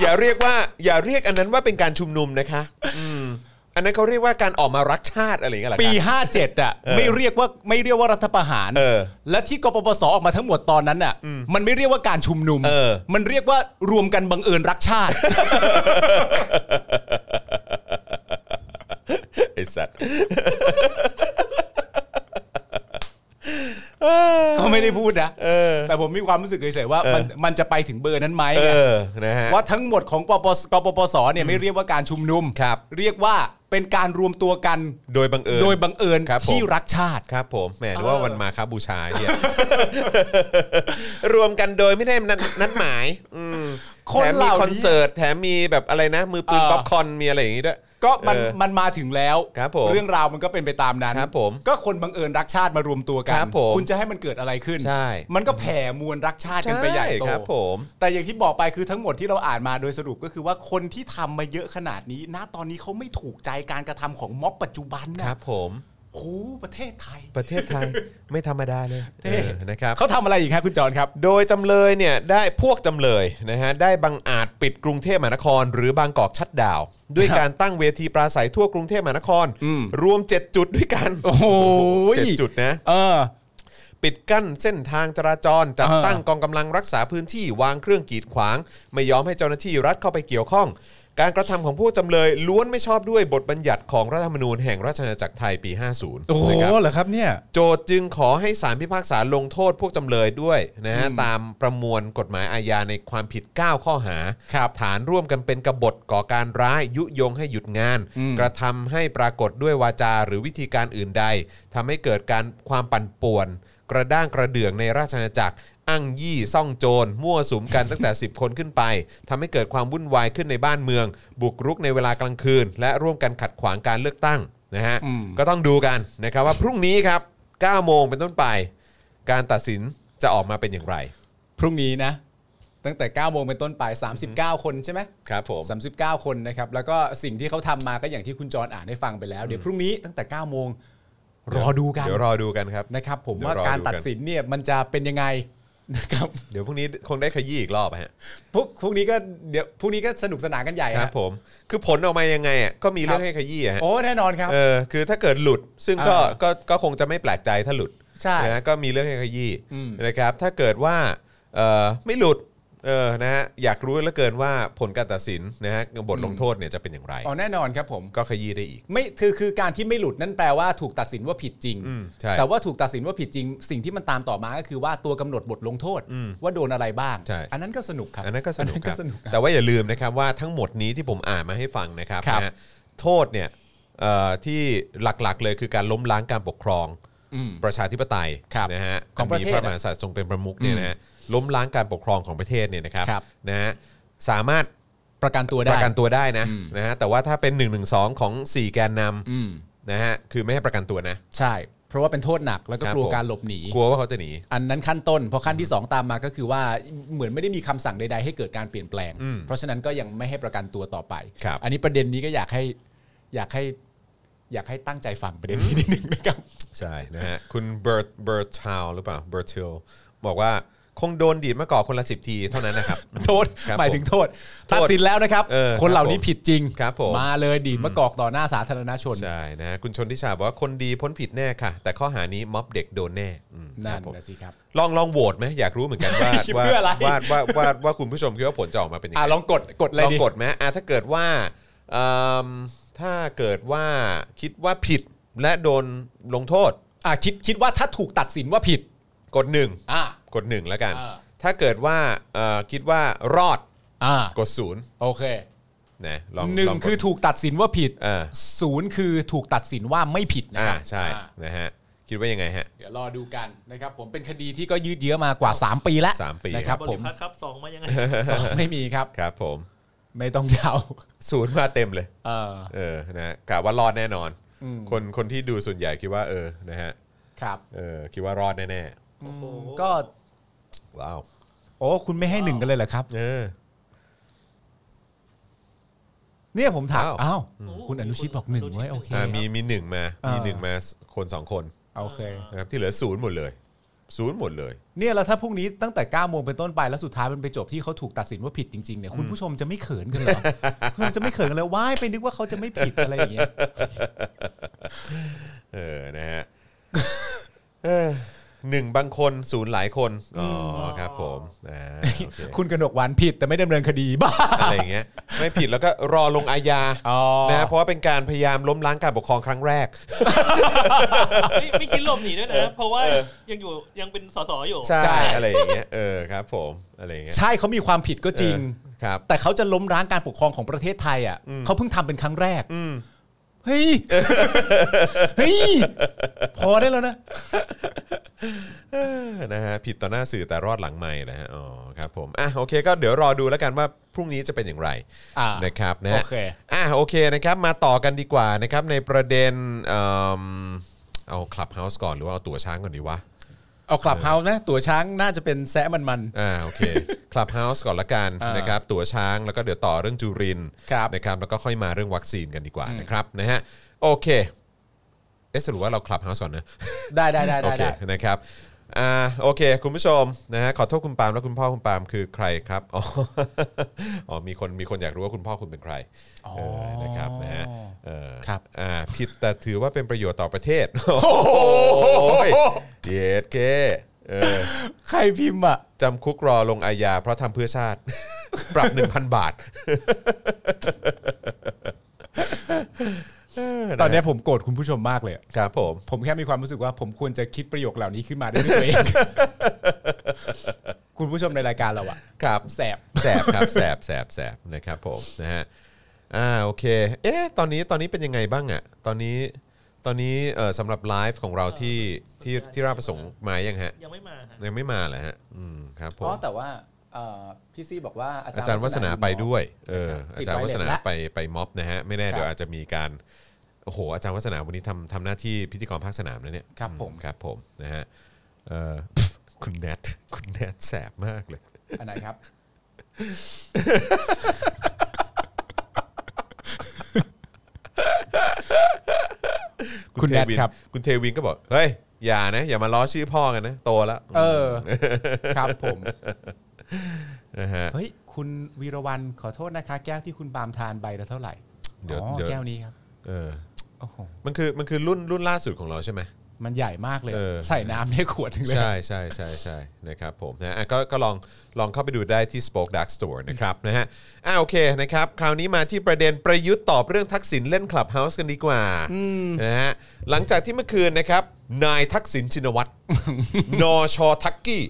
B: อย่าเรียกว่าอย่าเรียกอันนั้นว่าเป็นการชุมนุมนะคะอืมอันนั้นเขาเรียกว่าการออกมารักชาติอะไรอย่างเงี้ยเหรอค
C: ปี
B: รับ
C: 57อ่ะ
B: เออ
C: ไม่เรียกว่าไม่เรียกว่ารัฐประหาร
B: เออ
C: และที่กปปสออกมาทั้งหมดตอนนั้นน่ะมันไม่เรียกว่าการชุมนุม
B: เออ
C: มันเรียกว่ารวมกันบังเอิญรักชาติ
B: ไอสัตว์
C: เขาไม่ได้พูดนะ
B: เออ
C: แต่ผมมีความรู้สึกเฉยๆว่า
B: เออ
C: มันมันจะไปถึงเบอร์นั้นไหม
B: เอ
C: ไง
B: อนะฮะ
C: ว่าทั้งหมดของปปสกปปสเนี่ยไม่เรียกว่าการชุมนุม
B: ครับ
C: เรียกว่าเป็นการรวมตัวกัน
B: โดยบังเอิญ
C: โดยบังเอิญ
B: ครับผม
C: ที่รักชาติ
B: ครับผมแหมหรือว่าวันมาครับบูชาเหีย รวมกันโดยไม่ได้นัดนัดหมายอืม
C: คน
B: แถมมี
C: เหล่านี้
B: คอนเสิร์ตแถมมีแบบอะไรนะ มือปืน
C: เออ
B: ป๊อปคอร์นมีอะไรอย่างงี้ด้วย
C: ก็มัน
B: เออ
C: มันมาถึงแล้ว
B: ครับผม
C: เรื่องราวมันก็เป็นไปตามนั้น
B: ครับผม
C: ก็คนบังเอิญรักชาติมารวมตัวกั
B: ครับผม
C: คุณจะให้มันเกิดอะไรขึ้น
B: ใช่
C: มันก็แผ่มวลรักชาติกันไปใหญ่โต
B: ครับผม
C: แต่อย่างที่บอกไปคือทั้งหมดที่เราอ่านมาโดยสรุปก็คือว่าคนที่ทำมาเยอะขนาดนี้ ณตอนนี้เขาไม่ถูกใจการกระทำของม็อบปัจจุบัน
B: ค
C: นะ
B: รับผม
C: โหประเทศไทย
B: ประเทศไทย (laughs) ไม่ธรรมดาเลย
C: เท่
B: เออนะครับ
C: เขาทำอะไรอีกครับคุณจรครับ
B: โดยจำเลยเนี่ยได้พวกจำเลยนะฮะได้บังอาจปิดกรุงเทพมหานคร หรือบางกอกชัดดาวน์ด้วยการตั้งเวทีปราศัยทั่วกรุงเทพมหานคร รวม 7 จุดด้วยกัน
C: โอ้โห
B: เจ็ดจุดนะ
C: เออ
B: ปิดกั้นเส้นทางจราจรจัด
C: เออ
B: ตั้งกองกำลังรักษาพื้นที่วางเครื่องกีดขวาง ไม่ยอมให้เจ้าหน้าที่รัฐเข้าไปเกี่ยวข้อง การกระทำของผู้จำเลยล้วนไม่ชอบด้วยบทบัญญัติของรัฐธรรมนูญแห่งราชอาณาจักรไทยปี 50
C: โอ้โห
B: นะครับ
C: เหรอครับเนี่ย
B: โจทย์จึงขอให้ศาลพิพากษาลงโทษพวกจำเลยด้วยนะฮะตามประมวลกฎหมายอาญาในความผิด 9 ข้อหา ฐานร่วมกันเป็นกบฏก่อการร้ายยุยงให้หยุดงาน
C: อืม
B: กระทำให้ปรากฏด้วยวาจาหรือวิธีการอื่นใดทำให้เกิดการความปั่นป่วน กระด้างกระเดื่องในราชอาณาจักร อ้างยี่ซ่องโจร มั่วสุมกันตั้งแต่ (laughs) 10 คนขึ้นไปทำให้เกิดความวุ่นวายขึ้นในบ้านเมือง บุกรุกในเวลากลางคืน และร่วมกันขัดขวางการเลือกตั้งนะฮะ
C: อืม
B: ก็ต้องดูกันนะครับว่าพรุ่งนี้ครับ 9 โมงเป็นต้นไป การตัดสินจะออกมาเป็นอย่างไร
C: พรุ่งนี้นะ ตั้งแต่9โมงเป็นต้นไป 39 คนใช่ไหม
B: ครับผม
C: 39 คนนะครับ แล้วก็สิ่งที่เขาทำมาก็อย่างที่คุณจรอ่านให้ฟังไปแล้ว เดี๋ยวพรุ่งนี้ตั้งแต่9โมงรอดูกัน
B: เดี๋ยวรอดูกันครับ
C: นะครับ ผม
B: เดี๋ยว
C: ว่าร
B: อดูกัน
C: การตัดสินเนี่ยมันจะเป็นยังไงนะครับ
B: เดี๋ยวพรุ่งนี้คงได้ขยี้อีกรอบอะฮะ
C: พวกพวกนี้ก็เดี๋ยวพวกนี้ก็สนุกสนานกันใหญ่
B: ค
C: ค
B: รั
C: รั
B: บบ ผม คือผลออกมายังไงอ่ะก็มีเรื่อง
C: ครับ
B: ให้ขยี้อะฮะ
C: โอ้แน่นอนครับ
B: เออคือถ้าเกิดหลุด ซึ่งก็
C: อ่า
B: ก็ก็คงจะไม่แปลกใจถ้าหลุด
C: ใช่
B: นะก็มีเรื่องให้ขยี้
C: อืม
B: นะครับ ถ้าเกิดว่าเออไม่หลุดเออนะฮะอยากรู้เหลือเกินว่าผลการตัดสินนะฮะบทลงโทษเนี่ยจะเป็นอย่างไร
C: อ๋อแน่นอนครับผม
B: ก็ขยี้ได้อีก
C: ไม่คือคือการที่ไม่หลุดนั่นแปลว่าถูกตัดสินว่าผิดจริง
B: อืมใช่
C: แต่ว่าถูกตัดสินว่าผิดจริง สิ่งที่มันตามต่อมาก็คือว่าตัวกำหนดบทลงโทษ
B: อืม
C: ว่าโดนอะไรบ้าง
B: ใช่
C: อันนั้นก็สนุกครับ
B: อันนั้นก็สนุกครับ
C: อันนั้นก็สนุกครับ
B: แต่ว่าอย่าลืมนะครับว่าทั้งหมดนี้ที่ผมอ่านมาให้ฟังนะครับ
C: ครับ
B: นะฮะโทษเนี่ยเอ่อที่หลักๆเลยคือการล้มล้างการปกครอง
C: อืม
B: ประชาธิปไตย
C: ครับ
B: นะฮะ
C: ของประเทศ
B: มีพระมหากษัตริย์ทรงเป็นประมุขเนี่ยนะฮะล้มล้างการปกครองของประเทศเนี่ยนะครับ
C: ครับ
B: นะฮะสามารถ
C: ประกันตัวได้
B: ประกันตัวได้นะ
C: อืม
B: นะฮะแต่ว่าถ้าเป็น1นึของ 4 แกนน
C: อืม
B: ำนะฮะคือไม่ให้ประกันตัวนะ
C: ใช่ เพราะว่าเป็นโทษหนักแล้วก็
B: ครับ
C: กลัว
B: ผม
C: การหลบหนี
B: กลัวว่าเขาจะหนี
C: อันนั้นขั้นต้นพอขั้นที่ 2 ตามมาก็คือว่าเหมือนไม่ได้มีคำสั่งใด ๆ ให้เกิดการเปลี่ยนแปลง
B: อืม
C: เพราะฉะนั้นก็ยังไม่ให้ประกันตัวต่อไป
B: ครับ
C: อันนี้ประเด็นนี้ก็อยากให้อยากให้อยากให้ตั้งใจฟังประเด็นนี้นิดนึงนะครับ
B: ใช่นะฮะ คุณเบิร์ตเบิร์ตชาวหรือเปล่าเบิร์ตชลบอกว่าคงโดนดีดมาก่อคนละสิบทีเท่านั้นนะครับ
C: โทษ
B: ครับ
C: หมายถึงโทษ
B: โทษ
C: ตัดสินแล้วนะครับ
B: เออ
C: คนเหล่านี้
B: ครับผม
C: ผิดจริง
B: ครับผม
C: มาเลยดีดมากอกต่อหน้าสาธารณชน
B: ใช่นะฮะคุณชนทิชาบอกว่าคนดีพ้นผิดแน่ค่ะ แต่ข้อหานี้ม็อบเด็กโดนแน่อืมค
C: นั่
B: รั
C: น
B: บผม
C: นะสิครับ
B: ลองลองโหวตไหมอยากรู้เหมือนกันว่า
C: (laughs) คิด
B: ว่า
C: เพื่ออะไร
B: ว่าว่าว่าว่าคุณผู้ชมคิดว่าผลจะออกมาเป็นยัง
C: อ่ะ
B: ไง
C: ลองกดกดเลย
B: ลอง
C: ดิ
B: กดไหมอ่ะถ้าเกิดว่าเอิ่มถ้าเกิดว่าคิดว่าผิดและโดนลงโทษ
C: อ่ะคิดคิดว่าถ้าถูกตัดสินว่าผิด
B: กดหนึ่ง
C: อ่ะ
B: กดหนึ่งแล้วกัน
C: อ่า
B: ถ้าเกิดว่าเอ่อคิดว่ารอด
C: อ่ะ
B: กดศูนย์
C: โอเค
B: นะลอง
C: หนึ่ง
B: ลกด
C: คือถูกตัดสินว่าผิด
B: อ่า
C: ศูนย์คือถูกตัดสินว่าไม่ผิดนะ
B: อ่า
C: ครับ
B: ใช่
C: อ่ะ
B: นะฮะคิดว่ายังไงฮะ
C: เดี๋ยวรอดูกันนะครับผมเป็นคดีที่ก็ยืดเยื้อมากว่า 3 ปีแล้ว
B: สามปี
C: นะครับผม
E: พัฒน์ครับสองมายังไง
C: สองไม่มีครับ
B: ครับผม
C: ไม่ต้องเดา
B: ศูนย์มาเต็มเลย
C: เออ
B: เออ นะฮะกะว่ารอดแน่นอน
C: อืม
B: คน คนที่ดูส่วนใหญ่คิดว่า เออ นะฮะ
C: ครับ
B: เออ คิดว่ารอดแน่
C: อืม
E: โอ้โห
C: ก็
B: ๆ ว้าว
C: โอ้คุณไม่ให้หนึ่งกันเลยเหรอครับ
B: เออ
C: เนี่ยผมถาม
B: อ้าว
C: อ้าว
E: โอ้
C: คุณอนุชิตบอกหนึ่งไว้ยโอเค
B: อ่ามีมีหนึ่งมา มี
C: อ่า
B: หนึ่งมาคนสองคน
C: โอเค
B: นะครับที่เหลือศูนย์หมดเลยศูนย์หมดเลย
C: เนี่ยแล้วถ้าพรุ่งนี้ตั้งแต่9ก้าโมงเป็นต้นไปแล้วสุดท้ายมันไปจบที่เขาถูกตัดสินว่าผิดจริงๆเนี่ยคุณผู้ชมจะไม่เขินกันเหร (laughs) อ คุณผู้ชมจะไม่เขินกันเลยว้ายไปนึกว่าเขาจะไม่ผิดอะไรอย่างเงี้ (laughs) ย
B: เออ นะ
C: (laughs)
B: ฮะเอ้อหนึ่งบางคนศูนย์หลายคน อ๋ออครับผมอ่าโอเค
C: (laughs) คุณกนกวันผิดแต่ไม่ดำเนินคดี (laughs) บ้า
B: อะไรอย่างเงี้ย ไม่ผิดแล้วก็รอลงอาญา
C: อ๋อ
B: นะฮะเพราะว่าเป็นการพยายามล้มล้างการปกครองครั้งแรก
E: ไม่ไม่คิดหลบหนี (laughs) ด้วยนะ เพราะว่ายังอยู่ยังเป็นสสอยู่
B: ใช่ อะไรอย่างเงี้ย เออ ครับผม อะไรอย่างเงี้ย
C: ใช่เขามีความผิดก็จริง
B: เออครับ
C: แต่เขาจะล้มล้างการปกครองของประเทศไทยอ่ะเขาเพิ่งทำเป็นครั้งแรกเฮ้ย (laughs) เฮ้ยพอได้แล้วนะ
B: นะฮะผิดต่อหน้าสื่อแต่รอดหลังไม่นะฮะอ๋อครับผมอ่ะโอเคก็เดี๋ยวรอดูแล้วกันว่าพรุ่งนี้จะเป็นอย่างไร
C: อ่า
B: นะครับนะฮะ
C: โอเค
B: อ่ะโอเคนะครับมาต่อกันดีกว่านะครับในประเด็นเอิ่มเอาคลับเฮาส์ก่อนหรือว่าเอาตัวช้างก่อนดีวะ
C: เอากลับเฮานะ ตัวช้างน่าจะเป็นแซะมัน
B: อ่าโอเค (laughs) คลับเฮาส์ก่อนละกัน
C: อ่าน
B: นะครับตัวช้างแล้วก็เดี๋ยวต่อเรื่องจุรินทร์
C: ครับ
B: นะครับแล้วก็ค่อยมาเรื่องวัคซีนกันดีกว่านะครับนะฮะโอเคเอ๊ะสรุปว่าเราคลับเฮาส์ก่อนนะ
C: ๆได้ได้ได้
B: โอ
C: ได้
B: เค
C: ได้
B: นะครับ อ่า โอเค คุณผู้ชม นะฮะ ขอโทษคุณปาล์มและคุณพ่อคุณปาล์มคือใครครับ อ๋อ (laughs) อ๋อ มีคน มีคนอยากรู้ว่าคุณพ่อคุณเป็นใคร เออ นะครับ นะฮะ เออ
C: ครับ
B: อ่า ผิดแต่ถือว่าเป็นประโยชน์ต่อประเทศ (laughs) โอ้ยเย็ดเกเออ
C: ใครพิมพ์อ่ะ
B: จำคุกรอลงอาญาเพราะทำเพื่อชาติ (laughs) ปรับ 1,000 บาท (laughs)
C: ตอนเนี้ยผมโกรธคุณผู้ชมมากเลยอะ
B: ครับผม
C: ผมแค่มีความรู้สึกว่าผมควรจะคิดประโยคเหล่านี้ขึ้นมาด้วยตัวเอง (laughs) คุณผู้ชมในรายการเราอะ
B: ครับ
C: แสบ
B: แสบครับ (laughs) แสบแสบแสบนะครับผมนะฮะอ่าโอเคเอ๊ะตอนนี้ตอนนี้เป็นยังไงบ้างอะตอนนี้ตอนนี้เอ่อสำหรับไลฟ์ของเราที่ที่ที่ราชประสงค์มายังฮะ
E: ยังไม่มาฮะ
B: ยังไม่มาเหรอฮะอืมครับผม
C: เพราะแต่ว่าเอ่อพี่ซี่บอกว่า
B: อาจารย์วัฒนาไปด้วยเอออาจารย์วัฒนาไปไปม็อบนะฮะไม่แน่
C: ครับ
B: เดี๋ยวอาจจะมีการโอ้โหอาจารย์วัฒนาวันนี้ทำทำหน้าที่พิธีกรภาคสนามนะเนี่ย
C: ครับผม
B: ครับผมนะฮะเอ่อ คุณแนท (laughs) คุณแนทแสบมากเลย
C: อันไหนครับ คุณแนท
B: เทวิ
C: ครับ
B: คุณเทวินก็บอก เฮ้ย อย่านะ อย่ามาล้อชื่อพ่อกันนะ โตแล้ว
C: เออ ครับผม
B: นะฮะ
C: เฮ้ย คุณวีรวันขอโทษนะคะ แก้วที่คุณบาล์มทานใบละเท่าไหร่
B: เดี๋ยว
C: อ๋อ
B: เดี๋ยว
C: แก้วนี้ครับ
B: เออ
C: โอ้โห
B: มันคือ มันคือรุ่น รุ่นล่าสุดของเราใช่ไหม
C: มันใหญ่มากเลย
B: เออ
C: ใส่น้ำได้ขวดหนึงเลย
B: ใช่ใช่ใช่ใช่นะครับผมนะอ่ะก็ก็ลองลองเข้าไปดูได้ที่ Spoke Dark Store นะครับนะฮะอ่าโอเคนะครับคราวนี้มาที่ประเด็นประยุทธ์ตอบเรื่องทักษิณเล่น Clubhouse กันดีกว่านะฮะหลังจากที่เมื่อคืนนะครับ นายทักษิณชิน
C: (laughs)
B: วัตร นอชอทักกี้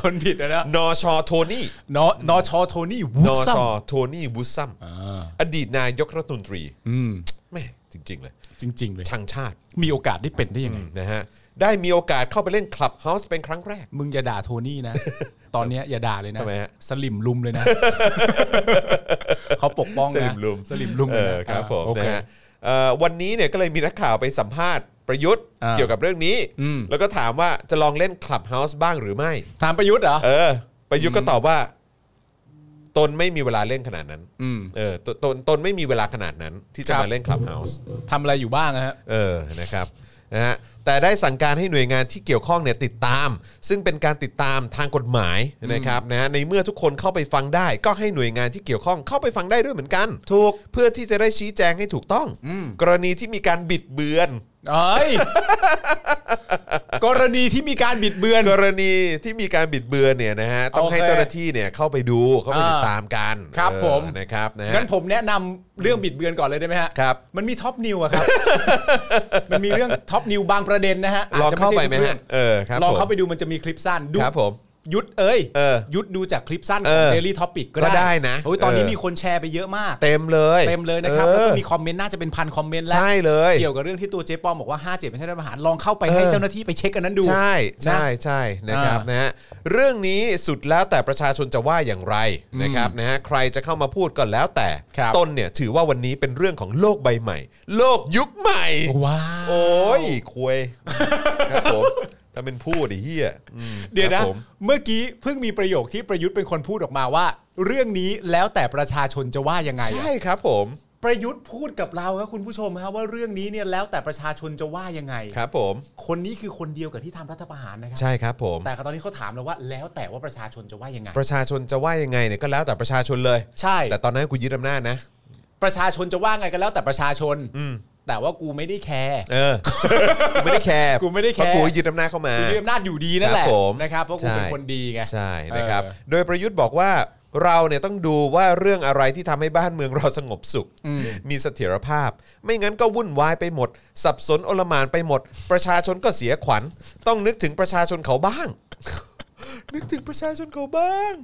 C: คนผิดอะนะ
B: นอชอโทนี่
C: นนชโทนี่วูด
B: น
C: ซั
B: ช
C: ม
B: โทนี่วูดซัมอดีตนายกรัฐมนตรีแม่จริง ๆ เลย
C: จริง ๆ เลย
B: ช่างชาติ
C: มีโอกาสได้เป็นได้ยังไง
B: นะฮะได้มีโอกาสเข้าไปเล่นคลับเฮาส์เป็นครั้งแรก
C: มึงอย่าด่าโทนี่
B: (laughs)
C: นะ ตอนเนี้ยอย่าด่าเลยนะ
B: ทำไมฮะ
C: สลิมลุมเลยนะ เขาปกป้องนะ
B: สลิมลุม
C: สลิมลุม
B: เอ
C: ลย
B: อ
C: นะครับ
B: ผม
C: โอเค
B: นะฮะเอ่อวันนี้เนี่ยก็เลยมีนักข่าวไปสัมภาษณ์ประยุทธ์
C: อ่า
B: เกี่ยวกับเรื่องนี้
C: อืม
B: แล้วก็ถามว่าจะลองเล่นคลับเฮาส์บ้างหรือไม่
C: ถามประยุทธ์เหรอ
B: เออ ประยุทธ์ก็ตอบว่า ตนไม่มีเวลาเล่นขนาดนั้น
C: อืม
B: เออตนตนตนไม่มีเวลาขนาดนั้น ที่จะมาเล่นคลับเฮาส์
C: ทำอะไรอยู่บ้างนะฮะ
B: เออ นะครับ นะฮะ แต่ได้สั่งการให้หน่วยงานที่เกี่ยวข้องเนี่ยติดตาม ซึ่งเป็นการติดตามทางกฎหมายนะครับนะฮะในเมื่อทุกคนเข้าไปฟังได้ ก็ให้หน่วยงานที่เกี่ยวข้องเข้าไปฟังได้ด้วยเหมือนกัน ถูก เพื่อที่จะได้ชี้แจงให้ถูกต้อง กรณีที่มีการบิดเบือน
C: เอ้
B: (laughs)
C: ย กรณีที่มีการบิดเบือน
B: กรณีที่มีการบิดเบือนเนี่ยนะฮะ ต้องให้
C: โอเค
B: เจ้าหน้าที่เนี่ยเข้าไปดู เข้าไปติดตามกัน
C: ครับ
B: เออ
C: ผม
B: นะครับนะฮะ
C: งั้นผมแนะนำเรื่องบิดเบือนก่อนเลยได้ไหมฮะ
B: ครับ
C: มันมีท็อปนิวอะครับ (laughs) มันมีเรื่องท็อปนิวบางประเด็น
B: (laughs)
C: นะฮะ
B: ลองเข้าไปไหม
C: อาจจะใช่
B: ฮะ
C: ทุก
B: เออ ครั
C: เรื่อบ งลอง
B: ผม
C: เข้าไปดูมันจะมีคลิปสั้นดู
B: ครับผม
C: ยุดเอ้ย
B: เออ
C: ยุดดูจากคลิปสั้นข
B: เอ
C: อง
B: อ
C: Daily Topic ก็
B: ก็ได้นะ
C: โอ้ยตอนนี้
B: เออ
C: มีคนแชร์ไปเยอะมาก
B: เต็มเลย
C: เต็มเลยนะครับ
B: เออ
C: แล้วก็มีคอมเมนต์น่าจะเป็นพันคอมเมนต์แล้ว
B: ใช่เลย
C: เกี่ยวกับเรื่องที่ตัวเจ๊ปอมบอกว่า 57 ไม่ใช่รัฐประหาร ลองเข้าไปให้
B: เออ
C: เจ้าหน้าที่ไปเช็คกันนั้นดู
B: ใช่ใช่ใช่นะครับ
C: อ่าน
B: นะฮะเรื่องนี้สุดแล้วแต่ประชาชนจะว่าอย่างไรนะครับนะฮะใครจะเข้ามาพูดก็แล้วแต่
C: ครับ
B: ต้นเนี่ยถือว่าวันนี้เป็นเรื่องของโลกใบใหม่ โลกยุคใหม่
C: ว้า (laughs)
B: โอ้ยคุยครับผม ถ้าเป็นพูดไอ้เหี้ยอืม
C: เดี๋ยว
B: ค
C: นะ
B: รับผม
C: เมื่อกี้เพิ่งมีประโยคที่ประยุทธ์เป็นคนพูดออกมาว่า เรื่องนี้แล้วแต่ประชาชนจะว่ายังไงอะ
B: ใช่ครับผม
C: ประยุทธ์พูดกับเราครับคุณผู้ชมครับว่าเรื่องนี้เนี่ยแล้วแต่ประชาชนจะว่ายังไง
B: ครับผม
C: คนนี้คือคนเดียวกับที่ทำรัฐประหารนะครั
B: ใช่ครับผม
C: แต่ตอนนี้เขาถามแล้วว่า แล้วแต่ว่าประชาชนจะว่ายังไง
B: ประชาชนจะว่ายังไงเนี่ยก็แล้วแต่ประชาชนเลย
C: ใช่
B: แต่ตอนนั้นกูยึดอำนาจนะ
C: ประชาชนจะว่าไงก็แล้วแต่ประชาชน
B: อืม
C: แต่ว่ากูไม่ได้แคร์
B: เออ (laughs) กูไม่ได้แคร์
C: กูไม่ได้แคร์
B: เพราะกูยึดอำนาจเข้ามา
C: กูมีอำนาจอยู่ดีนั่นแห
B: ค
C: ละ
B: รับผม
C: นะครับเพราะกูเป็น
B: ใช่
C: คนดีไง
B: ใช่นะครับ
C: เออ
B: โดยประยุทธ์บอกว่าเราเนี่ยต้องดูว่าเรื่องอะไรที่ทำให้บ้านเมืองเราสงบสุข มีเสถียรภาพ ไม่งั้นก็วุ่นวายไปหมด สับสนโอลหมานไปหมด ประชาชนก็เสียขวัญ ต้องนึกถึงประชาชนเขาบ้าง (laughs) นึกถึงประชาชนเขาบ้าง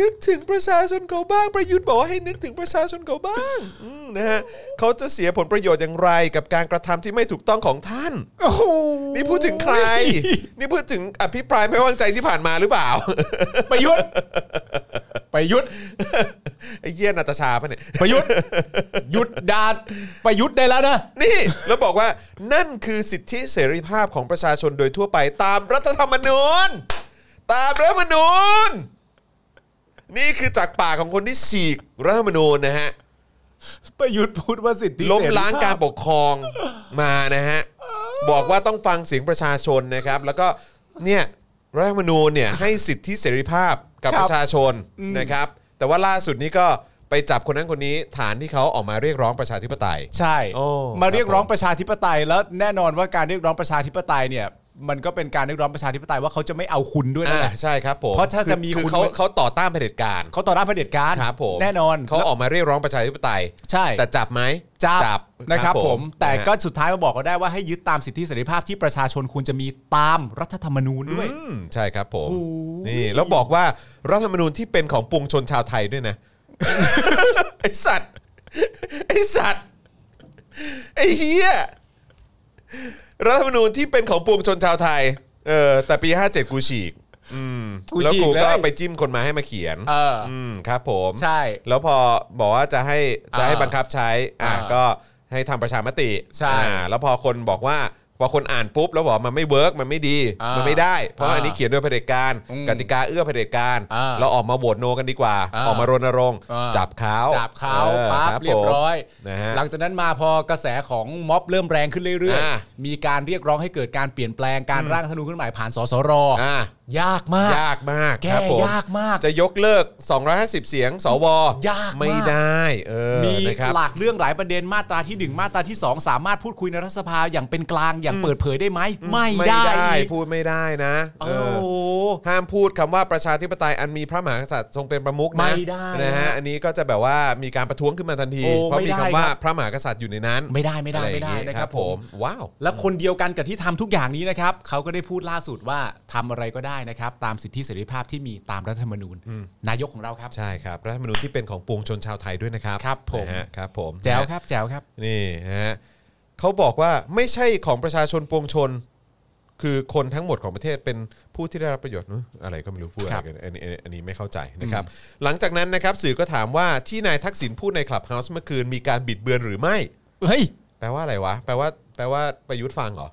B: นึกถึงประชาชนเขาบ้างประยุทธ์บอกว่าให้นึกถึงประชาชนเขาบ้างอืมนะฮะเขาจะเสียผลประโยชน์อย่างไร กับการกระทำที่ไม่ถูกต้องของท่าน
C: โอ้โห
B: นี่พูดถึงใคร นี่พูดถึงอภิปรายไม่ไว้วางใจที่ผ่านมาหรือเปล่า
C: ประยุทธ์ประยุทธ์
B: ไอ้เยี่ยนาตาชาปะเนี่ย
C: ประยุทธ์หยุดด่าประยุทธ์ได้แล้วนะ
B: นี่ แล้วบอกว่านั่นคือสิทธิเสรีภาพของประชาชนโดยทั่วไปตามรัฐธรรมนูญ ตามรัฐธรรมนูญ นี่คือจากปากของคนที่ฉีกรัฐธรรมนูญนะฮะ
C: ประยุทธ์พูดว่าสิทธิ
B: ล้ม
C: เสภพ
B: ล้างการปกครองมานะฮะ บอกว่าต้องฟังเสียงประชาชนนะครับ แล้วก็เนี่ยรัฐธรรมนูญเนี่ยให้สิทธิเสรีภาพกับประชาชนนะครับ แต่ว่าล่าสุดนี้ก็ไปจับคนนั้นคนนี้ฐานที่เขาออกมาเรียกร้องประชาธิปไตย
C: ใช่
B: โอ้
C: มาเรียกร้อง
B: ครับผม
C: ประชาธิปไตยแล้วแน่นอนว่าการเรียกร้องประชาธิปไตยเนี่ย มันก็เป็นการเรียกร้องประชาธิปไตยว่าเขาจะไม่เอาคุณด้วยนะ
B: อ่าใช่ครับผม
C: เพราะถ้าจะมี
B: คือ
C: คุณ
B: เขา
C: ไม่
B: เขาต่อต้านเผด็จการ
C: เขาต่อต้านเผด็จการ
B: ครับผม
C: แน่นอน
B: เขาออกมาเรียกร้องประชาธิปไตย
C: ใช่
B: แต่จับไหม
C: จับนะครับผม แต่ก็
B: นะฮะ
C: สุดท้ายมาบอกก็ได้ว่าให้ยึดตามสิทธิเสรีภาพที่ประชาชนควรจะมีตามรัฐธรรมนูญด้วย
B: อืมใช่ครับผม
C: โอ้โห
B: นี่แล้วบอกว่ารัฐธรรมนูญที่เป็นของปวงชนชาวไทยด้วยนะ (laughs) ไอสัตว์ไอสัตว์ไอเฮียรัฐธรรมนูญที่เป็นของปวงชนชาวไทยเออแต่ปี 57 กูฉีกอืม
C: กู
B: แล้ว
C: ฉีก
B: กูก็
C: เลย
B: ไปจิ้มคนมาให้มาเขียน
C: เอออ
B: อืมครับผม
C: ใช่
B: แล้วพอบอกว่าจะให้จะให้
C: อ่า
B: บังคับใช้อ่า
C: อ่า
B: ก็ให้ทำประชามติ
C: ใช่
B: อ่าแล้วพอคนบอกว่าพอคนอ่านปุ๊บแล้วบอกมันไม่เวิร์กมันไม่ดี
C: อ่ามั
B: มันไม่ได้ เพราะ
C: อ่า
B: อันนี้เขียนโดยเผด็จการ
C: อืม
B: กติกาเอื้อเผด็จการ
C: อ่า
B: เราออกมาโหวตโนกันดีกว่า
C: อ่า
B: ออกมารณรงค์
C: อ่า
B: จับเขา
C: จับเขา
B: ออ
C: ปั๊บ
B: ค
C: เรียบร้อย
B: ผมนะฮะ
C: หลังจากนั้นมาพอกระแสของม็อบเริ่มแรงขึ้นเรื่อย
B: อ่า
C: ๆ มีการเรียกร้องให้เกิดการเปลี่ยนแปลงการร่างธนูญขึ้นใหม่ผ่านสสร
B: อ่าย
C: ากมาก
B: ยากมาก
C: แก้
B: ครับผม
C: ยากมาก
B: จะยกเลิก 250 เสียง สวย
C: ากมาก
B: ไม่ได้เออ
C: มี
B: นะครับ
C: หลากเรื่องหลายประเด็นมาตราที่ 1 มาตราที่ 2 สามารถพูดคุยในรัฐสภาอย่างเป็นกลางอย่างเปิดเผยได้ไหม ไม่ได้อีก
B: พูดไม่ได้นะ
C: โอ้
B: เออ
C: โห
B: ห้ามพูดคำว่าประชาธิปไตยอันมีพระมหากษัตริย์ทรงเป็นประมุขนะ
C: ไม่ได้
B: นะฮะอันนี้ก็จะแบบว่ามีการประท้วงขึ้นมาทันที
C: โอ้
B: เพราะ
C: ไม่
B: มี
C: ได้
B: คำว่า
C: ครับ
B: พระมหากษัตริย์อยู่ในนั้น
C: ไม่ได้ไม่ได้ไม่ได้
B: ออย่างงี้
C: นะครับผม
B: ว้าว
C: และคนเดียวกันกับที่ทำทุกอย่างนี้นะครับเขาก็ได้พูดล่าสุดว่าทำอะไรก็ได้นะครับ ตามสิทธิเสรีภาพที่มีตามรัฐธรรมนูญ นายกของเราครับ
B: ใช่ครับรัฐธรรมนูญที่เป็นของปวงชนชาวไทยด้วยนะครับ
C: ครับผม
B: นะฮะครับผม
C: แจ๋วครับแจ๋วครับ
B: นี่ฮะเขาบอกว่าไม่ใช่ของประชาชนปวงชน คือคนทั้งหมดของประเทศเป็นผู้ที่ได้รับประโยชน์นู้นอะไรก็ไม่รู้พูดอะไร
C: ครับ
B: กันอันนี้อันนี้อันนี้ไม่เข้าใจนะครับ หลังจากนั้นนะครับสื่อก็ถามว่าที่นายทักษิณพูดในคลับเฮาส์เมื่อคืนมีการบิดเบือนหรือไม่
C: เฮ้ย
B: แปลว่าอะไรวะ แปลว่า แปลว่าประยุทธ์ฟังเหรอ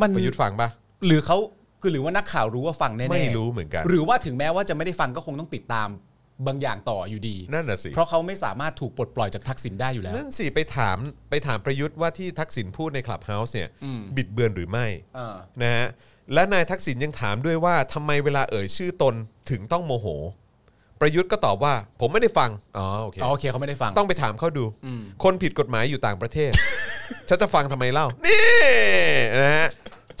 C: มัน
B: ประยุทธ์ฟังปะ
C: หรือเขาคือหรือว่านักข่าวรู้ว่าฟังแน่ๆ
B: ไม่รู้เหมือนกัน
C: หรือว่าถึงแม้ว่าจะไม่ได้ฟังก็คงต้องติดตามบางอย่างต่ออยู่ดี
B: นั่นน่ะสิ
C: เพราะเขาไม่สามารถถูกปลดปล่อยจากทักษิณได้อยู่แล้ว
B: นั่นสิ ไปถาม ไปถามประยุทธ์ว่าที่ทักษิณพูดในคลับเฮาส์เนี่ย
C: อืม
B: บิดเบือนหรือไม่
C: เออ
B: นะฮะ และนายทักษิณยังถามด้วยว่าทำไมเวลาเอ่ยชื่อตนถึงต้องโมโห ประยุทธ์ก็ตอบว่า ผมไม่ได้ฟัง อ๋อ โอเค
C: อ๋อโอเคเขาไม่ได้ฟัง
B: ต้องไปถามเขาดู
C: อืม
B: คนผิดกฎหมายอยู่ต่างประเทศ ฉันจะฟังทำไมเล่า นี่นะฮะ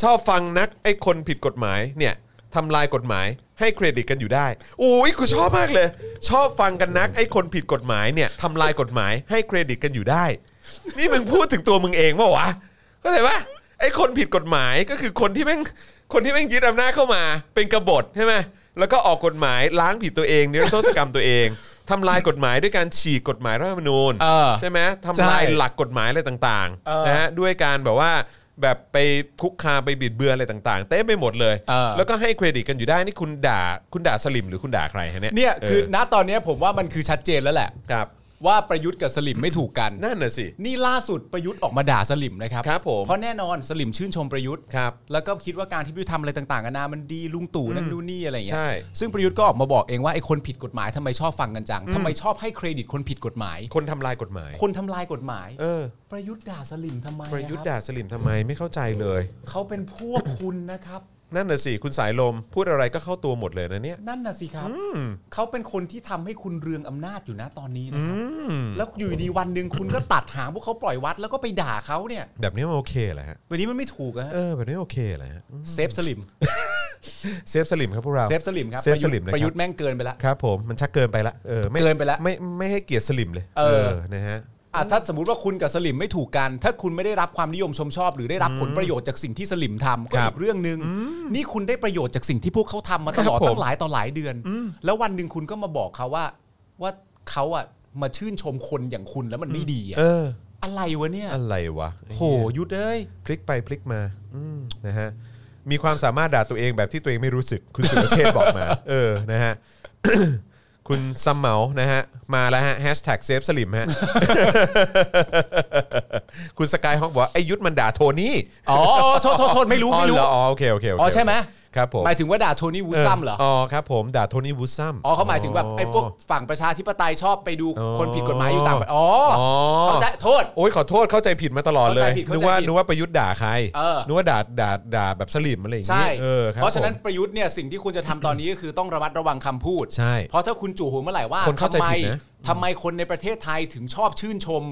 B: ชอบฟังนักไอ้คนผิดกฎหมายเนี่ยทำลายกฎหมายให้เครดิตกันอยู่ได้อุ้ยกูชอบมากเลย ชอบฟังกันนักไอ้คนผิดกฎหมายเนี่ยทำลายกฎหมายให้เครดิตกันอยู่ได้ นี่มึงพูดถึงตัวมึงเองเปล่าวะเข้าใจปะไอ้คนผิดกฎหมายก็คือคนที่แม่งคนที่แม่งยึดอำนาจเข้ามา เป็นกบฏใช่ไหมแล้วก็ออกกฎหมายล้างผิดตัวเองนิรโทษกรรมตัวเองทำลายกฎหมายด้วยการฉีกกฎหมายรัฐธรรมนูญ
C: เออ
B: ใช่ไหมทำลาย
C: ใช่
B: หลักกฎหมายอะไรต่าง
C: เออ
B: ๆนะฮะด้วยการแบบว่าแบบไปคุกคามไปบิดเบือนอะไรต่างๆ เต้ไปหมดเลย
C: เออ
B: แล้วก็ให้เครดิตกันอยู่ได้นี่คุณด่าคุณด่าสลิมหรือคุณด่าใครฮะเนี่ย
C: เนี่ยคือ
B: เ
C: ณตอนเนี้ยผมว่ามันคือชัดเจนแล้วแหละ
B: ครับ
C: ว่าประยุทธ์กับสลิมไม่ถูกกัน
B: นั่นน่ะสิ
C: นี่ล่าสุดประยุทธ์ออกมาด่าสลิมนะครับ
B: ครับผม
C: เพราะแน่นอนสลิมชื่นชมประยุทธ์
B: ครับ
C: แล้วก็คิดว่าการที่ประยุทธ์ทำอะไรต่างๆกันานามันดีลุงตู่นั่นนู่นนี่อะไรอย่างเงี้
B: ใช่
C: ย ซึ่งประยุทธ์ก็ออกมาบอกเองว่าไอ้คนผิดกฎหมายทำไมชอบฟังกันจังทำไมชอบให้เครดิตคนผิดกฎหมาย
B: คนทำลายกฎหมาย
C: คนทำลายกฎหมาย
B: เออ
C: ประยุทธ์ด่าสลิมทำไมอ
B: ประยุทธ์
C: คบ
B: ด่าสลิมทำไมไม่เข้าใจเลย
C: เขาเป็นพวกคุณนะครับ
B: นั่นน่ะสิ คุณสายลมพูดอะไรก็เข้าตัวหมดเลยนะเนี่ย
C: นั่นน่ะสิครับเขาเป็นคนที่ทำให้คุณเรืองอำนาจอยู่นะตอนนี้นะครับแล้วอยู่ดีวันหนึ่งคุณก็ตัดหางพวกเขาปล่อยวัดแล้วก็ไปด่าเขาเนี่ย
B: แบบนี้มันโอเคเหรอฮะ
C: วันนี้มันไม่ถูกอะฮะ
B: เออ แบบนี้โอเคเหรอฮะอืม
C: เซฟสลิม
B: เซฟสลิมครับพวกเรา
C: เซฟสลิมครับ
B: เซฟสลิมนะครับ
C: ประยุทธ์แม่งเกินไปละ
B: ครับผม มันชักเกินไปละ เออม่
C: เกินไปละ
B: ไม่ ไม่ให้เกียรติสลิมเลย
C: เออ
B: นะฮะ
C: อ่ะถ้าสมมติว่าคุณกับสลิมไม่ถูกกัน ถ้าคุณไม่ได้รับความนิยมชมชอบ หรือได้รับผลประโยชน์จากสิ่งที่สลิมทำก็
B: ครั
C: อี
B: บ
C: กเรื่องหนึง่งนี่คุณได้ประโยชน์จากสิ่งที่พวกเขาทำมาตลอด
B: ครับผม
C: ตั้งหลายต่อหลายเดือน แล้ววันหนึ่งคุณก็มาบอกเขาว่า ว่าเขาอ่ะมาชื่นชมคนอย่างคุณแล้วมันไม่ดีอะ
B: เออ
C: อะไรวะเนี่ย
B: อะไรวะ
C: โหยุดเอ้ย
B: พลิกไปพลิกมาอืมนะฮะ มีความสามารถด่าตัวเองแบบที่ตัวเองไม่รู้สึก คุณสุรเชษฐ์
C: (laughs)
B: บอกมา เออ นะ (coughs) ฮะ คุณซัมเหมานะฮะ มาแล้วฮะแฮชแท็กเซฟสลิมฮะ (laughs) คุณสกายฮอกบอกว่าไอ้ยุทธมันด่าโทนี่
C: อ๋อโทษโทษโทษไม่รู้
B: อ๋อ
C: ไม่รู้
B: เหรออ๋อโอเคโอเคโอเค
C: อ๋อใช่ไหม
B: ครับผม
C: หมายถึงว่าด่าโทนี่วูดซัมเหรอ
B: อ๋อครับผมด่าโทนี่วูดซัม
C: อ๋อเขาหมายถึงแบบไอ้พวกฝั่งประชาธิปไตยชอบไปดู
B: อ๋อ
C: คนผิดกฎหมายอยู่ต่างประเทศอ๋อ
B: อ๋อ
C: อเข้าใจโทษ
B: โอ้ยขอโทษเข้าใจผิดมาตลอดเลย
C: เข้าใจผิด
B: นึกว่า
C: เข้าใจผิด
B: นึกว่าประยุทธ์ด่าใคร
C: เออ
B: นึกว่าด่าด่าด่าแบบสลิมอะไรอย่าง
C: ใช่
B: เงี้ยเออคบ
C: เพราะฉะนั้น
B: ผม
C: ประยุทธ์เนี่ยสิ่งที่คุณจะทำตอนนี้ก็คือต้องระมัดระวังคำพูด
B: ใช่
C: เพราะถ้าคุณจู่หัวเมื่อไหร่ว่า
B: คนเข้าใจ
C: ทำไม
B: ผิดนะ
C: ทำไมคนในประเทศไทยถึงชอบชื่นชม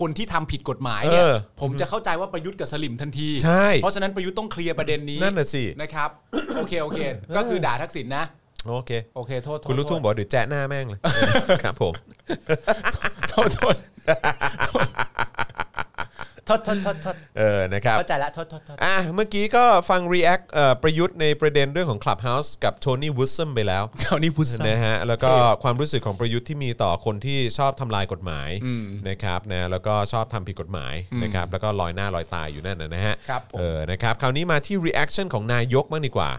C: คนที่ทำผิดกฎหมายเนี่ย
B: เออ
C: ผมจะเข้าใจว่าประยุทธ์กับสลิมทันที
B: ใช่
C: เพราะฉะนั้นประยุทธ์ต้องเคลียร์ประเด็นนี้
B: นั่นน่ะสิ
C: นะครับ โอเคโอเค ก็คือด่าทักษิณนะ
B: โอเค
C: โอเคโทษโทษ
B: คุณลูกทุ่งบอกเดี๋ยวแจ้หน้าแม่ง
C: (laughs)
B: เลย ครับผม
C: โทษโทษโทษโทษโทษโทษ
B: เออนะครับ
C: เข้าใจละโทษโทษโทษ
B: อ่ะเมื่อกี้ก็ฟัง React เอ่อประยุทธ์ในประเด็นเรื่องของ Clubhouse กับโทนี่วูดซัมไป
C: (laughs)
B: แล้ว
C: คราวนี้พูดซ้ำ
B: นะฮะแล้วก็ความรู้สึกของประยุทธ์ที่มีต่อคนที่ชอบทำลายกฎหมายนะครับนะแล้วก็ชอบทำผิดกฎหมายนะครับแล้วก็ลอยหน้าลอยตายอยู่นั่นนะนะฮะ
C: ครับผม
B: เออนะครับคราวนี้มาที่ reaction ของนายกบ้างดีกว่า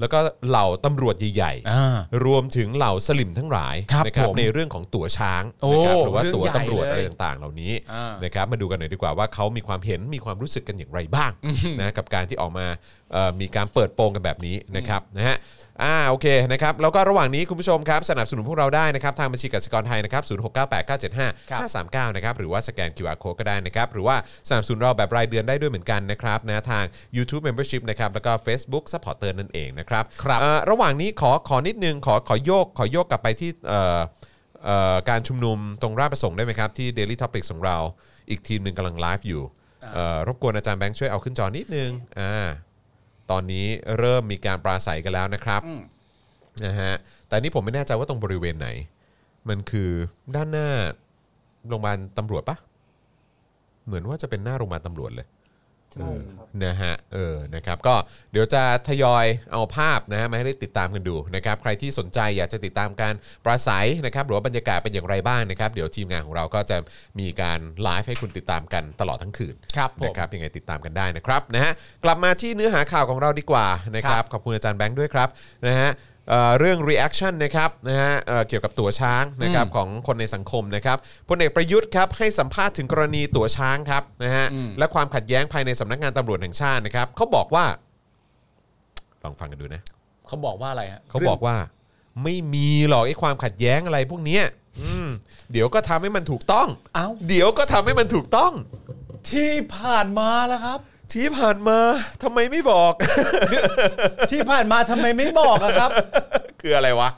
B: แล้วก็เหล่าตำรวจใหญ่
C: อ่าร
B: วมถึงเหล่าสลิมทั้งหลาย
C: ครับ
B: นะ
C: ผม
B: ในเรื่องของตั๋วช้าง
C: โอ้
B: นะครับหรือว่า
C: เรื่อง
B: ตั๋ว
C: ใหญ่
B: ตำรวจ
C: เลย
B: อะไรต่างๆ เหล่านี้
C: อ่าน
B: นะครับมาดูกันหน่อยดีกว่าว่าเขามีความเห็นมีความรู้สึกกันอย่างไรบ้างนะกับการที่ออกมาเอ่อมีการเปิดโปงกันแบบนี้นะครับนะฮะ อ่าโอเคนะครับแล้วก็ระหว่างนี้คุณผู้ชมครับ สนับสนุนพวกเราได้นะครับ ทางบัญชีกสิกรไทยนะครับ
C: ครับ
B: 0698975539 นะครับ หรือว่าสแกน QR Code ก็ได้นะครับ หรือว่าสนับสนุนเราแบบรายเดือนได้ด้วยเหมือนกันนะครับนะทาง YouTube Membership นะครับ แล้วก็ Facebook Supporter นั่นเองนะครับ
C: ครับ
B: เอ่อระหว่างนี้ขอขอนิดนึง ขอขอโยกขอโยกกลับไปที่เอ่อเอ่อการชุมนุมตรงราชประสงค์ได้ไหมครับ ที่ Daily Topics ของเรา อีกทีมหนึ่งกำลังไลฟ์อยู่เอ่อรบกวนอาจารย์แบงค์ช่วยเอาขึ้นจอนิดนึงอ่า ตอนนี้เริ่มมีการปราศัยกันแล้วนะครับนะฮะแต่นี่ผมไม่แน่ใจว่าตรงบริเวณไหน มันคือด้านหน้าโรงพยาบาลตำรวจปะเหมือนว่าจะเป็นหน้าโรงพยาบาลตำรวจเลย
E: ใช่ครับ
B: นะฮะเออนะครับก็เดี๋ยวจะทยอยเอาภาพนะฮะมาให้ได้ติดตามกันดูนะครับใครที่สนใจอยากจะติดตามการปราศัยนะครับหรือว่าบรรยากาศเป็นอย่างไรบ้างนะครับเดี๋ยวทีมงานของเราก็จะมีการไลฟ์ให้คุณติดตามกันตลอดทั้งคืน
C: ครับผม
B: นะครับยังไงติดตามกันได้นะครับนะฮะกลับมาที่เนื้อหาข่าวของเราดีกว่านะครับขอบคุณอาจารย์แบงค์ด้วยครับนะฮะเอ่อเรื่อง reaction นะครับนะฮะเอ่อเกี่ยวกับตั๋วช้างนะครับของคนในสังคมนะครับพลเอกประยุทธ์ครับให้สัมภาษณ์ถึงกรณีตั๋วช้างครับนะฮะ
C: อืม
B: และความขัดแย้งภายในสำนักงานตำรวจแห่งชาตินะครับเขาบอกว่า ลองฟังกันดูนะ
C: เขาบอกว่าอะไรฮะ
B: เขาบอกว่าไม่มีหรอกไอ้ความขัดแย้งอะไรพวกเนี้ยอืมเดี๋ยวก็ทำให้มันถูกต้อง
C: เอ้า
B: เดี๋ยวก็ทำให้มันถูกต้อง
C: ที่ผ่านมาแล้วครับ
B: ชี้ผ่านมาทำไมไม่บอก (laughs)
C: ที่ผ่านมาทำไมไม่บอกอะครับ
B: คืออะไรวะ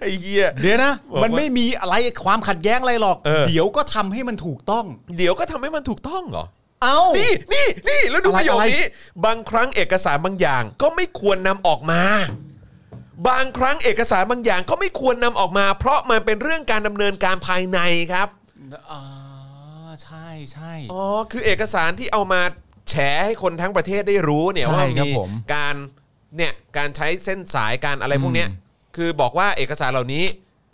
B: ไอ้เหี้ย
C: เดี๋ยวนะ
B: บอกว่ามั
C: มันไม่มีอะไรความขัดแย้งอะไรหรอก
B: เออ
C: เดี๋ยวก็ทำให้มันถูกต้อง
B: เดี๋ยวก็ทำให้มันถูกต้องเหรอ
C: เอ้า
B: นี่นี่นี่แล้วดู
C: อะไร
B: ประโยค
C: อะไร
B: นี้ บางครั้งเอกสารบางอย่างก็ไม่ควรนำออกมา บางครั้งเอกสารบางอย่างก็ไม่ควรนำออกมา เพราะมันเป็นเรื่องการดำเนินการภายในครับ
C: อ่าใช่ใช่
B: อ๋อ คือเอกสารที่เอามาแฉให้คนทั้งประเทศได้รู้เนี่ย
C: ใช่
B: ว่า
C: ครั
B: มี
C: บผม
B: การเนี่ยการใช้เส้นสายการอะไรพวกเนี้ย
C: อืม
B: คือบอกว่าเอกสารเหล่านี้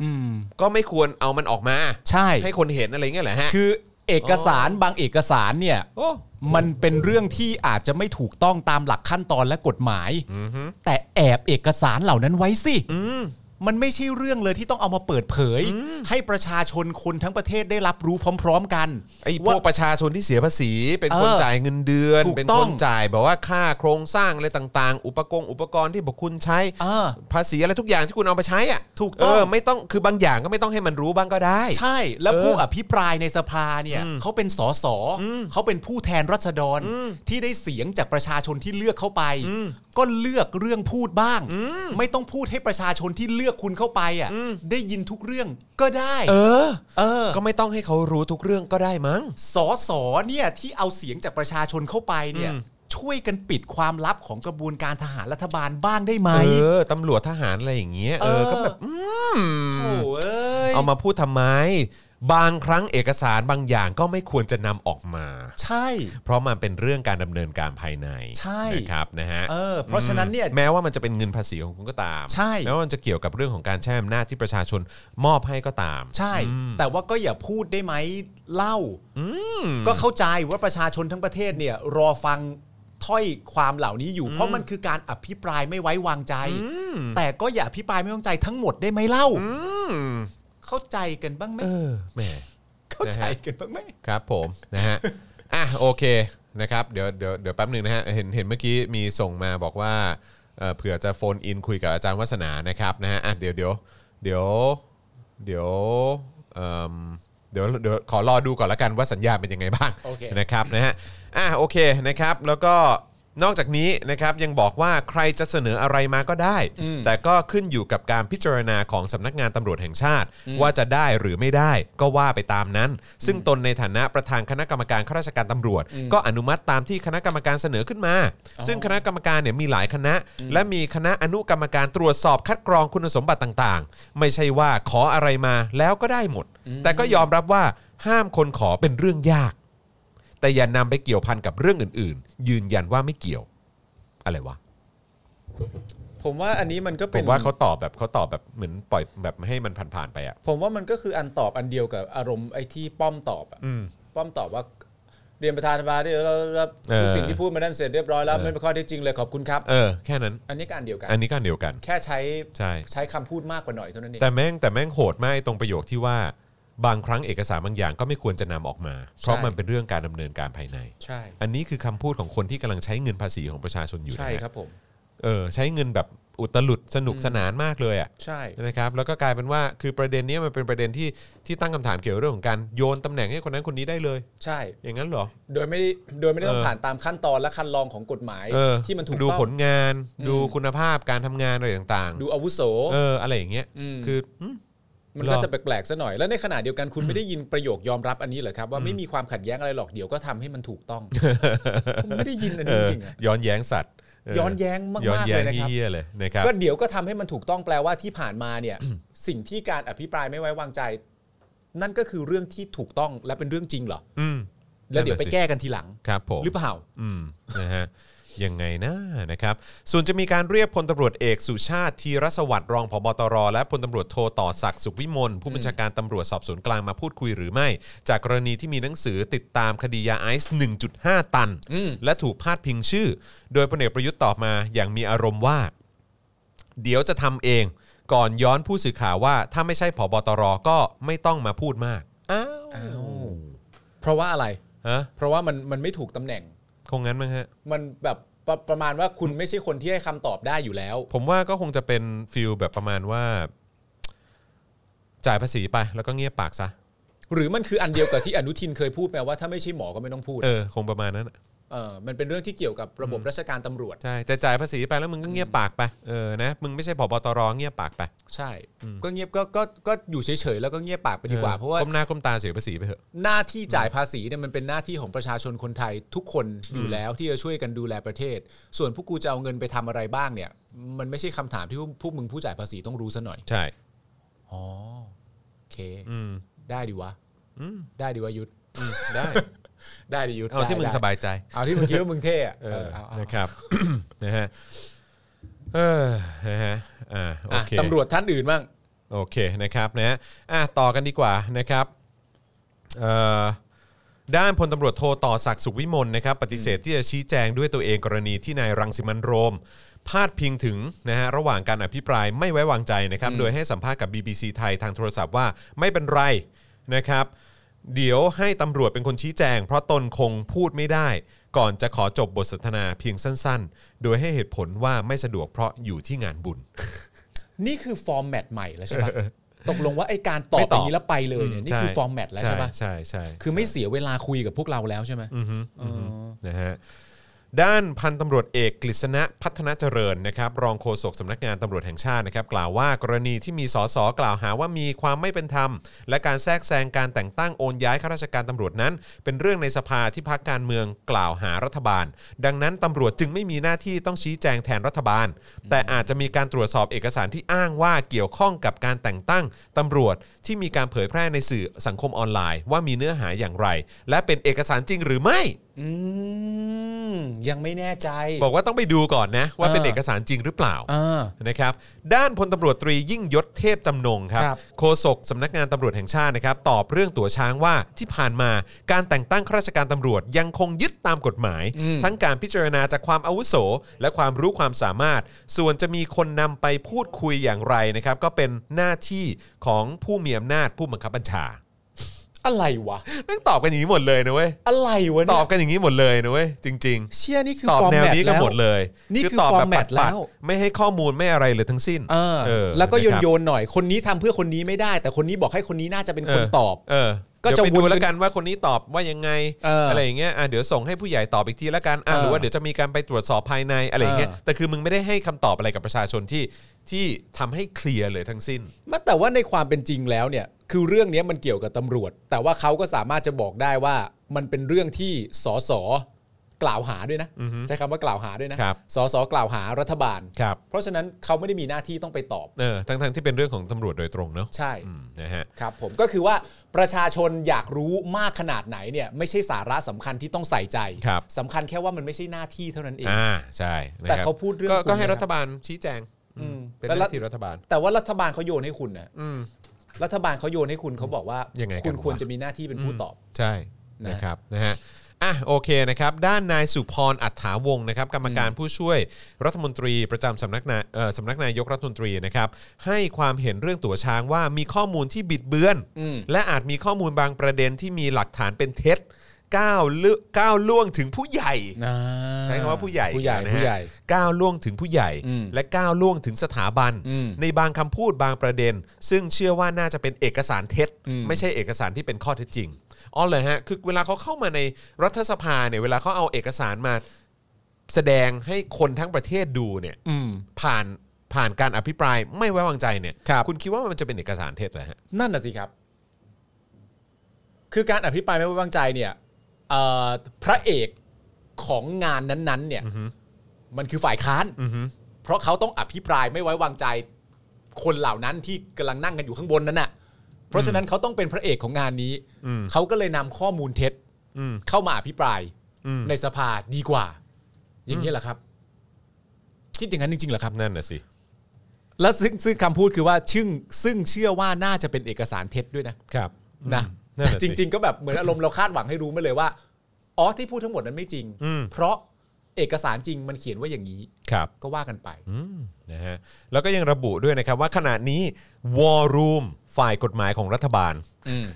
C: อืม
B: ก็ไม่ควรเอามันออกมา
C: ใช่
B: ให้คนเห็นอะไรเงี้ยแหละฮะ
C: คือเอกสารบางเอกสารเนี่ย
B: โอ้
C: มันเป็นเรื่องที่อาจจะไม่ถูกต้องตามหลักขั้นตอนและกฎหมาย
B: อือฮึ
C: แต่แอบเอกสารเหล่านั้นไว้สิ มันไม่ใช่เรื่องเลยที่ต้องเอามาเปิดเผย ให้ประชาชนคนทั้งประเทศได้รับรู้พร้อม ๆ กัน
B: ไอ้พวกประชาชนที่เสียภาษี เป็นคน
C: เออ
B: จ่ายเงินเดือน
C: ถูก
B: เป็น
C: ต้
B: ค
C: อง
B: นจ่ายแบบว่าค่าโครงสร้างอะไรต่าง ๆ อุปกรณ์อุปกรณ์ที่บอกคุณใช้
C: เออ
B: ภาษีอะไรทุกอย่างที่คุณเอาไปใช้อ่ะ
C: ถูกต้อง
B: เไม่ต้องคือบางอย่างก็ไม่ต้องให้มันรู้บ้างก็ได้
C: ใช่แล้ว
B: เออ
C: ผู้อภิปรายในสภาเนี่ยเขาเป็นสสเขาเป็นผู้แทนรัษฎรที่ได้เสียงจากประชาชนที่เลือกเข้าไป ก็เลือกเรื่องพูดบ้าง ไม่ต้องพูดให้ประชาชนที่เลือกคุณเข้าไปอ่ะได้ยินทุกเรื่องก็ได้
B: เออ
C: เออ
B: ก็ไม่ต้องให้เขารู้ทุกเรื่องก็ได้มั้ง
C: สอสอเนี่ยที่เอาเสียงจากประชาชนเข้าไปเนี่ย
B: อืม
C: ช่วยกันปิดความลับของกระบวนการทหารรัฐบาลบ้างได้ไหม
B: เออตำรวจทหารอะไรอย่างเงี้ยเออ
C: เออ
B: ก็แบบอืม
C: โถ่เอ้ย
B: เอามาพูดทำไม บางครั้งเอกสารบางอย่างก็ไม่ควรจะนำออกมา
C: ใช่
B: เพราะมันเป็นเรื่องการดำเนินการภายใน
C: ใช่
B: นะครับนะฮะ
C: เออเพราะฉะนั้นเนี่ย
B: แม้ว่ามันจะเป็นเงินภาษีของคุณก็ตาม
C: ใช่
B: แม้ว่ามันจะเกี่ยวกับเรื่องของการใช้อำนาจที่ประชาชนมอบให้ก็ตาม
C: ใช่ แต่ว่าก็อย่าพูดได้ไหมเล่า ก็เข้าใจว่าประชาชนทั้งประเทศเนี่ย รอฟังถ้อยความเหล่านี้อยู่ เพราะมันคือการอภิปรายไม่ไว้วางใจ แต่ก็อย่าอภิปรายไม่ไว้วางใจทั้งหมดได้ไหมเล่า
B: อืม
C: เข้าใจกันบ้างไหม
B: เออแหม
C: เข้าใจกันบ้างไหม
B: ครับผม นะฮะ อ่ะโอเคนะครับเดี๋ยวเดี๋ยวเดี๋ยวแป๊บหนึ่งนะฮะเห็นเห็นเมื่อกี้มีส่งมาบอกว่าเอ่อเผื่อจะโฟนอินคุยกับอาจารย์วัฒนานะครับนะฮะอ่ะเดี๋ยวเดี๋ยวเดี๋ยวเดี๋ยวเอิ่มเดี๋ยวเดี๋ยวขอรอดูก่อนละกันว่าสัญญาณเป็นยังไงบ้าง
F: โอเค
B: นะครับนะฮะอ่ะโอเคนะครับแล้วก็นอกจากนี้นะครับยังบอกว่าใครจะเสนออะไรมาก็ได้ แต่ก็ขึ้นอยู่กับการพิจารณาของสำนักงานตำรวจแห่งชาติ ว่าจะได้หรือไม่ได้ก็ว่าไปตามนั้น ซึ่งตนในฐานะประธานคณะกรรมการข้าราชการตำรวจ ก็อนุมัติตามที่คณะกรรมการเสนอขึ้นมา ซึ่งคณะกรรมการเนี่ยมีหลายคณะ และมีคณะอนุกรรมการตรวจสอบคัดกรองคุณสมบัติต่างๆ ไม่ใช่ว่าขออะไรมาแล้วก็ได้หมด แต่ก็ยอมรับว่าห้ามคนขอเป็นเรื่องยาก แต่อย่านำไปเกี่ยวพันกับเรื่องอื่นๆ ยืนยันว่าไม่เกี่ยว อะไรวะ
H: ผมว่าอันนี้มันก็
B: ผ
H: เป็น
B: มว่าเขาตอบแบบเขาตอบแบบเหมือนปล่อยแบบให้มันผ่านๆไปอ่ะ
H: ผมว่ามันก็คืออันตอบอันเดียวกับอารมณ์ไอ้ที่ป้อมตอบอะ
B: อืม
H: ป้อมตอบว่าเรียนประธานสภาได้แล้วรับ
B: เออ
H: ทุกสิ่งที่พูดมาด้านเสร็จเรียบร้อยแล้ว
B: เออ
H: ไม่เป็นข้อเท็จจริงเลยขอบคุณครับ
B: เออ แค่นั้น
H: อันนี้ก็อันเดียวกัน
B: อันนี้ก็อันเดียวกัน
H: แค่ใช้
B: ใช่
H: ใช้คำพูดมากกว่าหน่อยเท่านั้นเอง
B: แต่แม่งแต่แม่งโหดมากไอ้ตรงประโยคที่ว่า บางครั้งเอกสารบางอย่างก็ไม่ควรจะนำออกมา เพราะมันเป็นเรื่องการดำเนินการภายใน
H: ใช่
B: อันนี้คือคำพูดของคนที่กำลังใช้เงินภาษีของประชาชนอยู่นะ
H: ใช่
B: ฮะ
H: ครับผม
B: เออใช้เงินแบบอุตลุดสนุกสนานมากเลยอ่ะ
H: ใช่
B: นะครับแล้วก็กลายเป็นว่าคือประเด็นเนี้ยมันเป็นประเด็นที่ที่ตั้งคำถามเกี่ยวกับเรื่องของการโยนตำแหน่งให้คนนั้นคนนี้ได้เลย
H: ใช่
B: อย่างนั้นเหรอ
H: โดยไม่ได้โดยไม่ได้ต้อง
B: เออ
H: ผ่านตามขั้นตอนและคันลองของกฎหมาย
B: เออ
H: ที่มันถูก
B: ดู
H: ต้อง
B: ผลงานดูคุณภาพการทำงานอะไรต่าง
H: ดูอาวุโส
B: ๆเอออะไรอย่างเงี้ย
H: อืม
B: คืออืม
H: มัน
B: หร
H: ก็
B: อ
H: จะแปลกๆซะหน่อย แล้วในขณะเดียวกันคุณไม่ได้ยินประโยคยอมรับอันนี้เหรอครับว่าไม่มีความขัดแย้งอะไรหรอกเดี๋ยวก็ทำให้มันถูก
B: (laughs)
H: ต้องคุณไม่ได้ยินอัน
B: เอ
H: นี้
B: อ
H: จริงๆอะ
B: ย้อนแย้งสัตว์เ
H: ย้อนแย้งมาก
B: ย้อน
H: ๆ
B: แย้
H: เลย
B: ง
H: นะครับ
B: เฮี้ยๆเลยนะครับ
H: ก็เดี๋ยวก็ทำให้มันถูกต้องแปลว่าที่ผ่านมาเนี่ย สิ่งที่การอภิปรายไม่ไว้วางใจ นั่นก็คือเรื่องที่ถูกต้องและเป็นเรื่องจริงเหรอ
B: อืม
H: แล้วเดี๋ยวไป
B: นั่นน่ะสิ
H: แก้กันทีหลัง
B: ครับผม
H: หรือเปล่า
B: อืมนะฮะยังไงนะนะครับ ส่วนจะมีการเรียกพลตำรวจเอกสุชาติธีรสวัสดิ์รองผบตร และพลตำรวจโทต่อศักดิ์สุขวิมลผู้บัญชาการตำรวจสอบสวนกลางมาพูดคุยหรือไม่ จากกรณีที่มีหนังสือติดตามคดียาไอซ์ 1.5 ตัน และถูกพาดพิงชื่อ โดยพลเอกประยุทธ์ตอบมาอย่างมีอารมณ์ว่า เดี๋ยวจะทำเอง ก่อนย้อนผู้สื่อข่าวว่า ถ้าไม่ใช่ผบตรก็ไม่ต้องมาพูดมากอ้าว
H: เพราะว่าอะไร
B: ฮะ
H: เพราะว่ามันมันไม่ถูกตำแหน่ง
B: คงงั้นมั้งฮะ
H: มันแบบประประมาณว่าคุณไม่ใช่คนที่ให้คำตอบได้อยู่แล้ว
B: ผมว่าก็คงจะเป็นฟิลแบบประมาณว่า จ่ายภาษีไปแล้วก็เงียบปากซะ
H: หรือมันคืออันเดียวกับที่อนุทินเคยพูดแปลว่าถ้าไม่ใช่หมอก็ไม่ต้องพูด
B: เออ คงประมาณนั้นอะ
H: เออมันเป็นเรื่องที่เกี่ยวกับระบบราชการตำรวจ
B: ใช่จะจ่ายภาษีไปแล้วมึงก็เงียบปากไปเออนะมึงไม่ใช่ผบตรเงียบปากไป
H: ใช่ ก็เงียบก็ก็ก็อยู่เฉยๆแล้วก็เงียบปากไปดีกว่า
B: ออ
H: เพราะว่า
B: ก้มหน้าก้มตาเสียภาษีไปเถอะ
H: หน้าที่จ่ายภาษีเนี่ยมันเป็นหน้าที่ของประชาชนคนไทยทุกคนอยู่แล้วที่จะช่วยกันดูแลประเทศ ส่วนพวกกูจะเอาเงินไปทำอะไรบ้างเนี่ย มันไม่ใช่คำถามที่พวกพวกมึงผู้จ่ายภาษีต้องรู้ซะหน่อย
B: ใช่
H: อ๋อโอเค
B: อืม
H: ได้ดีวะ
B: อืม
H: ได้ดีวะยุทธ
B: ได้
H: ได้ดิยุทธ
B: เอาที่มึง
H: ได้
B: สบายใจ
H: เอาที่มึงคิดว่ามึงเท่อะ
B: เออ
H: เออเอา
B: นะครับ (coughs) นะฮะเออนะฮะอ่าโอ
H: อ่ะ
B: เค
H: ตำรวจท่านอื่นบ้าง
B: โอเคนะครับนะอ่ะต่อกันดีกว่านะครับเอ่อด้านพลตำรวจโทต่อศักดิ์สุขวิมลนะครับปฏิเสธที่จะชี้แจงด้วยตัวเองกรณีที่นายรังสิมันต์โรม พาดพิงถึงนะฮะระหว่างการอภิปรายไม่ไว้วางใจนะครับ โดยให้สัมภาษณ์กับ BBC ไทยทางโทรศัพท์ว่าไม่เป็นไรนะครับ เดี๋ยวให้ตำรวจเป็นคนชี้แจง เพราะตนคงพูดไม่ได้ ก่อนจะขอจบบทสนทนาเพียงสั้นๆ โดยให้เหตุผลว่าไม่สะดวกเพราะอยู่ที่งานบุญ
C: นี่คือฟอร์แมตใหม่แล้วใช่ปะตกลงว่าไอการตอบ
B: ไม่ต
C: แบ
B: อบบ
C: นี้แล้วไปเลยเนี่ย
B: อืม
C: นี่คือ
B: ใช่
C: ฟอร์แมตแล้วใช่ปะ
B: ใช่ใช่ใช่
C: คือไม่เสียเวลาคุยกับพวกเราแล้วใช่ไหม
B: อือฮึอือฮึนะฮะด้านพันตำรวจเอกกฤษณะพัฒนาเจริญนะครับรองโฆษกสำนักงานตำรวจแห่งชาตินะครับกล่าวว่ากรณีที่มีสสกล่าวหาว่ามีความไม่เป็นธรรม และการแทรกแซงการแต่งตั้งโอนย้ายข้าราชการตำรวจนั้น เป็นเรื่องในสภาที่พักการเมืองกล่าวหารัฐบาล ดังนั้นตำรวจจึงไม่มีหน้าที่ต้องชี้แจงแทนรัฐบาล แต่อาจจะมีการตรวจสอบเอกสารที่อ้างว่าเกี่ยวข้องกับการแต่งตั้งตำรวจที่มีการเผยแพร่ในสื่อสังคมออนไลน์ ว่ามีเนื้อหาอย่างไร และเป็นเอกสารจริงหรือไม่
C: อืม ยังไม่แน่ใจ
B: บอกว่าต้องไปดูก่อนนะ ว่า
C: เออ
B: เป็นเอกสารจริงหรือเปล่า
C: อ่า
B: นะครับด้านพลตำรวจตรียิ่งยศเทพจำนงครับ
C: ครับ
B: โฆษกสำนักงานตำรวจแห่งชาตินะครับ ตอบเรื่องตั๋วช้างว่าที่ผ่านมาการแต่งตั้งข้าราชการตำรวจยังคงยึดตามกฎหมาย ทั้งการพิจารณาจากความอาวุโส และความรู้ความสามารถ ส่วนจะมีคนนำไปพูดคุยอย่างไรนะครับ ก็เป็นหน้าที่ของผู้มีอำนาจผู้บังคับบัญชา
C: อะไรวะ
B: แม่งตอบกันอย่างนี้หมดเลยนะเว้ย
C: อะไรวะ
B: ต
C: เนี่
B: อย บกันอย่างนี้หมดเลยนะเว้ยจริง ๆ
C: เชี่ยนี่คือ
B: ตอบ
C: ฟร์
B: แนว
C: มต
B: นี้กัน
C: แล้
B: หมดเลย
C: นี่คือ
B: ตอบแบบ
C: format
B: ปัด
C: แล้ว
B: ๆไม่ให้ข้อมูลไม่อะไรเลยทั้งสิ้น
C: เออ
B: เออ
C: แล้วก็โยน
B: นะค
C: โย
B: รับ
C: นหน่อยคนนี้ทำเพื่อคนนี้ไม่ได้ แต่คนนี้บอกให้คนนี้น่าจะเป็นคนตอบ
B: เออ
C: ก็
B: ก็จะ
C: จะ
B: ไป
C: ว
B: ดู
C: นกัน
B: แล้วกันว่าคนนี้ตอบว่ายังไง
C: เอออ
B: ไรอย่างเงี้ยอ่ะเดี๋ยวส่งให้ผู้ใหญ่ตอบอีกทีแล้วกันอ่ะห
C: เออ
B: รือว่าเดี๋ยวจะมีการไปตรวจสอบภายในอะไรอย่างเงี้ย
C: เออ
B: แต่คือมึงไม่ได้ให้คำตอบอะไรกับประชาชนที่ที่ทำให้เคลียร์เลยทั้งสิ้น
C: มาแต่ว่าในความเป็นจริงแล้วเนี่ย คือเรื่องเนี้ยมันเกี่ยวกับตำรวจ แต่ว่าเขาก็สามารถจะบอกได้ว่ามันเป็นเรื่องที่สสกล่าวหาด้วยนะ
B: อือฮึ
C: ใช้คำว่ากล่าวหาด้วยนะครับ สสกล่าวหารัฐบาล
B: ครับ
C: เพราะฉะนั้นเขาไม่ได้มีหน้าที่ต้องไปตอบ
B: เออทั้งๆที่เป็นเรื่องของตำรวจโดยตรงเนอะ
C: ใช่
B: อืมนะฮะ
C: ครับผมก็คือว่าประชาชนอยากรู้มากขนาดไหนเนี่ยไม่ใช่สาระสำคัญที่ต้องใส่ใจ
B: ครับ
C: สำคัญแค่ว่ามันไม่ใช่หน้าที่เท่านั้นเอง
B: อ่าใช่นะครับ
C: แต่เขาพูดเรื่อง
B: ก็
C: คุณ
B: ก็ให้
C: นะครับ
B: รัฐบาลชี้แจง
C: อืม
B: เป็น
C: แล้ว
B: ห
C: รั
B: น้า
C: ฐ
B: ที่รัฐบาล
C: แต่ว่ารัฐบาลเขาโยนให้คุณนะ
B: อืม
C: รัฐบาลเขาโยนให้คุณเขาบอกว่า
B: ยังไงกัน
C: คุณควร
B: วะ
C: จะมีหน้าที่เป็นผู้ตอบ
B: ใช่
C: นะ
B: นะครับนะฮะอ่ะโอเคนะครับ ด้านนายสุพรอัฏฐาวงศ์นะครับ กรรมการผู้ช่วยรัฐมนตรีประจำสำนักนาเอ่อสำนักนายกรัฐมนตรีนะครับ ให้ความเห็นเรื่องตั๋วช้างว่ามีข้อมูลที่บิดเบือน และอาจมีข้อมูลบางประเด็นที่มีหลักฐานเป็นเท็จก้าวลึก้าวล่วงถึงผู้ใหญ่
C: อ่า
B: ใช้คำว่าผู้ใหญ่
C: ผู้ใหญ่
B: นะฮะ
C: ผู้ใหญ่
B: ก้าวล่วงถึงผู้ใหญ่
C: อืม
B: และก้าวล่วงถึงสถาบัน
C: อืม
B: ในบางคำพูดบางประเด็น ซึ่งเชื่อว่าน่าจะเป็นเอกสารเท็จ
C: อืม
B: ไม่ใช่เอกสารที่เป็นข้อเท็จจริงอ๋อเลยฮะคือเวลาเขาเข้ามาในรัฐสภาเนี่ยเวลาเขาเอาเอกสารมาแสดงให้คนทั้งประเทศดูเนี่ย
C: อืม
B: ผ่านผ่านการอภิปรายไม่ไว้วางใจเนี่ย
C: ครับ
B: ณคิดว่ามันจะเป็นเอกสารเท็จเหรอฮะ
C: นั่นน่ะสิครับ คือการอภิปรายไม่ไว้วางใจเนี่ยเอ่อพระเอกของงานนั้นๆ เนี่ย
B: อือฮึ
C: มันคือฝ่ายค้าน
B: อือฮึ
C: เพราะเขาต้องอภิปรายไม่ไว้วางใจ คนเหล่านั้นที่กำลังนั่งกันอยู่ข้างบนนั้นน่ะ เพราะฉะนั้นเขาต้องเป็นพระเอกของงานนี้
B: อืม
C: เขาก็เลยนำข้อมูลเท็จ
B: อืม
C: เข้ามาอภิปราย
B: อืม
C: ในสภาดีกว่า อย่างนี้แหละครับ คิดอย่างนั้นจริงๆเหรอครับ
B: นั่นน่ะสิ
C: แล้วซึ่งซึ่งคำพูดคือว่าซึ่งซึ่งเชื่อว่าน่าจะเป็นเอกสารเท็จด้วยนะครับ นะ
B: นั่น
C: แต่
B: น่ะสิ
C: จริง ๆ ก็แบบเหมือนอารมณ์เราคาดหวังให้รู้มาเลยว่า อ๋อที่พูดทั้งหมดนั้นไม่จริง
B: อืม
C: เพราะเอกสารจริงมันเขียนว่าอย่างนี้
B: ครับ
C: ก็ว่ากันไป
B: อืมนะฮะแล้วก็ยังระบุด้วยนะครับว่าขณะนี้วอ r รูมฝ่ายกฎหมายของรัฐบาล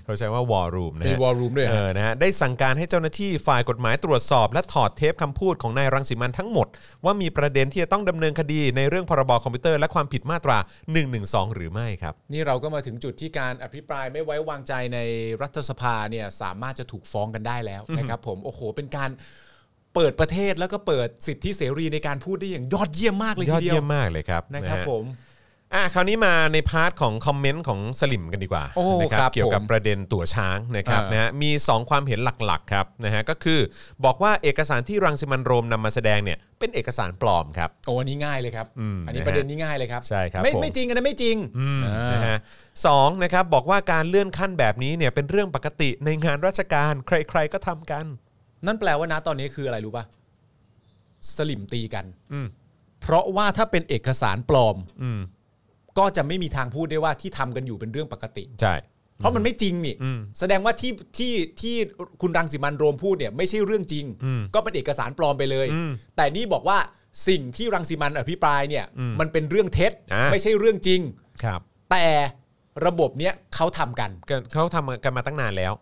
B: เขาใช้ว่าวอ r รูมนะ
C: มี
B: ฮะ
C: วอลลุ่มด้วย
B: เอ
C: ฮะ
B: อนะฮะได้สั่งการให้เจ้าหน้าที่ฝ่ายกฎหมายตรวจสอบ และถอดเทปคำพูดของนายรังสีมันทั้งหมด ว่ามีประเด็นที่จะต้องดำเนินคดีในเรื่องพรบคอมพิวเตอร์และความผิดมาตรา 112 หรือไม่ครับ
C: นี่เราก็มาถึงจุดที่การอภิปรายไม่ไว้วางใจในรัฐสภาเนี่ยสามารถจะถูกฟ้องกันได้แล้วนะครับผมโอ้โห เป็นการเปิดประเทศแล้วก็เปิดสิทธิเสรีในการพูดได้อย่างยอดเยี่ยมมากเลย
B: ยอด
C: ทีเดียว
B: เยี่ยมมากเลยครับ
C: นะครับ
B: ฮ
C: ผม
B: อ่ะคราวนี้มาในพาร์ทของคอมเมนต์ของสลิมกันดีกว่า
C: โอ้
B: นะค
C: ครั
B: รับบ เกี่ยวกับ
C: ผม
B: ประเด็นตั๋วช้างนะครับ
C: อ่าน
B: นะฮะมี 2 ความเห็นหลักๆครับนะฮะก็คือ บอกว่าเอกสารที่รังสิมันโรมนำมาแสดงเนี่ยเป็นเอกสารปลอมครับ
C: โอ้อันนี้ง่ายเลยครับ
B: อืม
C: นนี้
B: นะฮะ
C: ประเด็นนี้ง่ายเลยครับ
B: ใช่ครับ
C: ไม่
B: ผม
C: ไม่จริงอันนั้นไม่จริงอ่า
B: นะฮะสองนะครับบอกว่าการเลื่อนขั้นแบบนี้เนี่ยเป็นเรื่องปกติในงานราชการใครๆก็ทำกัน
C: นั่นแปลว่านะตอนนี้คืออะไรรู้ป่ะสลิมตีกัน
B: อืม
C: เพราะว่าถ้าเป็นเอกสารปลอม
B: อืม
C: ก็จะไม่มีทางพูดได้ว่าที่ทำกันอยู่เป็นเรื่องปกติ
B: ใช่
C: เพราะมันไม่จริงนี่
B: อืม
C: แสดงว่าที่ที่ที่คุณรังสิมันต์โรมพูดเนี่ยไม่ใช่เรื่องจริง
B: อืม
C: ก็เป็นเอกสารปลอมไปเลย
B: อืม
C: แต่นี่บอกว่า สิ่งที่รังสิมันอภิปรายเนี่ย
B: อืม
C: มันเป็นเรื่องเท็จ
B: อ่า
C: ไม่ใช่เรื่องจริง
B: ครับ
C: แต่ระบบเนี้ยเขาทำกัน
B: ก็เขาทำกันมาตั้งนานแล้ว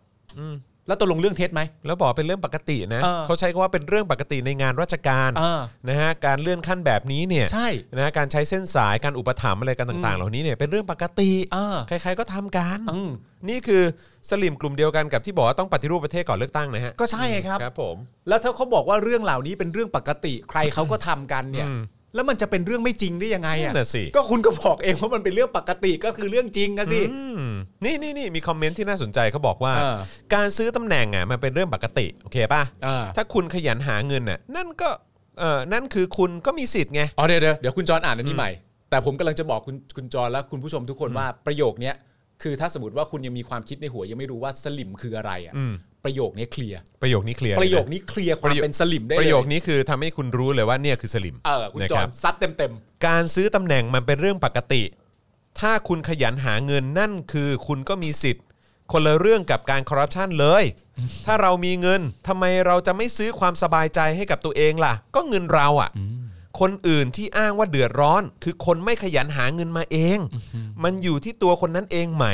C: แล้วตกลงเรื่องเท็จไหม
B: แล้วบอกเป็นเรื่องปกตินะ
C: เออ
B: เขาใช้คำว่าเป็นเรื่องปกติในงานราชการ
C: อ่า
B: นะฮะการเลื่อนขั้นแบบนี้เนี่ย
C: ใช่
B: นะฮะการใช้เส้นสายการอุปถัมภ์อะไรกันต่าง ๆ เหล่านี้เนี่ยเป็นเรื่องปกติ
C: อ่า
B: ใครๆก็ทำกัน
C: อืม
B: นี่คือสลิมกลุ่มเดียวกันกับที่บอกว่าต้องปฏิรูปประเทศก่อนเลือกตั้งนะฮะ
C: ก็ใช่ไงครับ
B: ครับผม
C: แล้วถ้าเขาบอกว่าเรื่องเหล่านี้เป็นเรื่องปกติ ใครเขาก็ทำกันเนี่ย
B: อืม
C: แล้วมันจะเป็นเรื่องไม่จริงได้ยังไงอ่ะ
B: นั่นน่ะสิ
C: ก็คุณก็บอกเองว่ามันเป็นเรื่องปกติก็คือเรื่องจริงอะสิ
B: อืมนี่นี่นี่มีคอมเมนต์ที่น่าสนใจเขาบอกว่า
C: เออ
B: การซื้อตำแหน่งอ่ะมันเป็นเรื่องปกติโอเคป่ะ
C: อ่า
B: ถ้าคุณขยันหาเงินน่ะนั่นก็เออนั่นคือคุณก็มีสิทธิ์ไง
C: อ๋อเดี๋ยวเดี๋ยวเดี๋ยวคุณจรอ่านอันนี้ใหม่ แต่ผมกำลังจะบอกคุณคุณจรและคุณผู้ชมทุกคนว่าประโยคเนี้ยคือถ้าสมมติว่าคุณยังมีความคิดในหัวยังไม่รู้ว่าสลิมคืออะไรอ่ะ
B: อืม
C: ประโยคเนี้ยเคลียร์
B: ประโยคนี้เคลียร์
C: ประโยค
B: เลย
C: นี้เคลียร์ความ
B: ประโยค
C: เป็นสลิมได้
B: ประ
C: เล
B: โยค
C: ย
B: นี้คือทำให้คุณรู้เลยว่าเนี่ยคือสลิม
C: เออคุณ
B: นะ
C: จ
B: รั
C: ร
B: บ
C: ซัดเต็มเต็ม
B: การซื้อตำแหน่งมันเป็นเรื่องปกติ ถ้าคุณขยันหาเงินนั่นคือคุณก็มีสิทธิ์ คนละเรื่องกับการคอร์รัปชันเลย ถ้าเรามีเงินทำไมเราจะไม่ซื้อความสบายใจให้กับตัวเองล่ะ ก็เงินเราอะ่ะ คนอื่นที่อ้างว่าเดือดร้อน คือคนไม่ขยันหาเงินมาเอง มันอยู่ที่ตัวคนนั้นเองไหม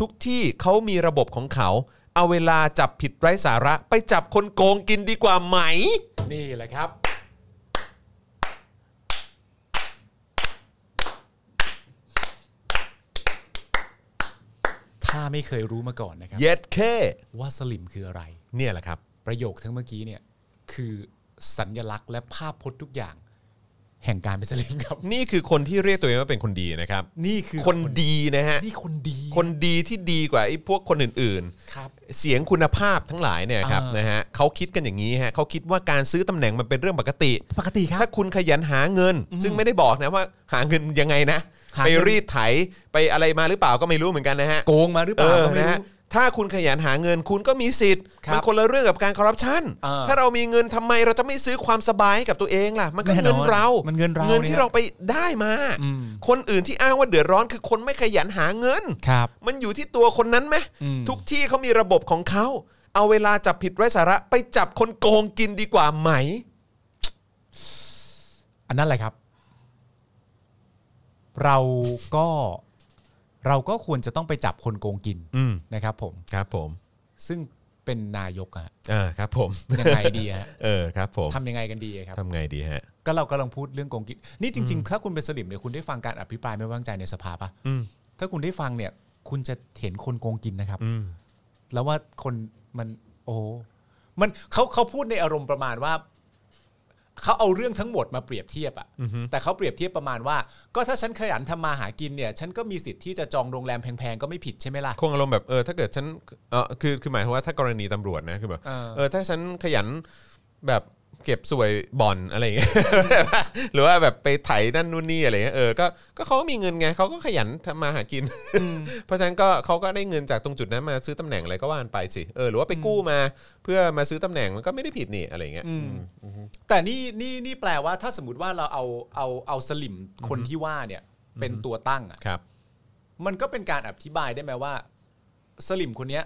B: ทุกที่เขามีระบบของเขา เอาเวลาจับผิดไร้สาระ ไปจับคนโกงกินดีกว่าไหม
C: ๆนี่แหละครับ ถ้าไม่เคยรู้มาก่อนนะครับ
B: เย็ดแค่
C: ว่าสลิมคืออะไร
B: เนี่ยแหละครับ
C: ประโยคทั้งเมื่อกี้เนี่ย คือสัญลักษณ์และภาพพจน์ทุกอย่าง แห่งการเป็นสลิมครับ
B: นี่คือคนที่เรียกตัวเองว่าเป็นคนดีนะครับ
C: นี่คือ
B: คนดีนะฮะ
C: นี่คนดี
B: คนดีที่ดีกว่าไอ้พวกคนอื่น
C: ครับ
B: ๆ เสียงคุณภาพทั้งหลายเนี่ยครับ
C: อ่าน
B: นะฮะเขาคิดกันอย่างนี้ฮะเขาคิดว่าการซื้อตำแหน่งมันเป็นเรื่องปกติ
C: ปกติครับ
B: ถ้าคุณขยันหาเงิน ซึ่งไม่ได้บอกนะว่าหาเงินยังไงนะ
C: หา
B: ไป
C: เงิน
B: รีดไถไปอะไรมาหรือเปล่าก็ไม่รู้เหมือนกันนะฮะ
C: โกงมาหรือเป
B: เอ
C: ล่า
B: อ
C: ก็ไม่
B: นะ
C: รู้
B: ฮะถ้าคุณขยันหาเงินคุณก็มีสิทธิ์
C: ครับ
B: มันคนละเรื่องกับการคอร์รัปชัน
C: อ่า
B: ถ้าเรามีเงินทำไมเราจะไม่ซื้อความสบายให้กับตัวเองล่ะ มันก็
C: แน่นอน
B: เงินเรา
C: มั
B: มัน
C: เงินเรา
B: เงินที่
C: เนี่ย
B: เราไปได้มา
C: อืม
B: คนอื่นที่อ้างว่าเดือดร้อนคือคนไม่ขยันหาเงิน
C: ครับ
B: มันอยู่ที่ตัวคนนั้นไหม
C: อืม
B: ทุกที่เขามีระบบของเขา เอาเวลาจับผิดไร้สาระไปจับคนโกงกินดีกว่าไหม
C: อันนั้นแหละครับ เราก็เราก็ควรจะต้องไปจับคนโกงกิน
B: อืม
C: นะครับ ผม
B: ครับผม
C: ซึ่งเป็นนายกอะฮะ
B: อ่าครับผม
C: ยังไงดีฮะ
B: เออ (laughs) ครับผม
C: ทำยังไงกันดีครับ
B: ทำไงดีฮะ
C: ก็เรากำลังพูดเรื่องโกงกินนี่จริง ๆ ถ้าคุณเป็นสลิมเนี่ยคุณได้ฟังการอภิปรายไม่ไว้วางใจในสภาปะ
B: อืม
C: ถ้าคุณได้ฟังเนี่ย คุณจะเห็นคนโกงกินนะครับ
B: อืม
C: แล้วว่าคนมันโอ้มันเขาเขาพูดในอารมณ์ประมาณว่าเขาเอาเรื่องทั้งหมดมาเปรียบเทียบอะ
B: อือฮึ
C: แต่เขาเปรียบเทียบประมาณว่า ก็ถ้าฉันขยันทำมาหากินเนี่ย ฉันก็มีสิทธิ์ที่จะจองโรงแรมแพงๆก็ไม่ผิดใช่ไหมล่ะ
B: คงอารมณ์แบบเออถ้าเกิดฉันเออคือคือหมายความว่าถ้ากรณีตำรวจนะคือแบบ
C: เออ
B: เออถ้าฉันขยันแบบเก็บสวยบ่อนอะไรอย่างเงี้ย (laughs) หรือว่าแบบไปไถนั่นนู่นนี่อะไรเงี้ยเออก็ก็เขาก็มีเงินไงเขาก็ขยันทำมาหากิน (laughs) เพราะฉะนั้นก็เขาก็ได้เงินจากตรงจุดนั้นมาซื้อตำแหน่งอะไรก็ว่ากันไปสิเออหรือว่าไปกู้มาเพื่อมาซื้อตำแหน่งมันก็ไม่ได้ผิดนี่อะไรอย่างเงี้ย
C: แต่นี่นี่นี่แปลว่าถ้าสมมติว่าเราเอาเอาเอาสลิมคนที่ว่าเนี่ย เป็นตัวตั้งอะ
B: ครับ
C: มันก็เป็นการอธิบายได้ไหมว่า สลิมคนเนี้ย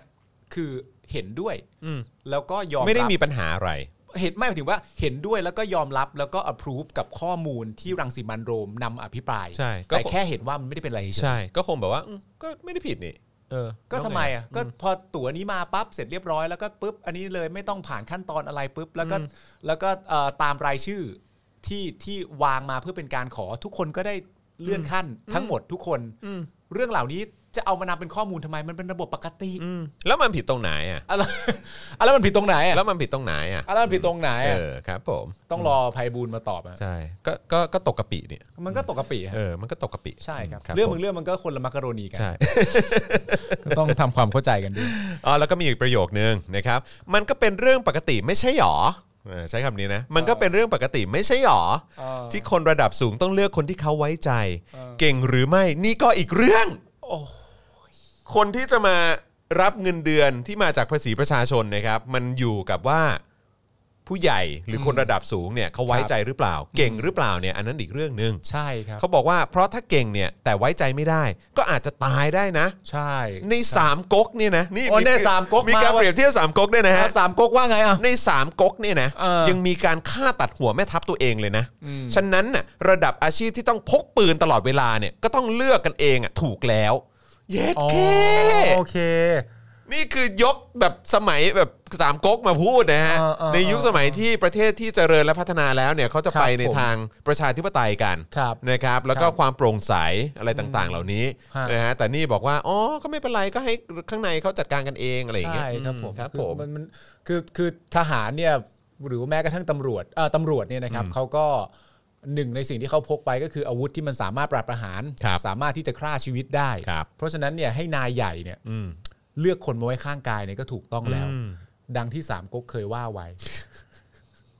C: คือเห็นด้วย
B: อืม
C: แล้วก็ยอมรับ
B: ไม่ได้มีปัญหาอะไร
C: เห็นไม่หมายถึงว่าเห็นด้วยแล้วก็ยอมรับแล้วก็ approve กับข้อมูลที่รังสิมันโรมนำอภิปราย
B: ใช่ก็
C: แต่แค่เห็นว่ามันไม่ได้เป็นอะไรเฉย
B: ใช่ ก็คงแบบว่าอืมก็ไม่ได้ผิดนี่เออ
C: ก็ทำไมอ่ะก็พอตั๋วนี้มาปั๊บเสร็จเรียบร้อยแล้วก็ปุ๊บอันนี้เลยไม่ต้องผ่านขั้นตอนอะไรปุ๊บแล้วก็แล้วก็เอ่อตามรายชื่อที่ที่วางมาเพื่อเป็นการขอทุกคนก็ได้เลื่อนขั้นทั้งหมดทุกคน
B: อืม
C: เรื่องเหล่านี้จะเอามานำเป็นข้อมูลทำไมมันเป็นระบบปกติ
B: อืมแล้วมันผิดตรงไหนอ่ะ
C: อะไร (laughs) อะไรมันผิดตรงไหนอะ
B: แล้วมันผิดตรงไหนอ่ะ
C: อะไรมันผิดตรงไหน
B: เออ
C: อะ
B: ครับผม
C: ต้องรอภัยบูลย์มาตอบอะ
B: ใช่ก็ก็ก็ตกกะปิเนี่ย
C: มันก็ตกกระปี่
B: เออมันก็ตกกะปิ
C: ใช่ครับ
B: ครับ
C: เรื่อง
B: ผ
C: มึงเรื่องมันก็คนละมักกะโรนีกัน
B: ใช่ (laughs)
C: ก็ต้องทำความเข้าใจกันด้วย
B: อ๋อแล้วก็มีอีกประโยคนึงนะครับ มันก็เป็นเรื่องปกติไม่ใช่หรอเออใช้คำนี้นะ มันก็เป็นเรื่องปกติไม่ใช่หรอ ที่คนระดับสูงต้องเลือกคนที่เขาไว้ใจ เก่งหรือไม่นี่ก็อีกเรื่อง คนที่จะมารับเงินเดือนที่มาจากภาษีประชาชนนะครับ มันอยู่กับว่า ผู้ใหญ่หรือคนระดับสูงเนี่ยเขาไว้ใจหรือเปล่า เก่งหรือเปล่าเนี่ยอันนั้นอีกเรื่องหนึ่ง
C: ใช่ครับ
B: เขาบอกว่าเพราะถ้าเก่งเนี่ยแต่ไว้ใจไม่ได้ ก็อาจจะตายได้นะ
C: ใช่
B: ในสามก๊กเนี่ยนะนี่
C: โอ้เนี่ยสามก๊ก
B: มีการ
C: ว่
B: เปรียบเทียบสามก๊กด้วยนะฮะ
C: อ่ะสามก๊กว่าไงอ่ะ
B: ในสามก๊กเนี่ยนะ
C: เออ
B: ยังมีการฆ่าตัดหัวแม่ทัพตัวเองเลยนะ ฉะนั้นน่ะระดับอาชีพที่ต้องพกปืนตลอดเวลาเนี่ยก็ต้องเลือกกันเองอ่ะถูกแล้ว เย็ด
C: อ๋อ
B: เค
C: โอเค
B: นี่คือยกแบบสมัยแบบสามก๊กมาพูดนะฮะ
C: เออเออ
B: ในยุคสมัยที่ประเทศที่เจริญและพัฒนาแล้วเนี่ยเขาจะ
C: ครับ
B: ไปใน
C: ผม
B: ทางประชาธิปไตยกัน
C: ครับ
B: นะครับแล้วก็
C: ครับ
B: ความโปร่งใสอะไรต่างๆ เหล่านี้
C: ฮะ
B: นะฮะแต่นี่บอกว่าอ๋อก็ไม่เป็นไรก็ให้ข้างในเขาจัดการกันเองอะไรอย่างเงี้ย
C: ใช่ครับผม
B: ครับ
C: อ
B: ผม
C: นมันคือคือทหารเนี่ยหรือว่าแม้กระทั่งตำรวจเอ่อตำรวจเนี่ยนะครับเขาก็หนึ่งในสิ่งที่เขาพกไปก็คืออาวุธที่มันสามารถปราบประหาร
B: ครับ
C: สามารถที่จะฆ่าชีวิตได้
B: ครับ
C: เพราะฉะนั้นเนี่ยให้นายใหญ่เนี่ย
B: อืม
C: เลือกคนมาไว้ข้างกายเนี่ยก็ถูกต้องแล้ว
B: อืม
C: ดังที่สามก๊กเคยว่าไว้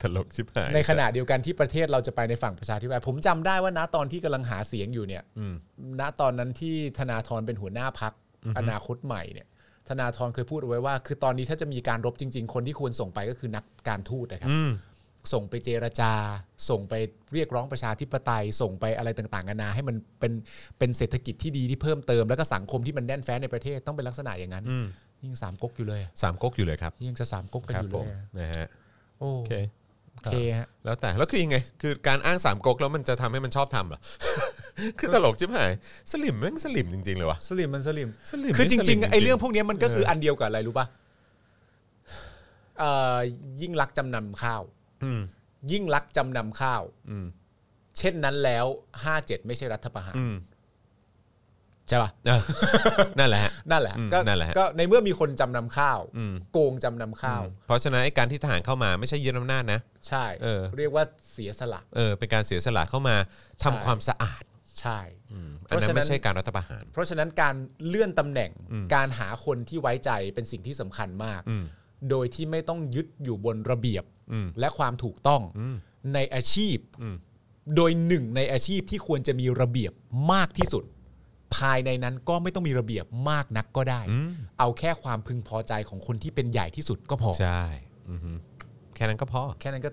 B: ตลกชิบหาย
C: ในขณะเดียวกันที่ประเทศเราจะไปในฝั่งประชาธิปไตยผมจำได้ว่าณตอนที่กำลังหาเสียงอยู่เนี่ย
B: อืม
C: ณตอนนั้นที่ธนาธรเป็นหัวหน้าพักอนาคตใหม่เนี่ย ธนาธรเคยพูดเอาไว้ว่า คือตอนนี้ถ้าจะมีการรบจริง ๆ คนที่ควรส่งไปก็คือนักการทูตนะครับ
B: อืม
C: ส่งไปเจรจา ส่งไปเรียกร้องประชาธิปไตย ส่งไปอะไรต่างๆกันานาให้มันเป็นเป็นเศรษฐกิจที่ดีที่เพิ่มเติมแล้วก็สังคมที่มันแน่นแฟ้นในประเทศต้องเป็นลักษณะอย่างนั้น
B: อืม
C: ยิ่งสามก๊กอยู่เลยอะ
B: สามก๊กอยู่เลยครับ
C: ยิ่งจะสามก๊กกัน
B: ครั
C: อบ ยู่
B: ผม
C: เลยอะ
B: นะฮะ
C: โอ้
B: โอเค
C: โอเคฮะ
B: แล้วแต่แล้วคือยังไง คือการอ้างสามก๊กแล้วมันจะทำให้มันชอบทำเหรอ (laughs) คือตลกชิบหาย สลิมแม่งสลิมจริง ๆ เลยวะ
C: สลิมมันสลิม
B: สลิม
C: คือจ
B: นี่ส
C: ริ
B: ลิ
C: ง
B: ม
C: ๆไอ้เรื่องพวกเนี้ยมันก็คืออันเดียวกับอะไรรู้ป่ะเอ่อยิ่งรักษณ์จำนำข้าว
B: อืม
C: ยิ่งรักษณ์จำนำข้าว
B: อืม
C: เช่นนั้นแล้ว 57 ไม่ใช่รัฐประหาร
B: อืม
C: ใช่ป่ะ
B: อ่ะ (laughs) นั่นแหละฮะ
C: นั่นแหละ
B: อืม
C: ก็
B: นั่นแหละฮะ
C: ก็ในเมื่อมีคนจำนำข้าว
B: อืม
C: โกงจำนำข้าว
B: เพราะฉะนั้นไอ้การที่ทหารเข้ามาไม่ใช่ยึดอำนาจนะ
C: ใช่
B: เออ
C: เรียกว่าเสียสละ
B: เออเป็นการเสียสละเข้ามาทำ
C: ใช่
B: ความสะอาด
C: ใช่
B: อืมอันนั้น
C: เพราะฉะนั้น
B: ไม่ใช่การรัฐประหาร
C: เพราะฉะนั้นการเลื่อนตำแหน่ง
B: อืม
C: การหาคนที่ไว้ใจเป็นสิ่งที่สำคัญมาก
B: อืม
C: โดยที่ไม่ต้องยึดอยู่บนระเบียบ
B: อืม
C: และความถูกต้อง
B: อืม
C: ในอาชีพ
B: อืม
C: โดยหนึ่งในอาชีพที่ควรจะมีระเบียบมากที่สุด ภายในนั้นก็ไม่ต้องมีระเบียบมากนักก็ได้
B: อืม
C: เอาแค่ความพึงพอใจของคนที่เป็นใหญ่ที่สุดก็พอ
B: ใช่อือฮึแค่นั้นก็พอ
C: แค่นั้นก็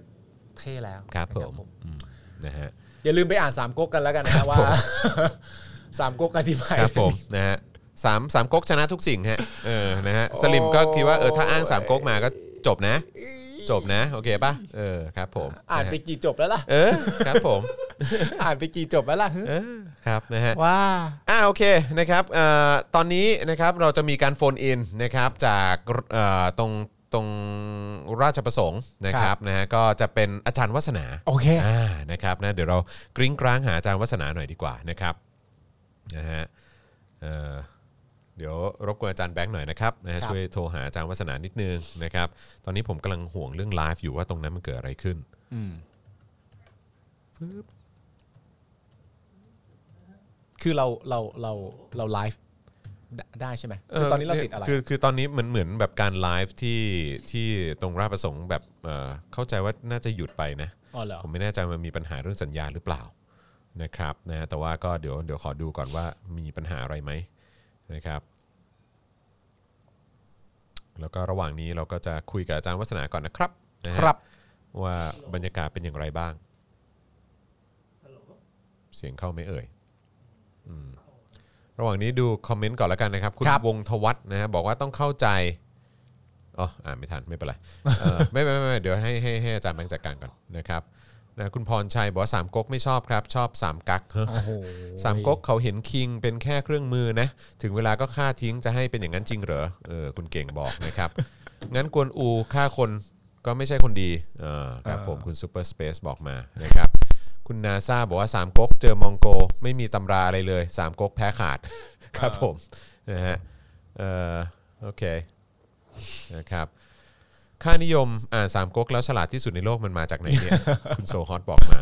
C: เท่แล้ว
B: ครับ
C: นะ
B: ผมอืมนะฮะ
C: อย่าลืมไปอ่านสามก๊กกันแล้วกันนะว่า (laughs) สามก๊กอธิบาย
B: ครับผม (laughs) นะฮะสามสามก๊กชนะทุกสิ่งฮะเออนะฮะสลิมก็คิดว่าเออถ้าอ้างสามก๊กมาก็จบนะ จบนะโอเคป่ะเออครับผม
C: อ่านไป
B: ะฮะ
C: กี่จบแล้ว
B: (laughs)
C: ล่ะ
B: เออครับผม
C: อ่านไปกี่จบแล้วล่ะ
B: เออครับนะฮะ
C: ว่า
B: อ่าโอเคนะครับเอ่อตอนนี้นะครับเราจะมีการโฟนอินนะครับจากเอ่อตรงตรงราชประสงค์นะค
C: ครั
B: รับบ นะฮะก็จะเป็นอาจารย์วัฒนา
C: โอเค
B: อ่า นะครับ นะ เดี๋ยวเรากริ้งกร้างหาอาจารย์วัฒนาหน่อยดีกว่านะครับ นะฮะ เอ่อ เดี๋ยวรบกวนอาจารย์แบงค์หน่อยนะครับ นะฮะ
C: ครับ
B: ช่วยโทรหาอาจารย์วัฒนานิดนึงนะครับ ตอนนี้ผมกำลังห่วงเรื่องไลฟ์อยู่ว่าตรงนั้นมันเกิดอะไรขึ้น
C: คือเราเราเราเราไลฟ์ได้ใช่ไหมคือตอนนี้เราติดอะไร
B: คือคือตอนนี้เหมือนเหมือนแบบการไลฟ์ที่ที่ตรงราชประสงค์แบบเอ่อเข้าใจว่าน่าจะหยุดไปนะ
C: อ๋อเหรอ
B: ผมไม่แน่ใจมันมีปัญหาเรื่องสัญญาณหรือเปล่านะครับนะแต่ว่าก็เดี๋ยวเดี๋ยวขอดูก่อนว่ามีปัญหาอะไรไหมนะครับ แล้วก็ระหว่างนี้เราก็จะคุยกับอาจารย์วัฒนาก่อนนะครับนะฮะ
C: ครับ
B: ว่าบรรยากาศเป็นอย่างไรบ้าง เสียงเข้าไหม่เอ่ยอืมระหว่างนี้ดูคอมเมนต์ก่อนแล้วกันนะครับ คุณ
C: ครับ
B: วงทวัฒน์นะฮะบอกว่าต้องเข้าใจ อ๋อ อ่านไม่ทันไม่เป็นไรเออ (laughs) ไม่ไม่ไม่ไม่เดี๋ยวให้ให้ให้อาจารย์แบงค์จัดการก่อนนะครับนะคุณพรชัยบอกว่าสามก๊กไม่ชอบครับ ชอบสามกั๊กเฮ้อ
C: โอ้โห
B: สามก๊กเขาเห็นคิงเป็นแค่เครื่องมือนะ ถึงเวลาก็ฆ่าทิ้งจะให้เป็นอย่างนั้นจริงเหรอเออคุณเก่งบอกนะครับ (laughs) งั้นกวนอูฆ่าคนก็ไม่ใช่คนดีเออครับผมคุณซูเปอร์สเปซบอกมานะครับ คุณนาซาบอกว่าสามก๊กเจอมองโก ไม่มีตำราอะไรเลยสามก๊กแพ้ขาด (laughs) ครับผมนะฮะเออโอเค นะครับค่านิยมอ่านสามก๊กแล้วฉลาดที่สุดในโลกมันมาจากไหนเนี่ย คุณโซฮอตบอกมา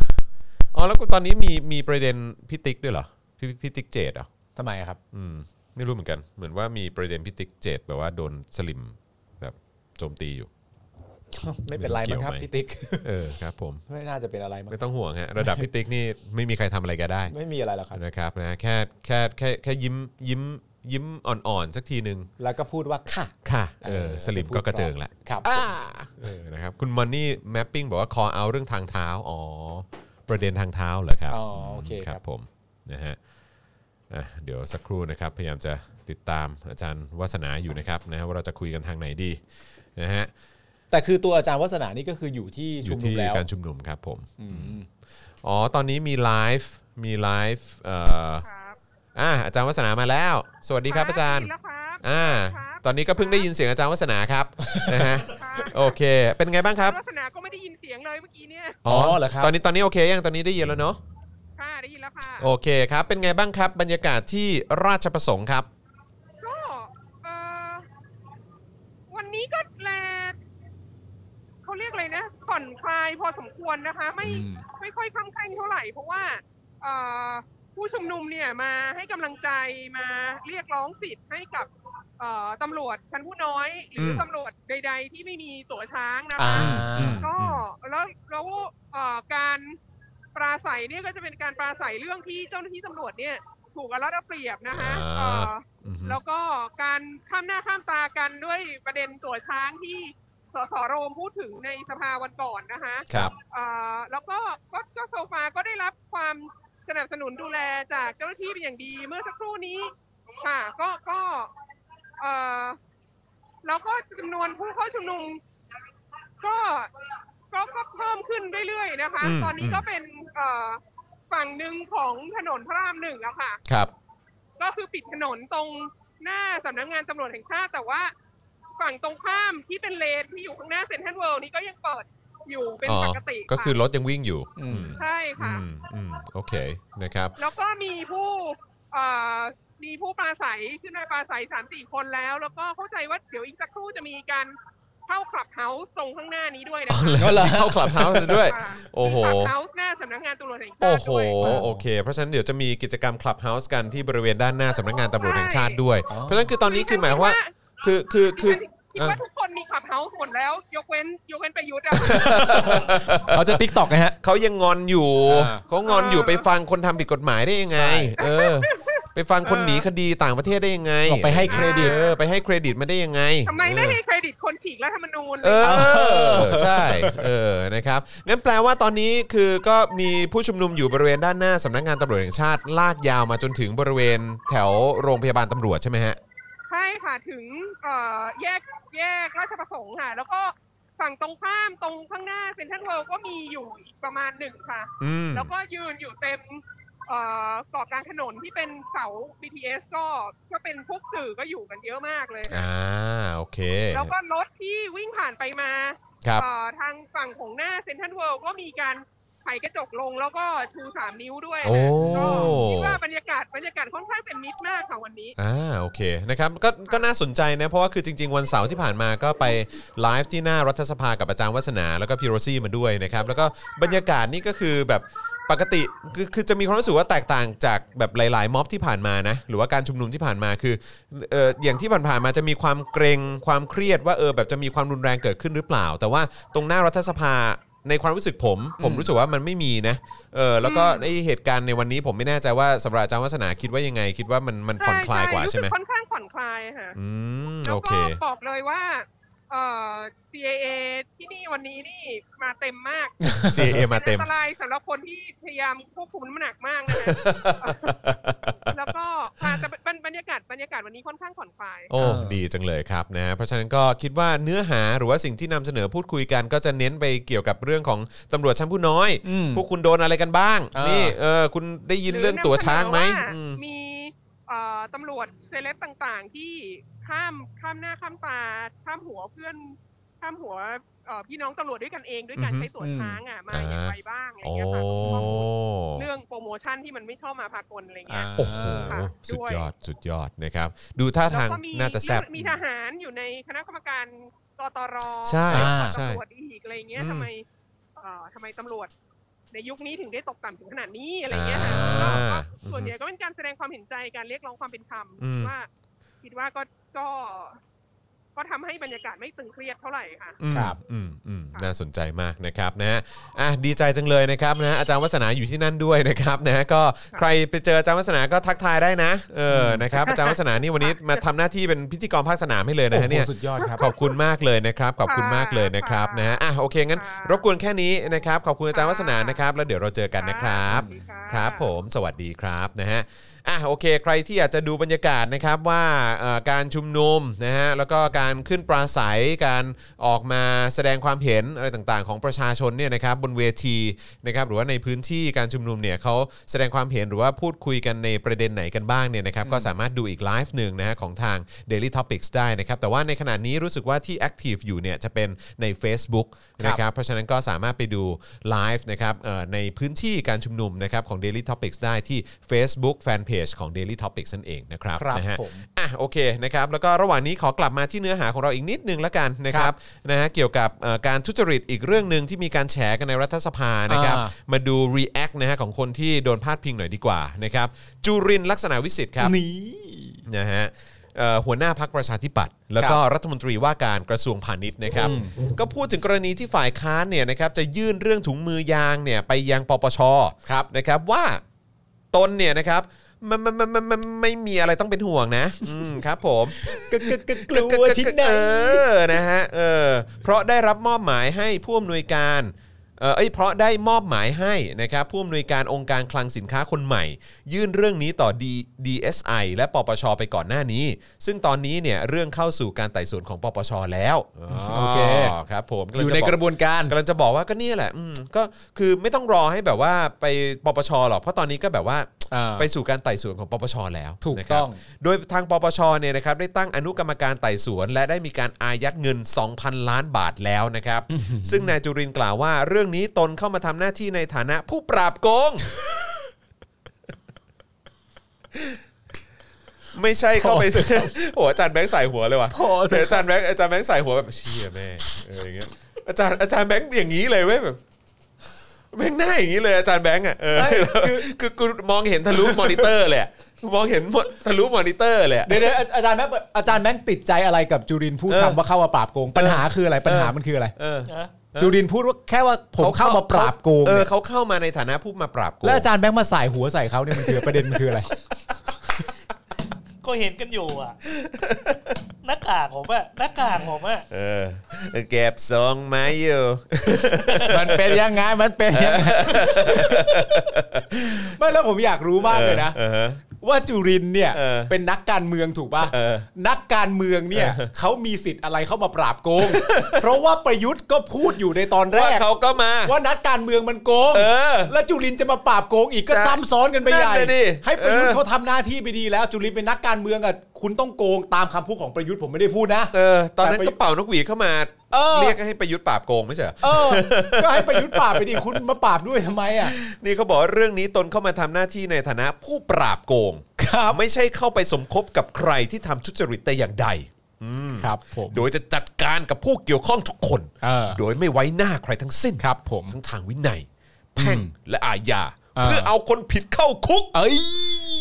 B: อ๋อแล้วก็ตอนนี้มีมีประเด็นพิติกด้วยเหรอพี่พิติกเจดเหรอ
C: ทำไมอะครับ
B: อืมไม่รู้เหมือนกัน เหมือนว่ามีประเด็นพิติกเจดแบบว่าโดนสลิมแบบโจมตีอยู่ (laughs)
C: ไม่เป็นไรมั้งครับ
B: เกี่ยวไหม
C: พี่ติ๊ก (laughs)
B: เออครับผม
C: ไม่น่าจะเป็นอะไรมั้ง
B: ไม่ต้องห่วงฮะระดับ (laughs) พิติกนี่ไม่มีใครทำอะไรแกได้
C: ไม่มีอะไรหรอกครับ
B: นะครับนะแค่แค่แค่แค่ยิ้มยิ้ม ยิ้มอ่อนๆสักทีหนึ่ง
F: แล้วก็พูดว่าค่ะ
B: ค่ะเออสลิมก็กระเจิงละ
F: ครับ
B: อ่าเออนะครับคุณมอนนี่แมปปิ้งบอกว่าคอเอาเรื่องทางเท้าอ๋อประเด็นทางเท้าเหรอครับ
F: อ๋อโอเคครับ
B: ผมนะฮะอ่ะเดี๋ยวสักครู่นะครับ พยายามจะติดตามอาจารย์วัฒนาอยู่นะครับนะฮะว่าเราจะคุยกันทางไหนดีนะฮะ
F: แต่คือตัวอาจารย์วัฒนานี่ก็คืออยู่ที่
B: อ
F: ชุม
B: ยู่
F: นุม
B: ที่
F: แล้ว
B: การชุมนุมครับผมอ๋อ ตอนนี้มีไลฟ์มีไลฟ์เอ่อ
I: ครับ
B: อ่าอาจารย์วัฒนามาแล้ว สวัสดีครับอาจารย์
I: ดีแล้วครับ
B: อ่า
I: ครับ
B: ตอนนี้ก็เพิ่งได้ยินเสียงอาจารย์วัฒนาครับ นะฮะโอเค เป็นไงบ้างครับ
I: ลักษณะก็ไม่ได้ยินเสียงเลยเมื่อกี้เนี่ย
B: อ๋อ
F: อ๋อเหรอครับ
B: ตอนนี้ตอนนี้โอเคยังตอนนี้ได้ยินแล้วเนาะ
I: ค่ะ ได้ยินแล้วค่ะ
B: โอเคครับ เป็นไงบ้างครับ บรรยากาศที่ราชประสงค์ครับ
I: ก็ เออวันนี้ก็แลเขาเรียกอะไรนะ ผ่อนคลายพอสมควรนะคะ ไม่ ไม่ค่อยคล่ำคล้งเท่าไหร่ เพราะว่า เอ่อ ผู้ชุมนุมเนี่ยมาให้กำลังใจ มาเรียกร้องสิทธิ์ให้กับ เอ่อตำรวจชั้นผู้น้อย หรือ
B: ม
I: อตำรวจใด ๆ ที่ไม่มีตั๋วช้างนะ
F: อ่า
I: คะ ก็แล้วแล้วเอ่อการปราศัยเนี่ยก็จะเป็นการปราศัยเรื่องที่เจ้าหน้าที่ตำรวจเนี่ย ถูกเอารัดเอาเปรียบนะคะเอ่อ
B: อืม
I: แล้วก็การข้ามหน้าข้ามตากันด้วยประเด็นตัวช้างที่สสโรมพูดถึงในสภาวันก่อนนะคะ
B: ครับ
I: เอ่อแล้วก็ก็ก็โซฟาก็ได้รับความสนับสนุนดูแลจากเจ้าหน้าที่เป็นอย่างดี เมื่อสักครู่นี้ค่ะ ก็ก็เอ่อแล้วก็จำนวนผู้เข้าชุมนุม ก็ก็ก็เพิ่มขึ้นเรื่อยๆนะคะ
B: อืม
I: ตอนนี้
B: อืม
I: ก็เป็นเอ่อฝั่งหนึ่งของถนนพระรามหนึ่งอะค่ะ
B: ครับ
I: ก็คือปิดถนนตรงหน้าสำนักงานตำรวจแห่งชาติ แต่ว่าฝั่งตรงข้ามที่เป็นเลนที่อยู่ข้างหน้าเซ็นทรัลเวิลด์นี่ก็ยังเปิดอยู่เป็น
B: อ๋อ
I: ปกติะ
B: ก็คือรถยังวิ่งอยู่อืม
I: ใช่
B: อื
I: ค่ะ
B: มอืมโอเคนะครับ
I: แล้วก็มีผู้เอ่อมีผู้ปราศัยขึ้นมาปราศัยสามสี่คนแล้ว แล้วก็เข้าใจว่าเดี๋ยวอีกสักครู่จะมีการเข้าคลับเฮาส์ตรงข้างหน้านี้ด้วยนะ
B: อ๋อ
I: คะ
B: แล้วมีเข้าคลับเฮาส์ด้วย
I: ค่ะ
B: โอ้โห
I: คลับเฮาส์หน้าสำนักงานตำรวจแห่งชา
B: โอ้
I: ติ
B: โห
I: ด้วย
B: โอเค เพราะฉะนั้นเดี๋ยวจะมีกิจกรรมคลับเฮาส์กันที่บริเวณด้านหน้าสำนักงานตำรวจแห่งชาติด้วย เพราะฉะนั้นคือตอนนี้คือหมายความว่า คือคือคือ
I: คิดว่าทุกคนมีขับเฮาส์หมดแล้ว ยกเว้นยกเว้นประยุทธ์อะ
C: เขาจะติ๊กตอกนะฮะ
B: เขายังงอนอยู่
C: อ่า
B: เขางอนอยู่
I: อ่า
B: ไปฟังคนทำผิดกฎหมายได้ยังไง เออ ไปฟังคนหนีคดีต่างประเทศได้ยังไง
C: บอกไปให้เครดิต
B: เออไปให้เครดิตมันได้ยังไง
I: ทำไมไม่
B: เออ
I: ให้เครดิตคนฉีกรัฐธรรมนูญเล
B: เอย อ ใช่ เออนะครับงั้นแปลว่าตอนนี้คือก็มีผู้ชุมนุมอยู่บริเวณด้านหน้าสำนักงานตำรวจแห่งชาติ ลากยาวมาจนถึงบริเวณแถวโรงพยาบาลตำรวจใช่ไหมฮะ
I: ใช่ค่ะถึงเอ่อแยกแยกราชประสงค์ค่ะ แล้วก็ฝั่งตรงข้ามตรงข้างหน้าเซ็นทรัลเวิลด์ก็มีอยู่อีกประมาณหนึ่งค่ะ
B: อืม
I: แล้วก็ยืนอยู่เต็มเอ่อเกาะกลางถนนที่เป็นเสา BTS ก็ก็เป็นพวกสื่อก็อยู่กันเยอะมากเลย
B: อ่า โอเค
I: แล้วก็รถที่วิ่งผ่านไปมา
B: ครับ
I: เอ่อทางฝั่งของหน้าเซ็นทรัลเวิลด์ก็มีการไขกระจกลงแล้วก็ชูสามนิ้วด้วยนะ
B: โอ้
I: ก็คิดว่าบรรยากาศบรรยากาศค่อนข้างเป็นมิตรมากค่ะวันนี้
B: อ่าโอเคนะครับก็ก็น่าสนใจนะเพราะว่าคือจริง ๆ วันเสาร์ที่ผ่านมาก็ไปไลฟ์ที่หน้ารัฐสภากับอาจารย์วัฒนาแล้วก็พี่โรซี่มาด้วยนะครับแล้วก็บรรยากาศนี่ก็คือแบบปกติคือคือจะมีความรู้สึกว่าแตกต่างจากแบบหลาย ๆ ม็อบที่ผ่านมานะหรือว่าการชุมนุมที่ผ่านมาคือเอ่ออย่างที่ผ่านๆมาจะมีความเกรงความเครียดว่าเออแบบจะมีความรุนแรงเกิดขึ้นหรือเปล่า แต่ว่าตรงหน้ารัฐสภาในความรู้สึกผม ผมรู้สึกว่ามันไม่มีนะ เออแล้วก็ในเหตุการณ์ในวันนี้ผมไม่แน่ใจว่าสำหรับอาจารย์วัฒนาคิดว่ายังไง คิดว่ามันมันผ่อนคลายกว่าใช่ไหม
I: รู้สึค่อนข้างผ่อนคลายค่ะ
B: อืม
I: แล้ว
B: โอเค
I: ก็บอกเลยว่าเอ่อ CAA ที่นี่วันนี้นี่มาเต็มมาก
B: CA มาเต็ม
I: ป็นอันตรายสำหรับคนที่พยายามควบคุมน้ำหนักมากนะคะ แล้วก็ค่ะแต่บรรบรรยากาศบรรยากาศวันนี้ค่อนข้างผ่อนคลาย
B: โอ้ดีจังเลยครับนะเพราะฉะนั้นก็คิดว่าเนื้อหาหรือว่าสิ่งที่นำเสนอพูดคุยกัน ก็จะเน้นไปเกี่ยวกับเรื่องของตำรวจชั้นผู้น้อย พวกคุณโดนอะไรกันบ้าง
C: อ่านี่
B: นี่เออคุณได้ยินเรื่องตัวช้างไหม
I: รือ
B: อืม
I: นำเสนอว่ามีเอ่อตำรวจเซเลบต่างๆ ที่ข้ามข้ามหน้าข้ามตาข้ามหัวเพื่อนข้ามหัวเอ่อพี่น้องตำรวจด้วยกันเองด้วยการ
B: อือฮึ
I: ใช้ตัวช้างอ่ะมา
B: อ่า
I: อย่างไรบ้างอะไร
B: โอ้
I: เงี้ยค่ะข้อมูลเรื่องโปรโมชั่นที่มันไม่ชอบมาพากลอะไรเงี้ย
B: โอ้โห
I: ค่ะ
B: สุด
I: ด้วย
B: ยอดสุดยอดนะครับ ดูท่าทาง
I: แล้วก็มี
B: น่าจะแซ่บ
I: มีทหารอยู่ในคณะกรรมการกตร
B: ใช่
I: แล้ว
B: อ่า
I: ก็
B: ใช่
I: ตำรวจอีกอะไรเงี้ย
B: อืม
I: ทำไมเอ่อทำไมตำรวจ ในยุคนี้ถึงได้ตกต่ำถึงขนาดนี้อะไรเงี้ยค่ะ
B: อ่า
I: ก็ส่วนใหญ่ก็เป็นการแสดงความเห็นใจการเรียกร้องความเป็นธรรม
B: อืม
I: ว่า คิดว่าก็ก็ ก็ทำให้บรรยากาศไม่ตึงเครียดเท่าไหร่ค่ะ
B: ครับอืมอืมน่าสนใจมากนะครับนะฮะอ่ะดีใจจังเลยนะครับนะฮะอาจารย์วัฒนาอยู่ที่นั่นด้วยนะครับนะฮะก็ใครไปเจออาจารย์วัฒนาก็ทักทายได้นะเออนะครับอาจารย์วัฒนานี่วันนี้มาทำหน้าที่เป็นพิธีกรภาคสนามให้เลยนะฮะเนี่ย
C: สุดยอดครับ
B: ขอบคุณมากเลยนะครับขอบคุณมากเลยนะครับนะฮะอ่ะโอเคงั้นรบกวนแค่นี้นะครับขอบคุณอาจารย์วัฒนานะครับ แล้วเดี๋ยวเราเจอกันนะครับ
I: สวัสดีค่ะ
B: ครับผมสวัสดีครับนะฮะอ่ะโอเค ใครที่อยากจะดูบรรยากาศนะครับว่าเอ่อการชุมนุมนะฮะแล้วก็การขึ้นปราศัยการออกมาแสดงความเห็นอะไรต่างๆ ของประชาชนเนี่ยนะครับบนเวทีนะครับหรือว่าในพื้นที่การชุมนุมเนี่ยเขาแสดงความเห็นหรือว่าพูดคุยกันในประเด็นไหนกันบ้างเนี่ยนะครับก็สามารถดูอีกไลฟ์หนึ่งนะฮะของทาง Daily Topics ได้นะครับแต่ว่าในขณะนี้รู้สึกว่าที่ Active อยู่เนี่ยจะเป็นใน Facebook นะครับเพราะฉะนั้นก็สามารถไปดูไลฟ์นะครับเอ่อในพื้นที่การชุมนุมนะครับของ Daily Topics ได้ที่ Facebook Fanpage ของ Daily Topics นั่นเองนะครับ
C: ครับ
B: นะฮะ
C: ผม
B: อ่ะโอเคนะครับแล้วก็ระหว่างนี้ขอกลับมาที่เนื้อหาของเราอีกนิดนึงละกันนะครับนะฮะเกี่ยวกับเอ่อการทุจริตอีกเรื่องหนึ่งที่มีการแฉกันในรัฐสภานะครับ
C: อ่า
B: มาดู React นะฮะของคนที่โดนพาดพิงหน่อยดีกว่านะครับจุรินทร์ลักษณะวิสิทธิ์ครับ
C: นี่
B: นะฮะเอ่อหัวหน้าพักประชาธิปัตย์แล้วก็รัฐมนตรีว่าการกระทรวงพาณิชย์นะครับก็พูดถึงกรณีที่ฝ่ายค้านเนี่ยนะครับจะยื่นเรื่องถุงมือยางเนี่ยไปยังปปช
C: ครับ
B: นะครับว่าตนเนี่ยนะครับมันมันมันมันมันไม่มีอะไรต้องเป็นห่วงนะอืมครับผม
C: กลัวที่ไหน
B: เออนะฮะเออเพราะได้รับมอบหมายให้ผู้อำนวยการเอ่อเอ้ยเพราะได้มอบหมายให้นะครับผู้อำนวยการองค์การคลังสินค้าคนใหม่ ยื่นเรื่องนี้ต่อ D DSI และปปชไปก่อนหน้านี้ ซึ่งตอนนี้เนี่ยเรื่องเข้าสู่การไต่สวนของปปชแล้ว
C: โอเค
B: ครับผมำ
C: อ
B: ลัง
C: ยู่
B: จ
C: ใน
B: บอ
C: กระบวนการ
B: กำลังจะบอกว่าก็เนี่ยแหละอืมก็คือไม่ต้องรอให้แบบว่าไปปปชหรอก เพราะตอนนี้ก็แบบว่า
C: อ่า
B: ไปสู่การไต่สวนของปปชแล้ว
C: ถูก
B: นะครั
C: ต้
B: บ
C: อง
B: โดยทางปปชเนี่ยนะครับได้ตั้งอนุกรรมการไต่สวน และได้มีการอายัดเงิน 2,000 ล้านบาทแล้วนะครับ ซึ่งนายจุรินทร์กล่าวว่า เรื่องนี้ตนเข้ามาทำหน้าที่ในฐานะผู้ปราบโกง (laughs) ไม่ใช่เข้าไป (laughs) โอ้อาจารย์แบงค์ใส่หัวเลยว่ะ
C: พอเถ
B: แต่
C: อะ
B: อาจารย์แบงค์อาจารย์แบงค์ใส่หัวแบบเชี่ยแม่งเอออย่างเงี้ยอาจารย์อาจารย์แบงค์อย่างนี้เลยเว้ยแบบแบงค์หน้าอย่างนี้เลยอาจารย์แบงค์อ่ะเออ (laughs) คือคือกูมองเห็นทะลุมอนิเตอร์เลยอะมองเห็นหมดทะลุมอนิเตอร์เลยอะ
C: เดี๋ยวๆอาอาจารย์แม่งอาจารย์แม่งติดใจอะไรกับจุรินทร์พูด
B: เออ
C: คำว่าเข้ามาปราบโกง ปัญหาคืออะไรปัญหา
B: เออ
C: มันคืออะไร
B: เออ
E: นะ
C: จุรินทร์พูดว่าแค่ว่าผมเข้ามาปราบโกง
B: เออ
C: เนี่ย
B: เขาเข้ามาในฐานะผู้มาปราบโกง
C: แล้วอาจารย์แบงค์มาสายหัวใส่เขาเนี่ยมันคือประเด็นมันคืออะไร
E: ก็เห็นกันอยู่
C: (laughs)
E: อ่ะ หน้ากากผมอ่ะหน้ากากผมอ่ะ
B: เออเก็บทรงไม้อยู่
C: มันเป็นยังไงมันเป็นยังไงไม่แล้วผมอยากรู้มากเลยนะ
B: เออฮะ
C: ว่าจุรินทร์เนี่ย
B: เออ
C: เป็นนักการเมืองถูกป่ะ
B: เออ
C: นักการเมืองเนี่ยเขามีสิทธิ์อะไรเข้ามาปราบโกง เพราะว่าประยุทธ์ก็พูดอยู่ในตอนแร
B: ว่าก เขาก็มา
C: ว่านักการเมืองมันโกง
B: เออ
C: แล้วจุรินทร์จะมาปราบโกงอีกก็
B: ใช่
C: ซ้ำซ้อนกันไปใหญ่
B: นั่นเลยดิ
C: ให้ประยุ
B: เอ
C: ทธ์
B: อ
C: เขาทำหน้าที่ไปดีแล้วจุรินทร์เป็นนักการเมืองอ่ะคุณต้องโกงตามคำพูดของประยุทธ์ผมไม่ได้พูดนะ
B: เออ ตอนนั้น
C: แต่ไป
B: ก็เป่านกหวีดเข้ามา
C: เออ
B: เรียกให้ประยุทธ์ปราบโกงไม่ใช่เหรอ
C: เออ ก็ให้ประยุทธ์ปราบไปดิคุณมาปราบด้วยทำไมอ่ะ
B: นี่เขาบอกว่าเรื่องนี้ตนเข้ามาทำหน้าที่ในฐานะผู้ปราบโกง
C: ครับ
B: ไม่ใช่เข้าไปสมคบกับใครที่ทำทุจริตแต่อย่างใด
C: ครับผม
B: โดยจะจัดการกับผู้เกี่ยวข้องทุกคน
C: เออ
B: โดยไม่ไว้หน้าใครทั้งสิ้น
C: ครับผม
B: ทั้งทางวินัย แพ่งและอาญา
C: เออ
B: เพื่อเอาคนผิดเข้าคุก
C: เอ้ย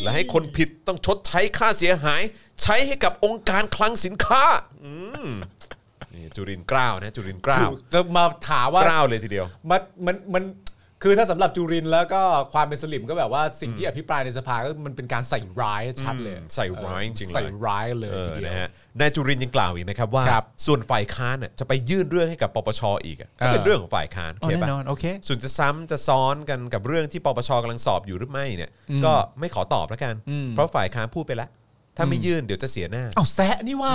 B: และให้คนผิดต้องชดใช้ค่าเสียหาย ใช้ให้กับองค์การคลังสินค้าอืมนี่จุรินทร์กล้าวนะจุรินทร์กล้าว
C: จะมาถามว่า
B: กล้าวเลยทีเดียว
C: มันมันมันคือถ้าสำหรับจุรินทร์แล้วก็ความเป็นสลิมก็แบบว่าสิ่งที่อภิปรายในสภาก็มันเป็นการใส่ร้ายชัดเลย
B: อืมใส่ร้ายจริงๆเลย
C: ใส่ร้ายเลย
B: เออ
C: ทีเดียว
B: นะฮะนายจุรินทร์ยังกล่าวอีกนะครับว่า
C: ครับ
B: ส่วนฝ่ายค้านน่ะจะไปยื่นเรื่องให้กับปปชอีกอะก็
C: เออ
B: เป็นเรื่องของฝ่ายค้านโอเคปะ
C: แน่นอนโอเค
B: ส่วนจะซ้ำจะซ้อนกันกับเรื่องที่ปปชกำลังสอบอยู่หรือไม่เนี่ย ก็ไม่ขอตอบแล้วกัน
C: อืม
B: เพราะฝ่ายค้านพูดไปแล้ว ถ้าไม่ยื่นเดี๋ยวจะเสียหน้า
C: เอาแซะนี่ว่า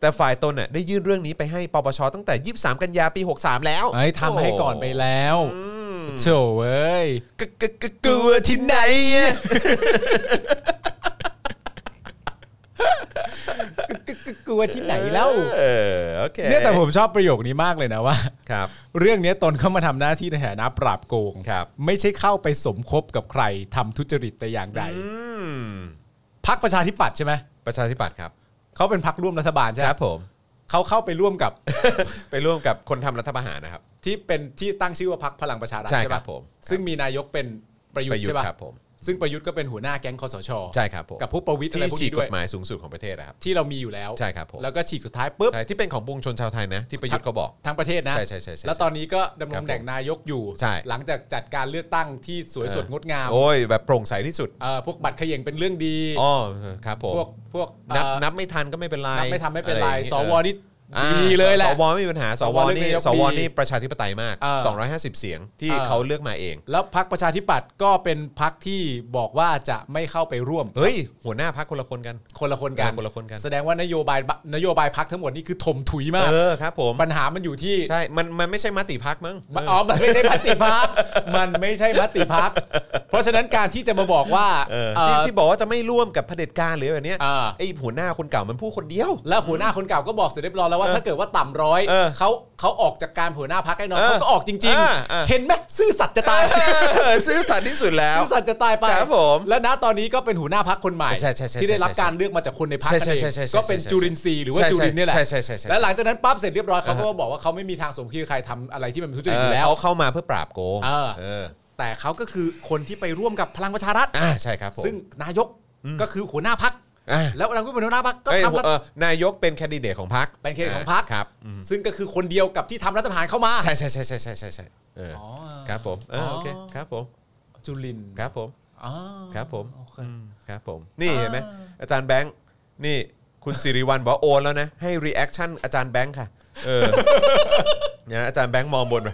B: แต่ฝ่ายตนน่ะได้ยื่นเรื่องนี้ไปให้ปปชตั้งแต่ 23 กันยาปี 63 แล้ว
C: ไอ้ยทำให้ก่อนไปแล้วโถเอ้ย
B: กกกกกลัวที่ไหนอะ
C: กลัวที่ไหนแล้ว
B: เออโอเค
C: เนี่ยแต่ผมชอบประโยคนี้มากเลยนะว่า
B: ครับ
C: เรื่องเนี้ยตนเข้ามาทำหน้าที่ในฐานะปราบโกง
B: ครับ
C: ไม่ใช่เข้าไปสมคบกับใครทำทุจริตแต่อย่างใด
B: อืม
C: พักประชาธิปัตย์ใช่ไหม
B: ประชาธิปัตย์ครับ
C: เขาเป็นพักร่วมรัฐบาลใช่ไหม
B: ครับผม
C: เขาเข้าไปร่วมกับ
B: (laughs) ไปร่วมกับคนทำรัฐประหารนะครับ
C: ที่เป็นที่ตั้งชื่อว่าพักพลังประชารัฐ
B: ใช่
C: ใช่
B: ครั
C: ปะ
B: บผม
C: ซึ่งมีนายกเป็นประยุทธ์ใช่ปะ
B: ครับผม
C: ซึ่งประยุทธ์ก็เป็นหัวหน้าแก๊งคอสช
B: ใช่ครับผม
C: กับพวกประวิทย์อะไร
B: ที่
C: พวก
B: ฉีกก
C: นี้ด้วย
B: ฎหมายสูงสุดของประเทศนะครับ
C: ที่เรามีอยู่แล้ว
B: ใช่ครับผม
C: แล้วก็ฉีกสุดท้ายปุ๊บ
B: ใช่ที่เป็นของปวงชนชาวไทยนะ ที่ประยุทธ์เขาบอก
C: ทั้งประเทศนะ
B: ใช่ใช่ใช่ใช่
C: แล้วตอนนี้ก็ดำร
B: ครั
C: ง
B: บ
C: แหน่งนายกอยู่
B: ใช่
C: หลังจากจัดการเลือกตั้งที่สวยสดงดงาม
B: โอ้ยแบบโปร่งใสที่สุด
C: เอ่อพวกบัตรเขย่งเป็นเรื่องดี
B: อ๋อครับผม
C: พวกพวก
B: นับ
C: เอ่อ
B: นับไม่ทันก็ไม่เป็นไร
C: นับไม่ทำไม่เป็นไร
B: อะอย่างงี้
C: สวนี่
B: อ่า
C: ดีเลยแหละ
B: สวไม่มีปัญหาสว
C: สวเลือก
B: นี่
C: นายก
B: สว
C: ดี
B: นี่ประชาธิปไตยมาก
C: เออ
B: 250 เสียงที่
C: เออ
B: เขาเลือกมาเอง
C: แล้วพักประชาธิปัตย์ก็เป็นพักที่บอกว่าจะไม่เข้าไปร่วม
B: เฮ้ย หัวหน้าพักคนละคนกัน
C: คนละคนกัน
B: คนละคนกัน
C: แสดงว่านโยบายบะนโยบายพักทั้งหมดนี่คือถมถุยมาก
B: เออครับผม
C: ปัญหามันอยู่ที่
B: ใช่ มันมันไม่ใช่มติพักมั้ง
C: มันอ๋อมันไม่ใช่มติพักมันไม่ใช่มติพักเพราะฉะนั้นการที่จะมาบอกว่า
B: เออ
C: เอ่อ
B: ที่ที่บอกว่าจะไม่ร่วมกับเผด็จการหรือแบบเนี้ย
C: อ่า
B: ไอหัวหน้าคนเก่ามันพูดคนเดียว
C: แล้วหัวหน้าคนเก่าก็บอกเสร็จเรียบร้อยแล้วว่า
B: เออ
C: ถ้าเกิดว่าต่ำร้อย
B: เออ
C: เขาเขาออกจากการหัวหน้าพักไอ้น้อย
B: เออ
C: เขาก็ออกจริง
B: อ่าอ่า
C: ๆ เห็นไหมซื่อสัตย์จะตาย
B: เออซื่อสัตย์ที่สุดแล้ว
C: ซื่อสัตย์จะตายไป
B: ครับผม
C: และณตอนนี้ก็เป็นหัวหน้าพักคนใหม่
B: ใช่ใช่ใช่
C: ที่ได้รับ
B: ใช่ใช่
C: การเลือกมาจากคนในพัก
B: ใช่
C: นั่น
B: ใช่
C: เอง
B: ใช่ใช่ใช่
C: ก็เป็น
B: ใช่
C: จุรินทรีย์หรือว่า
B: ใช่ใช่
C: จุรินเนี่ยแหละ
B: ใช่ใช่ใช่ใช่
C: และหลังจากนั้นปั๊บเสร็จเรียบร้อยเขาก็บอกว่าเขาไม่มีทางสมคิดใครทำอะไรที่มันเป็นทุจริตอยู่แล้ว
B: เออเขาเข้ามาเพื่อปราบโกง
C: เออ
B: เออ
C: แต่เขาก็คือคนที่ไปร่วมกับพลังประชารัฐ
B: อ่าใช่ครับผม
C: ซึ่งนายกก็คือหัวหน้าพัก
B: อ่า
C: แล้วนายกเป็นหัวหน้าพักก็
B: เอ้ย
C: ทำรัฐ
B: เออนายกเป็นแคนดิเดตของพรรค
C: เป็นเขตของพัก
B: ครับอืม
C: ซึ่งก็คือคนเดียวกับที่ทำรัฐประหารเข้ามา
B: ใช่ใช่ใช่ใช่ใช่ใช่ใช่เอออครับผมเอออโอเคครับผม
C: จุลินทร์
B: ครับผม
C: อ๋อ
B: ครับผม
C: โอเค
B: อืมครับผม นี่เห็นไหมอาจารย์แบงค์นี่คุณสิริวัลบอกว่าโอนแล้วนะ ให้รีแอคชั่นอาจารย์แบงค์ค่ะเออ
C: (laughs)
B: เนี่ยอาจารย์แบงค์มองบนไป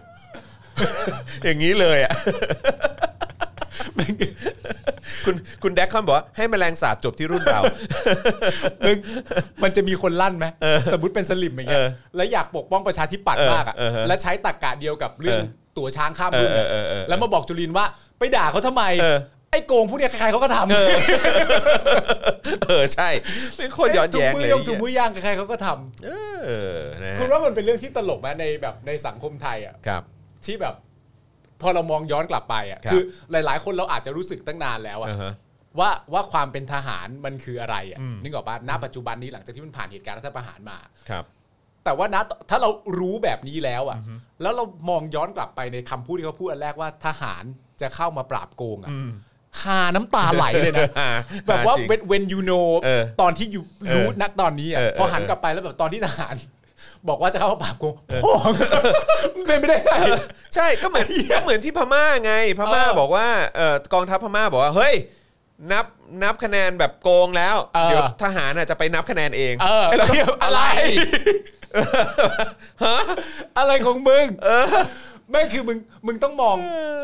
B: (laughs) อย่างนี้เลยอ่ะ (laughs) คุณคุณแดกคอนบอกว่าให้แมลงสาบจบที่รุ่นเรา
C: มึงมันจะมีคนลั่นไหมสมมติเป็นสลิม (laughs) อย่างเงี้ย
B: เออ
C: แล้วอยากปกป้องประชาธิปัตย์มากอ่ะ
B: เออเออ
C: แล้วใช้ตรกกะเดียวกับเรื่อง
B: เออ
C: ตั๋วช้างข้าม
B: เอ
C: รุ่
B: อนเออเออเออ
C: แล้วมาบอกจุลินทร์ว่าไปด่าเขาทำไม
B: เออ
C: ไอ้โกงพวกเนี้ยใครๆเขาก็ทำ
B: เออใช่เป็นโคนย้อน
C: ถุง
B: แย้ง
C: มื
B: เลย
C: ยงถุงมือย่างใครๆเขาก็ทำ
B: เออนะฮะ
C: คุณว่ามันเป็นเรื่องที่ตลกไหมในแบบในสังคมไทยอ่ะ
B: ครับ
C: ที่แบบ พอเรามองย้อนกลับไปอ่ะ
B: ครับ
C: คือหลาย ๆ คนเราอาจจะรู้สึกตั้งนานแล้วอ่ะ
B: อ่าฮะ
C: ว่าว่าความเป็นทหารมันคืออะไรอ่ะ
B: อืม
C: นึกออกปะณปัจจุบันนี้หลังจากที่มันผ่านเหตุการณ์รัฐประหารมา
B: ครับ
C: แต่ว่าณถ้าเรารู้แบบนี้แล้วอ่ะ แล้วเรามองย้อนกลับไปในคำพูดที่เขาพูดอันแรกว่าทหารจะเข้ามาปราบโกงอ่ะหาน้ำตาไหลเลยนะ
B: (laughs) อ่
C: แบบว่า
B: จริง
C: when- when you know
B: เออ
C: ตอนที่อยู่
B: เออ
C: รู้นักตอนนี้อ่ะ
B: เออเออ
C: พอหันกลับไปแล้วแบบตอนที่ทหาร (laughs) บอกว่าจะเข้ามาปราบ (laughs) โกงพ่อมันเป็นไม่ได้ไง (laughs)
B: ใช่ก็เหมือนก็เหมือนที่พม่าไง พม่า
C: เออ
B: บอกว่าเอ่อกองทัพพม่าบอกว่าเฮ้ย นับนับคะแนนแบบโกงแล้ว
C: เออ
B: เดี๋ยวทหารน่ะจะไปนับคะแนนเอง
C: เออ
B: ไเรา
C: อะ
B: อะไร ไร
C: อะไรของมึงไม่คือมึงมึงต้องมอง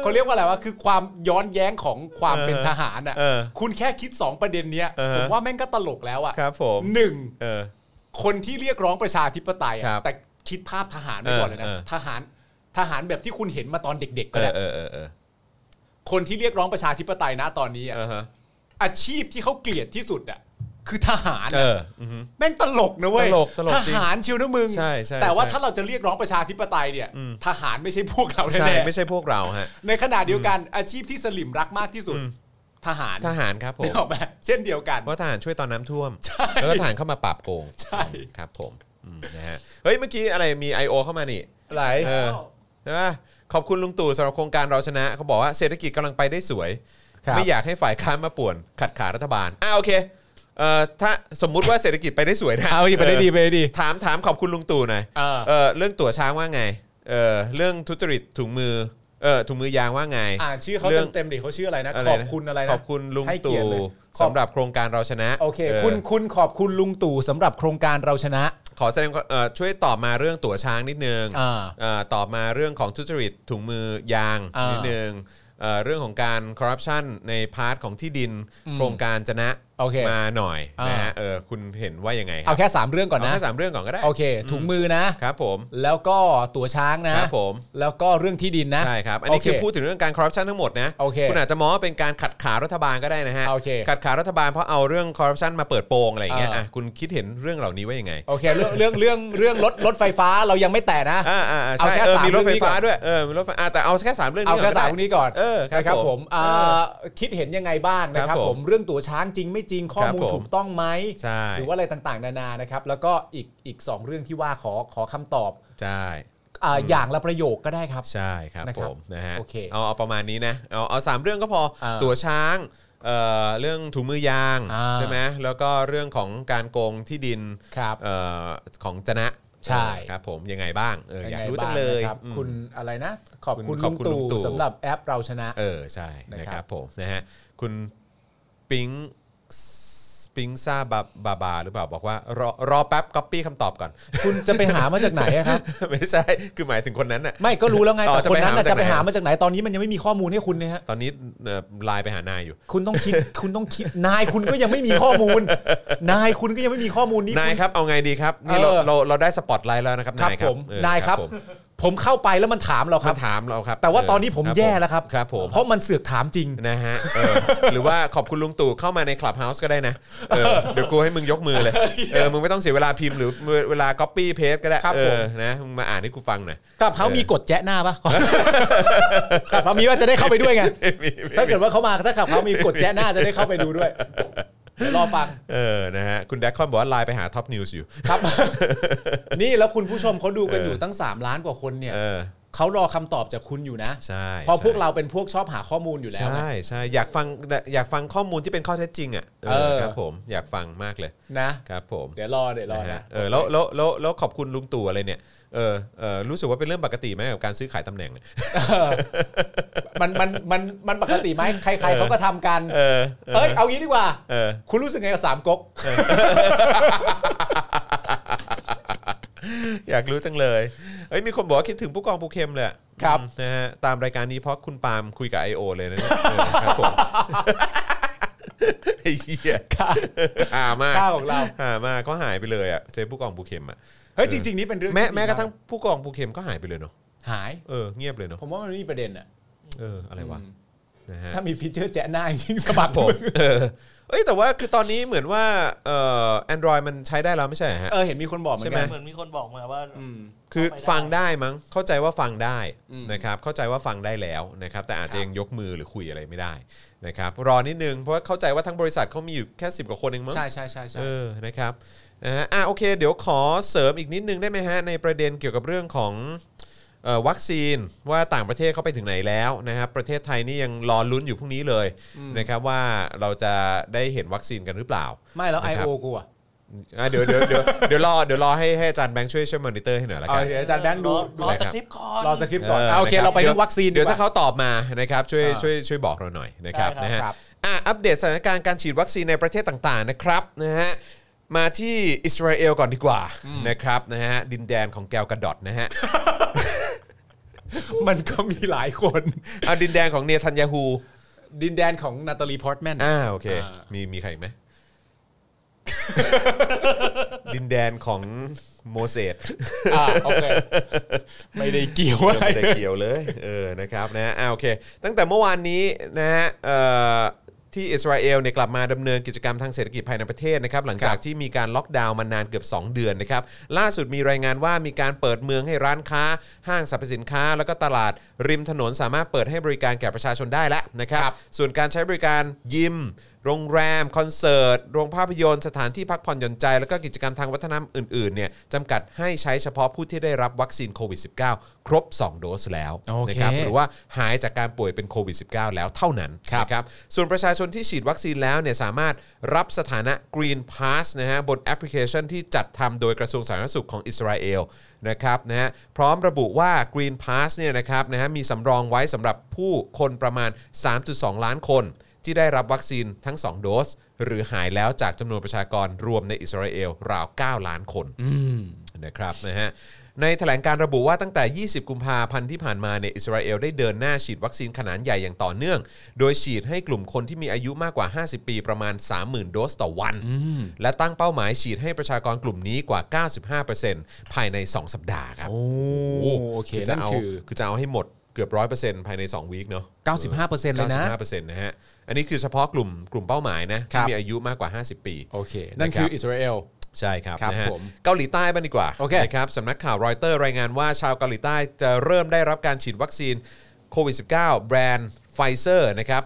C: เขาเรียกว่าอะไรวะคือความย้อนแย้งของความเป็นทหารอ่ะ
B: เออ
C: คุณแค่คิด 2 ประเด็นเนี้ย
B: เออ
C: ผมว่าแม่งก็ตลกแล้วอ่ะ
B: ครับผม
C: หนึ่ง
B: เออ
C: คนที่เรียกร้องประชาธิปไตย
B: ครับ
C: อ่ะแต่คิดภาพทหารไว้ก่อนเลยนะ
B: เออเออ
C: ทหารทหารแบบที่คุณเห็นมาตอนเด็ก ๆ
B: เอ
C: ก็ได้
B: อเออเออเออ
C: คนที่เรียกร้องประชาธิปไตยนะตอนนี้อ่ะ
B: อ่าฮะ
C: อาชีพที่เขาเกลียดที่สุดอ่ะคือทหาร
B: เอ
C: อะ
B: ออือฮึ
C: แม่งตลกนะเว้ย
B: ตลกตลกจริ
C: ท
B: ง
C: หารเชียวนะมึง
B: ใช่ใช่
C: แต่ว่า
B: ใช่
C: ถ้าเราจะเรียกร้องประชาธิปไตยเนี่ย ทหารไม่ใช่พวกเราแน่
B: ใช่
C: ๆ
B: ไม่ใช่พวกเราฮะ
C: ในขณะเดียวกันอาชีพที่สลิมรักมากที่สุด
B: อืม
C: ทหาร
B: ทหารครับผ
C: นึ
B: ม
C: กออกไหมเช่นเดียวกัน
B: เพราะทหารช่วยตอนน้ำท่วม แล้วก็ทหารเข้ามาปราบโกง
C: ใช่
B: อืมครับผมอืมนะฮะเฮ้ยเมื่อกี้อะไรมี I.O. เข้ามานี่
C: อะไร
B: เออใช่ปะขอบคุณลุงตู่สำหรับโครงการเราชนะ เขาบอกว่าเศรษฐกิจกำลังไปได้สวย
C: ครับ
B: ไม่อยากให้ฝ่ายค้านมาป่วน ขัดขารัฐบาลอ่าโอเคเอ่อถ้าสมมุติว่าเศรษฐกิจไปได้สวยนะ
C: เอาไปได้ดีไปได้ดี
B: ถามถามขอบคุณลุงตู่หน่อย
C: เออ
B: เออเรื่องตั๋วช้างว่าไงเออเรื่องทุจริตถุงมือเออถุงมือยางว่าไง
C: อ่าชื่อเขา
B: เรื่อง
C: เต็มๆดิเขาชื่ออะไรนะ
B: อะไร
C: ข
B: นะ
C: อบคุณอะไรนะ
B: ขอบคุณลุง
C: ให้เกียร
B: ตู่
C: ติเลยขอบ
B: สำหรับโครงการเราชนะ
C: โอเค
B: ออ
C: คุณคุณขอบคุณลุงตู่สำหรับโครงการเราชนะ
B: ขอแสดงความเอ่อช่วยตอบมาเรื่องตั๋วช้างนิดนึง
C: อ่า
B: เอ่อตอบมาเรื่องของทุจริตถุงมือยาง
C: อ่านิ
B: นิดนึงเอ่อเรื่องของการคอร์รัปชันในพาร์ทของที่ดินโครงการจะนะ
C: โอเค
B: มาหน่อย
C: อ่าน
B: นะฮะเออคุณเห็นว่ายังไงค
C: เอา
B: รับ
C: แค่ 3 เรื่องก่อน
B: เอา
C: นะ
B: แค่สามเรื่องก่อนก็ได้
C: โอเค ถุงมือนะ
B: ครับผม
C: แล้วก็ตั๋วช้างนะ
B: ครับผม
C: แล้วก็เรื่องที่ดินนะ
B: ใช่ครับอันนี้
C: โอเค
B: คือพูดถึงเรื่องการคอร์รัปชันทั้งหมดนะ
C: โอเค
B: คุณอาจจะมองว่าเป็นการขัดขารัฐบาลก็ได้นะฮะ
C: โอเค
B: ขัดขารัฐบาลเพราะเอาเรื่องคอร์รัปชันมาเปิดโปงอะไรอย่างเงี้ย
C: อ่า
B: อ่ะคุณคิดเห็นเรื่องเหล่านี้ว่ายังไง
C: โอเค เรื่องเรื่องเรื่องเรื่องรถรถไฟฟ้าเรายังไม่แตะนะ
B: อ่าอ่าอ่า
C: เอา
B: ใช่
C: แค่
B: เออ
C: สาม
B: มีรถไฟ
C: เรื่องนี้
B: ฟ้า
C: ก่อน
B: ด้วยเออมีรถไฟอ่าแต่เอาแค่สามเรื่องนี้
C: เอา
B: น
C: แค่
B: ก็
C: สา
B: ได้
C: มคนนี้ก่อน
B: เออครับ
C: นะครับผม
B: ผมเออ
C: เอ่อคิดเห็นยังไงบ้างนะค
B: ค
C: รับ
B: รับผ
C: ผม มเรื่องตัวช้างจริงไม่จริงข้อมู
B: ค
C: ล
B: รับผม
C: ถูกต้องไหม
B: ใช่
C: หรือว่าอะไรต่างๆ นานานะครับ แล้วก็อีกอีกสองเรื่องที่ว่าขอขอคำตอบ
B: ใช่
C: อ่าอย่างละประโยคก็ได้ครับ
B: ใช่ครับ
C: นะ
B: ผ
C: ครับ
B: มนะฮะ
C: โอเค
B: เอาเอาประมาณนี้นะเอาเอาสามเรื่องก็พอ
C: เออ
B: ตั๋วช้างเอ่อเรื่องถุงมือยาง
C: อ่า
B: ใช่ไหมแล้วก็เรื่องของการโกงที่ดิน
C: ครับ
B: เอ่อของจนะ
C: ใช่
B: ครับผมยังไงบ้างเอออยากรู้จังเลย
C: ไบ้านะครับคุณอะไรนะ ขอบคุณ
B: ขอ
C: ลุ
B: บ
C: ง
B: คุณ
C: ตู่
B: ลุงตู่
C: สำหรับแอปเราชนะ
B: เออใช่นะค
C: นะครั
B: รับบ ผมนะฮะคุณปิงปิงซาบาบาบาหรือเปล่าบอกว่ารอรอแป๊บก๊อปปี้คำตอบก่อน (laughs)
C: คุณจะไปหามาจากไหนอะครับ
B: ไม่ใช่คือหมายถึงคนนั้นน่ะ
C: ไม่ก็รู้แล้วไง
B: ต่อ
C: แต่คนนั้นน่ะ
B: จะ
C: จะ
B: ไป
C: ไป
B: หา
C: หา
B: มา
C: มา
B: จา
C: จาก ก
B: ไห
C: ไห
B: น
C: นตอนนี้มันยังไม่มีข้อมูลให้คุณนะฮะ
B: ตอนนี้เอ่อไลน์ไปหานายอยู่
C: คุณต้อง
B: (laughs)
C: คิด คุณต้องคิดนายคุณก็ยังไม่มีข้อมูล นายคุณก็ยังไม่มีข้อมูลนี้
B: นายครับเอาไงดีครับ นี่เรา
C: เออ
B: เราเราได้สปอตไลท์แล้วนะครับ
C: ครั
B: นา
C: บ
B: ยค
C: ผ
B: รับ
C: ม
B: เออน
C: ายครับ
B: ผม
C: ผมเข้าไปแล้วมันถามเราค
B: มั
C: รั
B: น
C: บ
B: ถามเราครับ
C: แต่ว่า
B: เ
C: ตอนนี้ผมแย่แล้วครับ
B: ครับผม
C: เพราะมันเสือกถามจริง
B: นะฮะเออหรือว่าขอบคุณลุงตู่เข้ามาในคลับเฮาส์ก็ได้นะเออเดี๋ยวกูให้มึงยกมือเลยเอ
C: (laughs)
B: อมึงไม่ต้องเสียเวลาพิมพ์หรือเวลา copy paste ก็ได้
C: ครับ
B: เอ
C: ผม
B: อนะมึงมาอ่านให้กูฟังหน่อย
C: ครับเขา
B: เออ
C: มีกดแจ้หน้าปะ ครับเขามีว่าจะได้เข้าไปด้วยไงถ้าเกิดว่าเขามาถ้าขับเขามีกดแจ้หน้าจะได้เข้าไปดูด้วยเดี๋ยวรอฟัง
B: (laughs) เออนะฮะคุณแดกคอนบอกว่าไลน์ไปหาท็อปนิวส์อยู่
C: ครับ นี่แล้วคุณผู้ชมเขาดูกันอยู่ตั้ง 3 ล้านกว่าคนเนี่ย
B: เออ
C: เขารอคำตอบจากคุณอยู่นะ
B: ใช่
C: เพอพวกเราเป็นพวกชอบหาข้อมูลอยู่แล้ว
B: ใช่
C: นะ
B: ใช่อยากฟังอยากฟังข้อมูลที่เป็นข้อเท็จจริงอ่ะเออ
C: เออ
B: ครับผมอยากฟังมากเลย
C: นะครับ
B: ผม
C: เดี๋ยวรอเดี๋ยวรอ
B: นะฮะ
C: นะ
B: เออแล้วแล้วแล้วแล้วขอบคุณลุงตู่อะไรเนี่ยเออเออรู้สึกว่าเป็นเรื่องปกติไหมกับการซื้อขายตำแหน่งเนี่ย
C: มันมันมันมันปกติไหมใคร ๆเขาก็ทำกัน
B: เออ
C: เอ้ยเอางี้ดีกว่า
B: เออ
C: คุณรู้สึกไงกับสามก๊ก
B: อยากรู้จังเลยเอ้ยมีคนบอกว่าคิดถึงผู้กองปูเข็มเลยอะ
C: ครับ
B: นะฮะตามรายการนี้เพราะคุณปาล์มคุยกับ IO เลยนะเนี่ยเอ
C: (laughs)
B: อครับผมไอ้เหี้ยห่ามาก
C: ข้าวของเรา
B: ห่ามากก็หายไปเลยอ่ะเซฟผู้กองปูเข็มอ่ะ
C: เฮ้ยจริง ๆ นี่เป็นเรื่อง
B: แม้
C: ที่ดี
B: แม้กระทั่งผู้กองปูเข็มก็หายไปเลยเนาะ
C: หาย
B: เออเงียบเลยเนาะ
C: ผมว่ามันไม่มีประเด็นอะ
B: เอออะไรวะนะฮะ
C: ถ้ามีฟีเจอร์แจ้หน้าจริงๆสมัคร
B: ผ
C: ผมม
B: เออเอ้ยแต่ว่าคือตอนนี้เหมือนว่าเอ่อแอนดรอยมันใช้ได้แล้วไม่ใช่เหรอฮะ
C: เออเห็นมีคนบอกเหมือนกัน
E: เหมือนมีคนบอกมาว่า
C: อืม
B: คือ
E: เข้าไปได้
B: ฟังได้มั้งเข้าใจว่าฟังได้
C: อืม
B: นะครับเข้าใจว่าฟังได้แล้วนะครับแต่อาจจะยังยกมือหรือคุยอะไรไม่ได้นะครับรอนิดนึงเพราะว่าเข้าใจว่าทั้งบริษัทเขามีอยู่แค่ 10 กว่าคนเองมั้ง
C: ใช่ใช่ใช่ใช่
B: เออนะครับนะฮะอ่ะโอเค เดี๋ยวขอเสริมอีกนิดนึงได้ไหมฮะในประเด็นเกี่ยวกับเรื่องของเอ่อวัคซีนว่าต่างประเทศเขาไปถึงไหนแล้วนะครับประเทศไทยนี่ยังรอลุ้นอยู่พรุ่งนี้เลยนะครับว่าเราจะได้เห็นวัคซีนกันหรือเปล่า
C: ไม่แล้ว
B: นะครับ
C: I.O. กูอ่ะ
B: อ่ะเดี๋ยวเดี๋ยวเดี๋ยวเดี๋ยวรอเดี๋ยวรอให้ให้อาจารย์แบงค์ช่วยช่วยมอนิเตอร์ให้หน่อยละ
C: เอา
B: กัน
C: เดี๋ยวอาจารย์แบงค์ดู
E: รอสคริปต์ก่อน
C: รอสคริปต์ก่อน
B: เ
C: โอเค
B: นะ
C: เราไป
B: ดี๋
C: ที่
B: ว
C: วัคซีน
B: เดี๋ยวถ้า
C: ครับ
B: เขาตอบมานะครับช่วย
C: อ่า
B: ช่วยช่วยบอกเราหน่อยนะครับ
E: ได้ครับ
B: นะฮะ
C: ครับ
B: อ่ะอัปเดตสถานการณ์การฉีดวัคซีนในประเทศต่างๆนะครับนะฮะมาที่อิสราเอลก่อนดีกว่านะครับนะฮะดินแดนของแกวกระดอดนะฮะ
C: มันก็มีหลายคน (laughs)
B: เอาดินแดนของเนทันยาฮู
C: ดินแดนของนาตาลีพอร์ตแมน
B: อ่าโอเค
C: อ่ามี
B: มีมีใครอีกไหม (laughs) ดินแดนของโมเสส
C: อ่าโอเค ไม่ได้เกี่ยวอะไร
B: ไม่ได้เกี่ยว (laughs) เลยเออนะครับนะอ่าโอเค ตั้งแต่เมื่อวานนี้นะฮะเอ่อที่อิสราเอลเนี่ยกลับมาดำเนินกิจกรรมทางเศรษฐกิจภายในประเทศนะครับหลังจากที่มีการล็อกดาวน์มานานเกือบ 2 เดือนนะครับล่าสุดมีรายงานว่ามีการเปิดเมืองให้ร้านค้า ห้างสรรพสินค้า แล้วก็ตลาดริมถนนสามารถเปิดให้บริการแก่ประชาชนได้แล้วนะครับ
C: ครับ
B: ส่วนการใช้บริการยิม โรงแรม คอนเสิร์ต โรงภาพยนตร์ สถานที่พักผ่อนหย่อนใจ แล้วก็กิจกรรมทางวัฒนธรรมอื่นๆเนี่ยจำกัดให้ใช้เฉพาะผู้ที่ได้รับวัคซีนโควิด -19 ครบ 2 โดสแล้ว
C: โอเค
B: นะครับหรือว่าหายจากการป่วยเป็นโควิด -19 แล้วเท่านั้นนะครับส่วนประชาชนที่ฉีดวัคซีนแล้วเนี่ยสามารถรับสถานะ Green Pass นะฮะบนแอปพลิเคชันที่จัดทำโดยกระทรวงสาธารณสุขของอิสราเอลนะครับนะฮะพร้อมระบุว่า Green Pass เนี่ยนะครับนะฮะมีสำรองไว้สำหรับผู้คนประมาณ 3.2 ล้านคน ที่ได้รับวัคซีนทั้ง 2 โดส หรือหายแล้วจากจำนวนประชากรรวมในอิสราเอลราว 9 ล้านคนนะครับนะฮะในแถลงการระบุว่าตั้งแต่ 20 กุมภาพันธ์ที่ผ่านมาในยอิสราเอลได้เดินหน้าฉีดวัคซีนขนาดใหญ่อย่างต่อเนื่อง โดยฉีดให้กลุ่มคนที่มีอายุมากกว่า 50 ปีประมาณ 30,000 โดสต่อวัน และตั้งเป้าหมายฉีดให้ประชากรกลุ่มนี้กว่า 95%ภายใน 2 สัปดาห์ครับ
C: โอ้โอเค
B: จะ
C: นั่น
B: เอา
C: คือ
B: คือจะเอาให้หมดเกือบร้อยเปอร์เซ็นต์ภายใน 2 วีคเนาะ
C: 95%เลยนะ
B: 95เปอร์เซ็นต์นะฮะ อันนี้คือเฉพาะกลุ่มกลุ่มเป้าหมายนะ
C: ครั
B: ที่
C: บ
B: มีอายุมากกว่า 50 ปี
C: โอเค นั่นคืออิสราเอล
B: ใช่ครับ
C: ครับ
B: นะฮะ
C: ผม
B: เกาหลีใต้บ้างดีกว่า
C: โอเค
B: นะครับสำนักข่าวรอยเตอร์รายงานว่าชาวเกาหลีใต้จะเริ่มได้รับการฉีดวัคซีนโควิด -19 แบรนด์ไฟ ไฟเซอร์นะครับ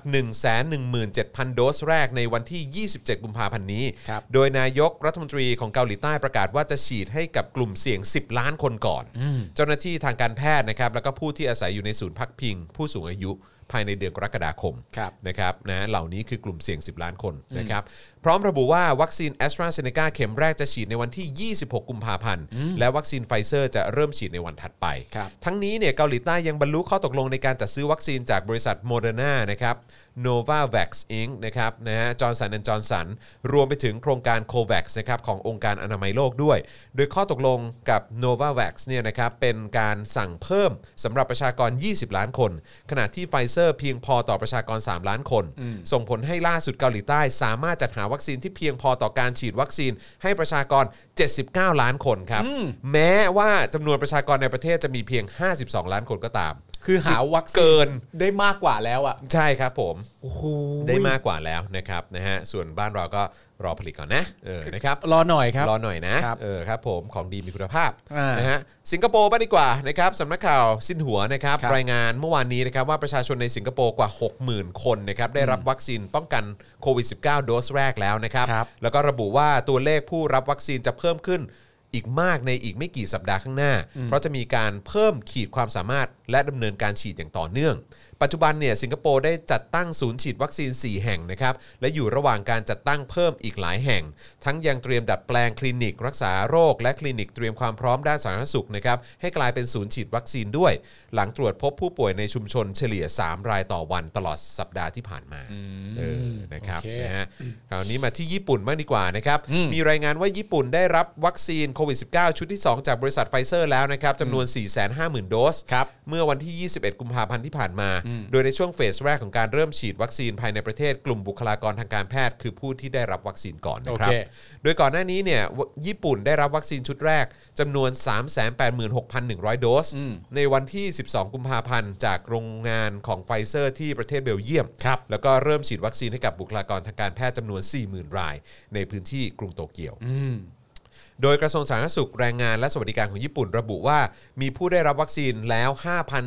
B: 117,000 โดสแรกในวันที่ 27 กุมภาพันธ์นี้
C: ครับ
B: โดยนายกรัฐมนตรีของเกาหลีใต้ประกาศว่าจะฉีดให้กับกลุ่มเสี่ยง 10 ล้านคนก่อน เจ้าหน้าที่ทางการแพทย์นะครับแล้วก็ผู้ที่อาศัยอยู่ในศูนย์พักพิง ผู้สูงอายุภายในเดือนกรกฎาคม
C: ครับ
B: นะครับนะเหล่านี้คือกลุ่มเสี่ยง 10 ล้านคนนะครับพร้อมระบุว่าวัคซีนแอสตราเซเนกาเข็มแรกจะฉีดในวันที่ 26 กุมภาพันธ์ และวัคซีนไฟเซอร์จะเริ่มฉีดในวันถัดไป
C: ครับ
B: ทั้งนี้เนี่ยเกาหลีใต้ยังบรรลุข้อตกลงในการจัดซื้อวัคซีนจากบริษัทโมเดอร์นานะครับ Novavax Inc. นะครับนะฮะจอร์นสันจอร์นสันรวมไปถึงโครงการ COVAX นะครับขององค์การอนามัยโลกด้วย โดยข้อตกลงกับ Novavax เนี่ยนะครับเป็นการสั่งเพิ่มสำหรับประชากร 20 ล้านคน ขณะที่ไฟเซอร์เพียงพอต่อประชากร 3 ล้านคน ส่งผลให้ล่าสุดเกาหลีใต้ สามารถจัดหาวัคซีนที่เพียงพอต่อการฉีดวัคซีนให้ประชากร 79 ล้านคนครับแม้ว่าจำนวนประชากรในประเทศจะมีเพียง 52 ล้านคนก็ตาม
C: คือหาวัคซีน
B: เกิน
C: ได้มากกว่าแล้วอ่ะ
B: ใช่ครับผม
C: โอ้โห
B: ได้มากกว่าแล้วนะครับนะฮะส่วนบ้านเราก็รอผลิตก่อนนะเออนะครับ
C: รอหน่อยครับ
B: รอหน่อยนะครับ เออครับผมของดีมีคุณภาพ
C: อ่าน
B: นะฮะสิงคโปร์บ้างดีกว่านะครับสำนักข่าวสินหัวนะครับ
C: ครับ
B: รายงานเมื่อวานนี้นะครับว่าประชาชนในสิงคโปร์กว่า 60,000 คนนะครับได้รับวัคซีนป้องกันโควิด -19 โดสแรกแล้วนะครับ
C: ครับ
B: แล้วก็ระบุว่าตัวเลขผู้รับวัคซีนจะเพิ่มขึ้นอีกมากในอีกไม่กี่สัปดาห์ข้างหน้า เพราะจะมีการเพิ่มขีดความสามารถและดำเนินการฉีดอย่างต่อเนื่อง ปัจจุบันเนี่ยสิงคโปร์ได้จัดตั้งศูนย์ฉีดวัคซีน 4 แห่งนะครับและอยู่ระหว่างการจัดตั้งเพิ่มอีกหลายแห่ง ทั้งยังเตรียมดัดแปลงคลินิก รักษาโรค และคลินิกเตรียมความพร้อมด้านสาธารณสุขนะครับให้กลายเป็นศูนย์ฉีดวัคซีนด้วย หลังตรวจพบผู้ป่วยในชุมชนเฉลี่ย 3 รายต่อวันตลอดสัปดาห์ที่ผ่านมาเออนะครับ
C: โอเค
B: นะฮะ นะฮะคราวนี้มาที่ญี่ปุ่นบ้างดีกว่านะครับ มีรายงานว่าญี่ปุ่นได้รับวัคซีนโควิด -19 ชุดที่ 2 จากบริษัทไฟเซอร์แล้วนะครับจำนวน 450,000 โดส เมื่อวันที่ 21 กุมภาพันธ์ที่ผ่านมา โดยในช่วงเฟสแรกของการเริ่มฉีดวัคซีนภายในประเทศกลุ่มบุคลากรทางการแพทย์ คือผู้ที่ได้รับวัคซีนก่อนนะครับ
C: โอเค
B: โดยก่อนหน้านี้เนี่ยญี่ปุ่นได้รับวัคซีนชุดแรกจำนวน 386,100 โดส ในวันที่ 12 กุมภาพันธ์ จากโรงงานของไฟเซอร์ที่ประเทศเบลเยียม แล้วก็เริ่มฉีดวัคซีนให้กับบุคลากรทางการแพทย์จำนวน 40,000 ราย ในพื้นที่กรุงโตเกียว โดยกระทรวงสาธารณสุขแรงงานและสวัสดิการของญี่ปุ่นระบุว่า มีผู้ได้รับวัคซีนแล้ว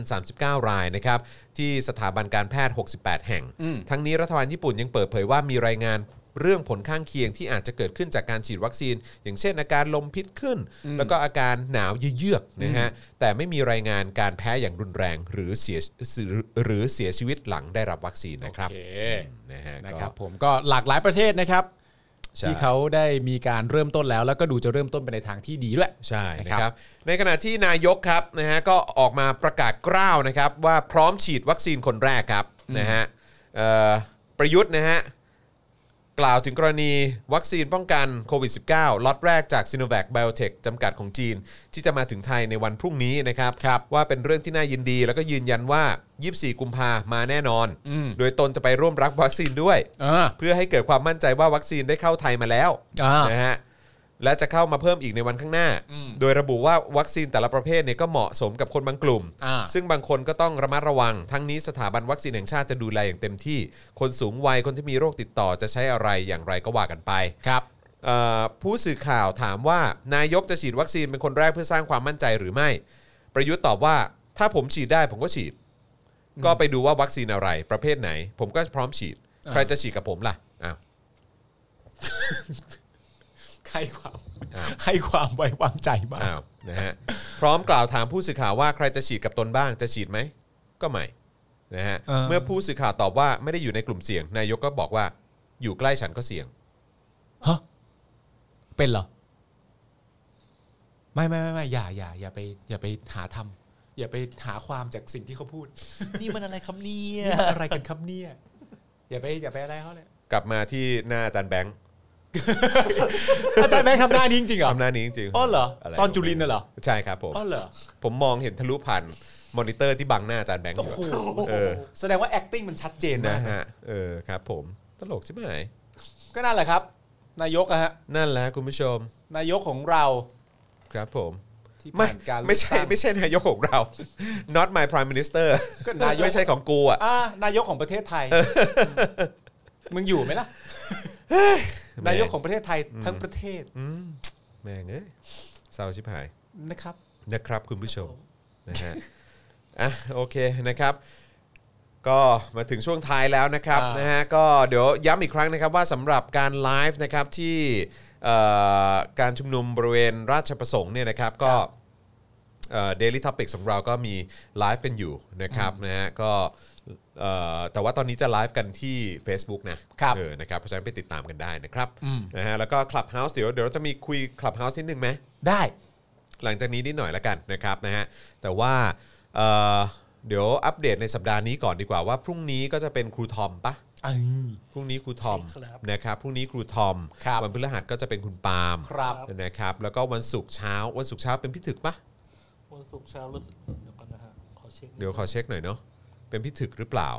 B: 5,039 รายนะครับที่สถาบันการแพทย์ 68 แห่ง ทั้งนี้รัฐบาลญี่ปุ่นยังเปิดเผยว่ามีรายงานเรื่องผลข้างเคียงที่อาจจะเกิดขึ้นจากการฉีดวัคซีน อย่างเช่นอาการลมพิษขึ้น แล้วก็อาการหนาวเยือกๆนะฮะแต่ไม่มีรายงานการแพ้อย่างรุนแรงหรือเสียหรือเสียชีวิตหลังได้รับวัคซีนนะครับ
C: โอเค
B: นะฮะก็
C: นะครับผมก็หลากหลายประเทศนะครับ
B: ใช่
C: ที่เขาได้มีการเริ่มต้นแล้ว แล้วก็ดูจะเริ่มต้นไปในทางที่ดีด้วย
B: ใช่นะค
C: นะครั
B: รับบ ในขณะที่นายกครับนะฮะก็ออกมาประกาศกล้าวนะครับว่าพร้อมฉีดวัคซีนคนแรกครับนะฮะเอ่อประยุทธ์นะฮะกล่าวถึงกรณีวัคซีนป้องกันโควิด -19 ล็อตแรกจากซิโนแวคไบโอเทคจำกัดของจีน ที่จะมาถึงไทยในวันพรุ่งนี้นะครับ ว่าเป็นเรื่องที่น่ายินดี แล้วก็ยืนยันว่า 24 กุมภามาแน่นอน โดยตนจะไปร่วมรับวัคซีนด้วย
C: อ่า
B: เพื่อให้เกิดความมั่นใจว่าวัคซีนได้เข้าไทยมาแล้ว
C: อ่าน
B: นะฮะและจะเข้ามาเพิ่มอีกในวันข้างหน้า โดยระบุว่าวัคซีนแต่ละประเภทเนี่ยก็เหมาะสมกับคนบางกลุ่ม
C: อ่า
B: ซึ่งบางคนก็ต้องระมัดระวัง ทั้งนี้สถาบันวัคซีนแห่งชาติจะดูแลอย่างเต็มที่ คนสูงวัยคนที่มีโรคติดต่อจะใช้อะไรอย่างไรก็ว่ากันไป
C: ครับ
B: เอ่อผู้สื่อข่าวถามว่านายกจะฉีดวัคซีนเป็นคนแรกเพื่อสร้างความมั่นใจหรือไม่ ประยุทธ์ตอบว่าถ้าผมฉีดได้ผมก็ฉีด ก็ไปดูว่าวัคซีนอะไร ประเภทไหน ผมก็พร้อมฉีด ใครจะฉีดกับผมล่ะอ้าว
C: ให้ความให้ความไว้วางใจมาก
B: อ้าวนะฮะพร้อมกล่าวถามผู้สื่อข่าวว่าใครจะฉีดกับตนบ้างจะฉีดไหมก็ไม่นะฮะเมื่อผู้สื่อข่าวตอบว่าไม่ได้อยู่ในกลุ่มเสี่ยง นายกก็บอกว่า อยู่ใกล้ฉันก็เสี่ยง
C: ฮะเป็นเหรอ ไม่ไม่ไม่ไม่อย่าอย่าอย่าไป อย่าไปหาทำอย่าไปหาความจากสิ่งที่เขาพูด
E: นี่มันอะไรครับเนี่ย
C: อะไรกันครับ
B: (laughs)
C: เนี่ยอย่าไปอย่าไปอะไรเขาเลย
B: กลับมาที่หน้าอาจารย์แบงค์
C: อาจารย์แบงค์ทำหน้านี้จริงๆเหรอ
B: ทำหน้านี้จริงๆ
C: อ๋อเหรอ
B: ะไ
C: ตอนจุลินน่ะเหรอ
B: ใช่ครับผม
C: อ๋อเหรอ
B: ผมมองเห็นทะลุผ่านมอนิเตอร์ที่บังหน้าอาจารย์แบงค์อยู่
C: โอ้โห
B: เออ
C: แสดงว่า acting มันชัดเจน
B: นะ
C: นะ
B: ฮะ เออครับผมตลกใช่ไหม
C: ก็นั่นแหละครับ นายกอะฮะ
B: นั่นแหละคุณผู้ชม
C: นายกของเรา
B: ครับผม
C: ที่
B: ไม่
C: ผ่านการเลือก
B: ไม่ใช่
C: ตั้ง
B: ไม่ใช่นายกของเรา (laughs) not my prime minister
C: ก็นายก
B: ไม่ใช่ของกูอ่ะ
C: อ่านายกของประเทศไทย มึงอยู่ไหมล่ะ นายกของประเทศไทยทั้งประเทศ
B: อืมแม่งเอ้ยเศร้าชิบหาย
C: นะครับ
B: นะครับคุณผู้ชมนะฮะอ่ะโอเคนะครับ ก็มาถึงช่วงท้ายแล้วนะครับ
C: อ่าน
B: นะฮะก็เดี๋ยวย้ำอีกครั้งนะครับว่าสำหรับการไลฟ์นะครับที่เอ่อการชุมนุมบริเวณราชประสงค์เนี่ยนะครับก็ เดลิทอพิกของเราก็มีไลฟ์กันอยู่นะครับนะฮะก็เอ่อแต่ว่าตอนนี้จะไลฟ์กันที่ Facebook นะครับ เออนะครับเพราะฉะนั้นไปติดตามกันได้นะครับนะฮะแล้วก็ Clubhouse เดี๋ยวเดี๋ยวเราจะมีคุย Clubhouse นิดนึงไหม
C: ได้
B: หลังจากนี้นิดหน่อยละกันนะครับนะฮะแต่ว่าเอ่อเดี๋ยวอัปเดตในสัปดาห์นี้ก่อนดีกว่าว่าพรุ่งนี้ก็จะเป็นครูทอมปะพรุ่งนี้ครูทอม
E: ใช่ครับ
B: นะครับพรุ่งนี้ครูทอม
C: ครับ
B: วันพฤหัสก็จะเป็นคุณปาล์ม
C: ครับ
B: นะครับแล้วก็วันศุกร์เช้าวันศุกร์เช้าเป็นพี่ถึกปะ
E: วันศุกร์เช้ารู้สึกเดี๋ยวก่อนนะฮะขอเช็ค
B: เดี๋ยวขอเช็คหน่อยเนาะเป็นพี่ถึกหรือเปล่า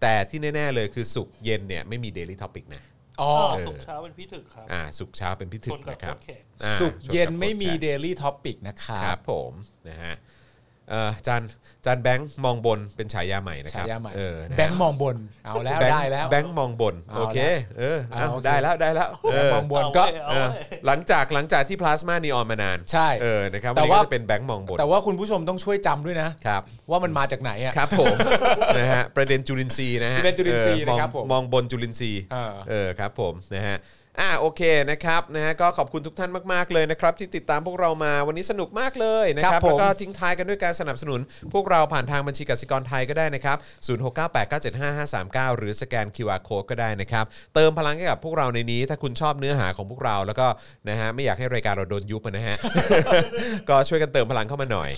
B: แต่ที่แน่ ๆ เลยคือศุกร์เย็นเนี่ยไม่มีเดลิทอพิกนะ
C: อ๋อ
E: อ๋
C: อ
E: อศุกร์เช้าเป็นพี่ถึกครับ
B: อ่าศุกร์เช้าเป็นพี่ถึ
E: ช
B: ก
E: นกับ
B: นะครับ
E: โค้ชแขก
B: อ่า
C: สุกร์เย็นไม่มี
B: ชนกับโค้ชแขก
C: เดลี่ท็อปิกนะครั
B: ครับ บผมนะฮะเอ่อจานจานแบงค์มองบนเป็นฉายาใหม่นะครับ
C: ฉายาใหม่
B: เออนะฮะ
C: แบงค์มองบนเอาแล้ว
B: บงค์
C: ได้แล้ว
B: แบงค์มองบน
C: เอาละ
B: โอเคเออเอา
C: เอาโอเค
B: ได้แล้วได้แล้วเอ
C: แบง
B: อ
C: ค์มองบน
E: เอา
C: ก็
E: เว้ยเอา
B: เออ
E: เว้ย
B: หลังจากหลังจากที่พลาสมานีออนมานาน
C: ใช่
B: เออนะครับ
C: แต่
B: วันนี้ก็
C: ว่า
B: จะเป็นแบงค์มองบน
C: แต่ว่าคุณผู้ชมต้องช่วยจำด้วยนะ
B: ครับ
C: ว่ามันมาจากไหนอ่ะ
B: ครับผม
C: (laughs)
B: นะฮะประเด็นจุลินทรีย์นะฮะ
C: ประเด็นจุลินทรีย์
B: เอออง
C: นะครับผม
B: มองบนจุลินทรีย์
C: เออ
B: เออครับผมนะฮะอ่ะโอเคนะครับนะฮะก็ขอบคุณทุกท่านมากๆเลยนะครับ ที่ติดตามพวกเรามาวันนี้สนุกมากเลยนะค
C: ค
B: รั
C: รั
B: บบ
C: ผม
B: แล้วก็ทิ้งท้ายกันด้วยการสนับสนุน พวกเราผ่านทางบัญชีกสิกรไทยก็ได้นะครับ0698975539 หรือสแกน QR Code ก็ได้นะครับ เติมพลังให้กับพวกเราในนี้ ถ้าคุณชอบเนื้อหาของพวกเราแล้วก็นะฮะไม่อยากให้รายการเราโดนยุบอะนะฮะ ก็ช่วยกันเติมพลังเข้ามาหน่อย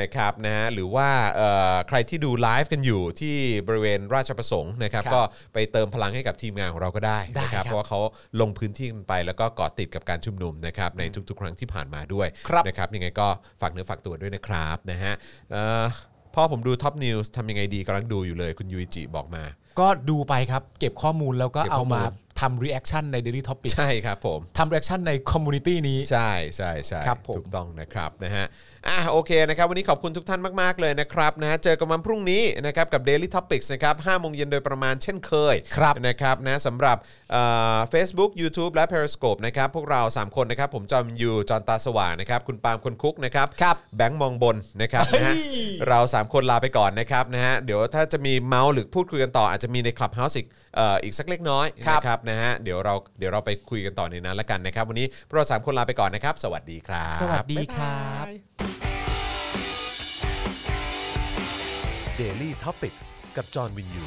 B: นะครับนะฮะหรือว่าเอ่อใครที่ดูไลฟ์กันอยู่ที่บริเวณราชประสงค์นะครับ
C: ครับ
B: ก็ไปเติมพลังให้กับทีมงานของเราก็ได้นะค
C: ได้ค
B: รั
C: รั
B: บบ เพราะว่าเขาลงพื้นที่กันไป แล้วก็เกาะติดกับการชุมนุมนะครับในทุกๆ ครั้งที่ผ่านมาด้วย
C: ครับ
B: นะครับยังไงก็ฝากเนื้อฝากตัวด้วยนะครับนะฮะเอ่อพ่อผมดูท็อปนิวส์ทำยังไงดีกำลังดูอยู่เลยคุณยูจิบอกมา
C: ก็ดูไปครับ เก็บข้อมูลแล้วก็
B: เก็บข้
C: เอา
B: อมูล
C: มาทำรีแอคชั่นใน Daily Topic
B: ใช่ครับผม
C: ทำรีแอคชั่นในคอมมูนิตี้นี้
B: ใช่ใช่ใช่
C: ครับผม
B: ถูกต้องนะครับนะฮะอ่ะโอเคนะครับวันนี้ขอบคุณทุกท่านมาก ๆ เลยนะครับนะฮะเจอกันวันพรุ่งนี้นะครับกับ Daily Topics นะครับ5โมงเย็นโดยประมาณเช่นเคย
C: ครับ
B: นะครับนะสำหรับเอ่อ Facebook YouTube และ Periscope นะครับพวกเรา 3 คนนะครับผมจอมยูจอนตาสว่างนะครับคุณปาล์มคนคุกนะครับ
C: ครับ
B: แบงค์มองบนนะครับนะฮะเรา 3 คนลาไปก่อนนะครับนะฮะเดี๋ยวถ้าจะมีเมาส์หรือพูดคุยกันต่ออาจจะมีใน Clubhouse อีกเอ่ออีกสักเล็กน้อย
C: ค
B: นะ ค
C: รับ
B: รับนะฮะเดี๋ยวเราเดี๋ยวเราไปคุยกันต่อในนั้นละกันนะครับ วันนี้พวกเราสามคนลาไปก่อนนะครับ สวัสดีครับ
C: สวัสดี
B: บ๊ายบาย
C: ครับ
A: Daily t o p i c กกับจอห์นวินยู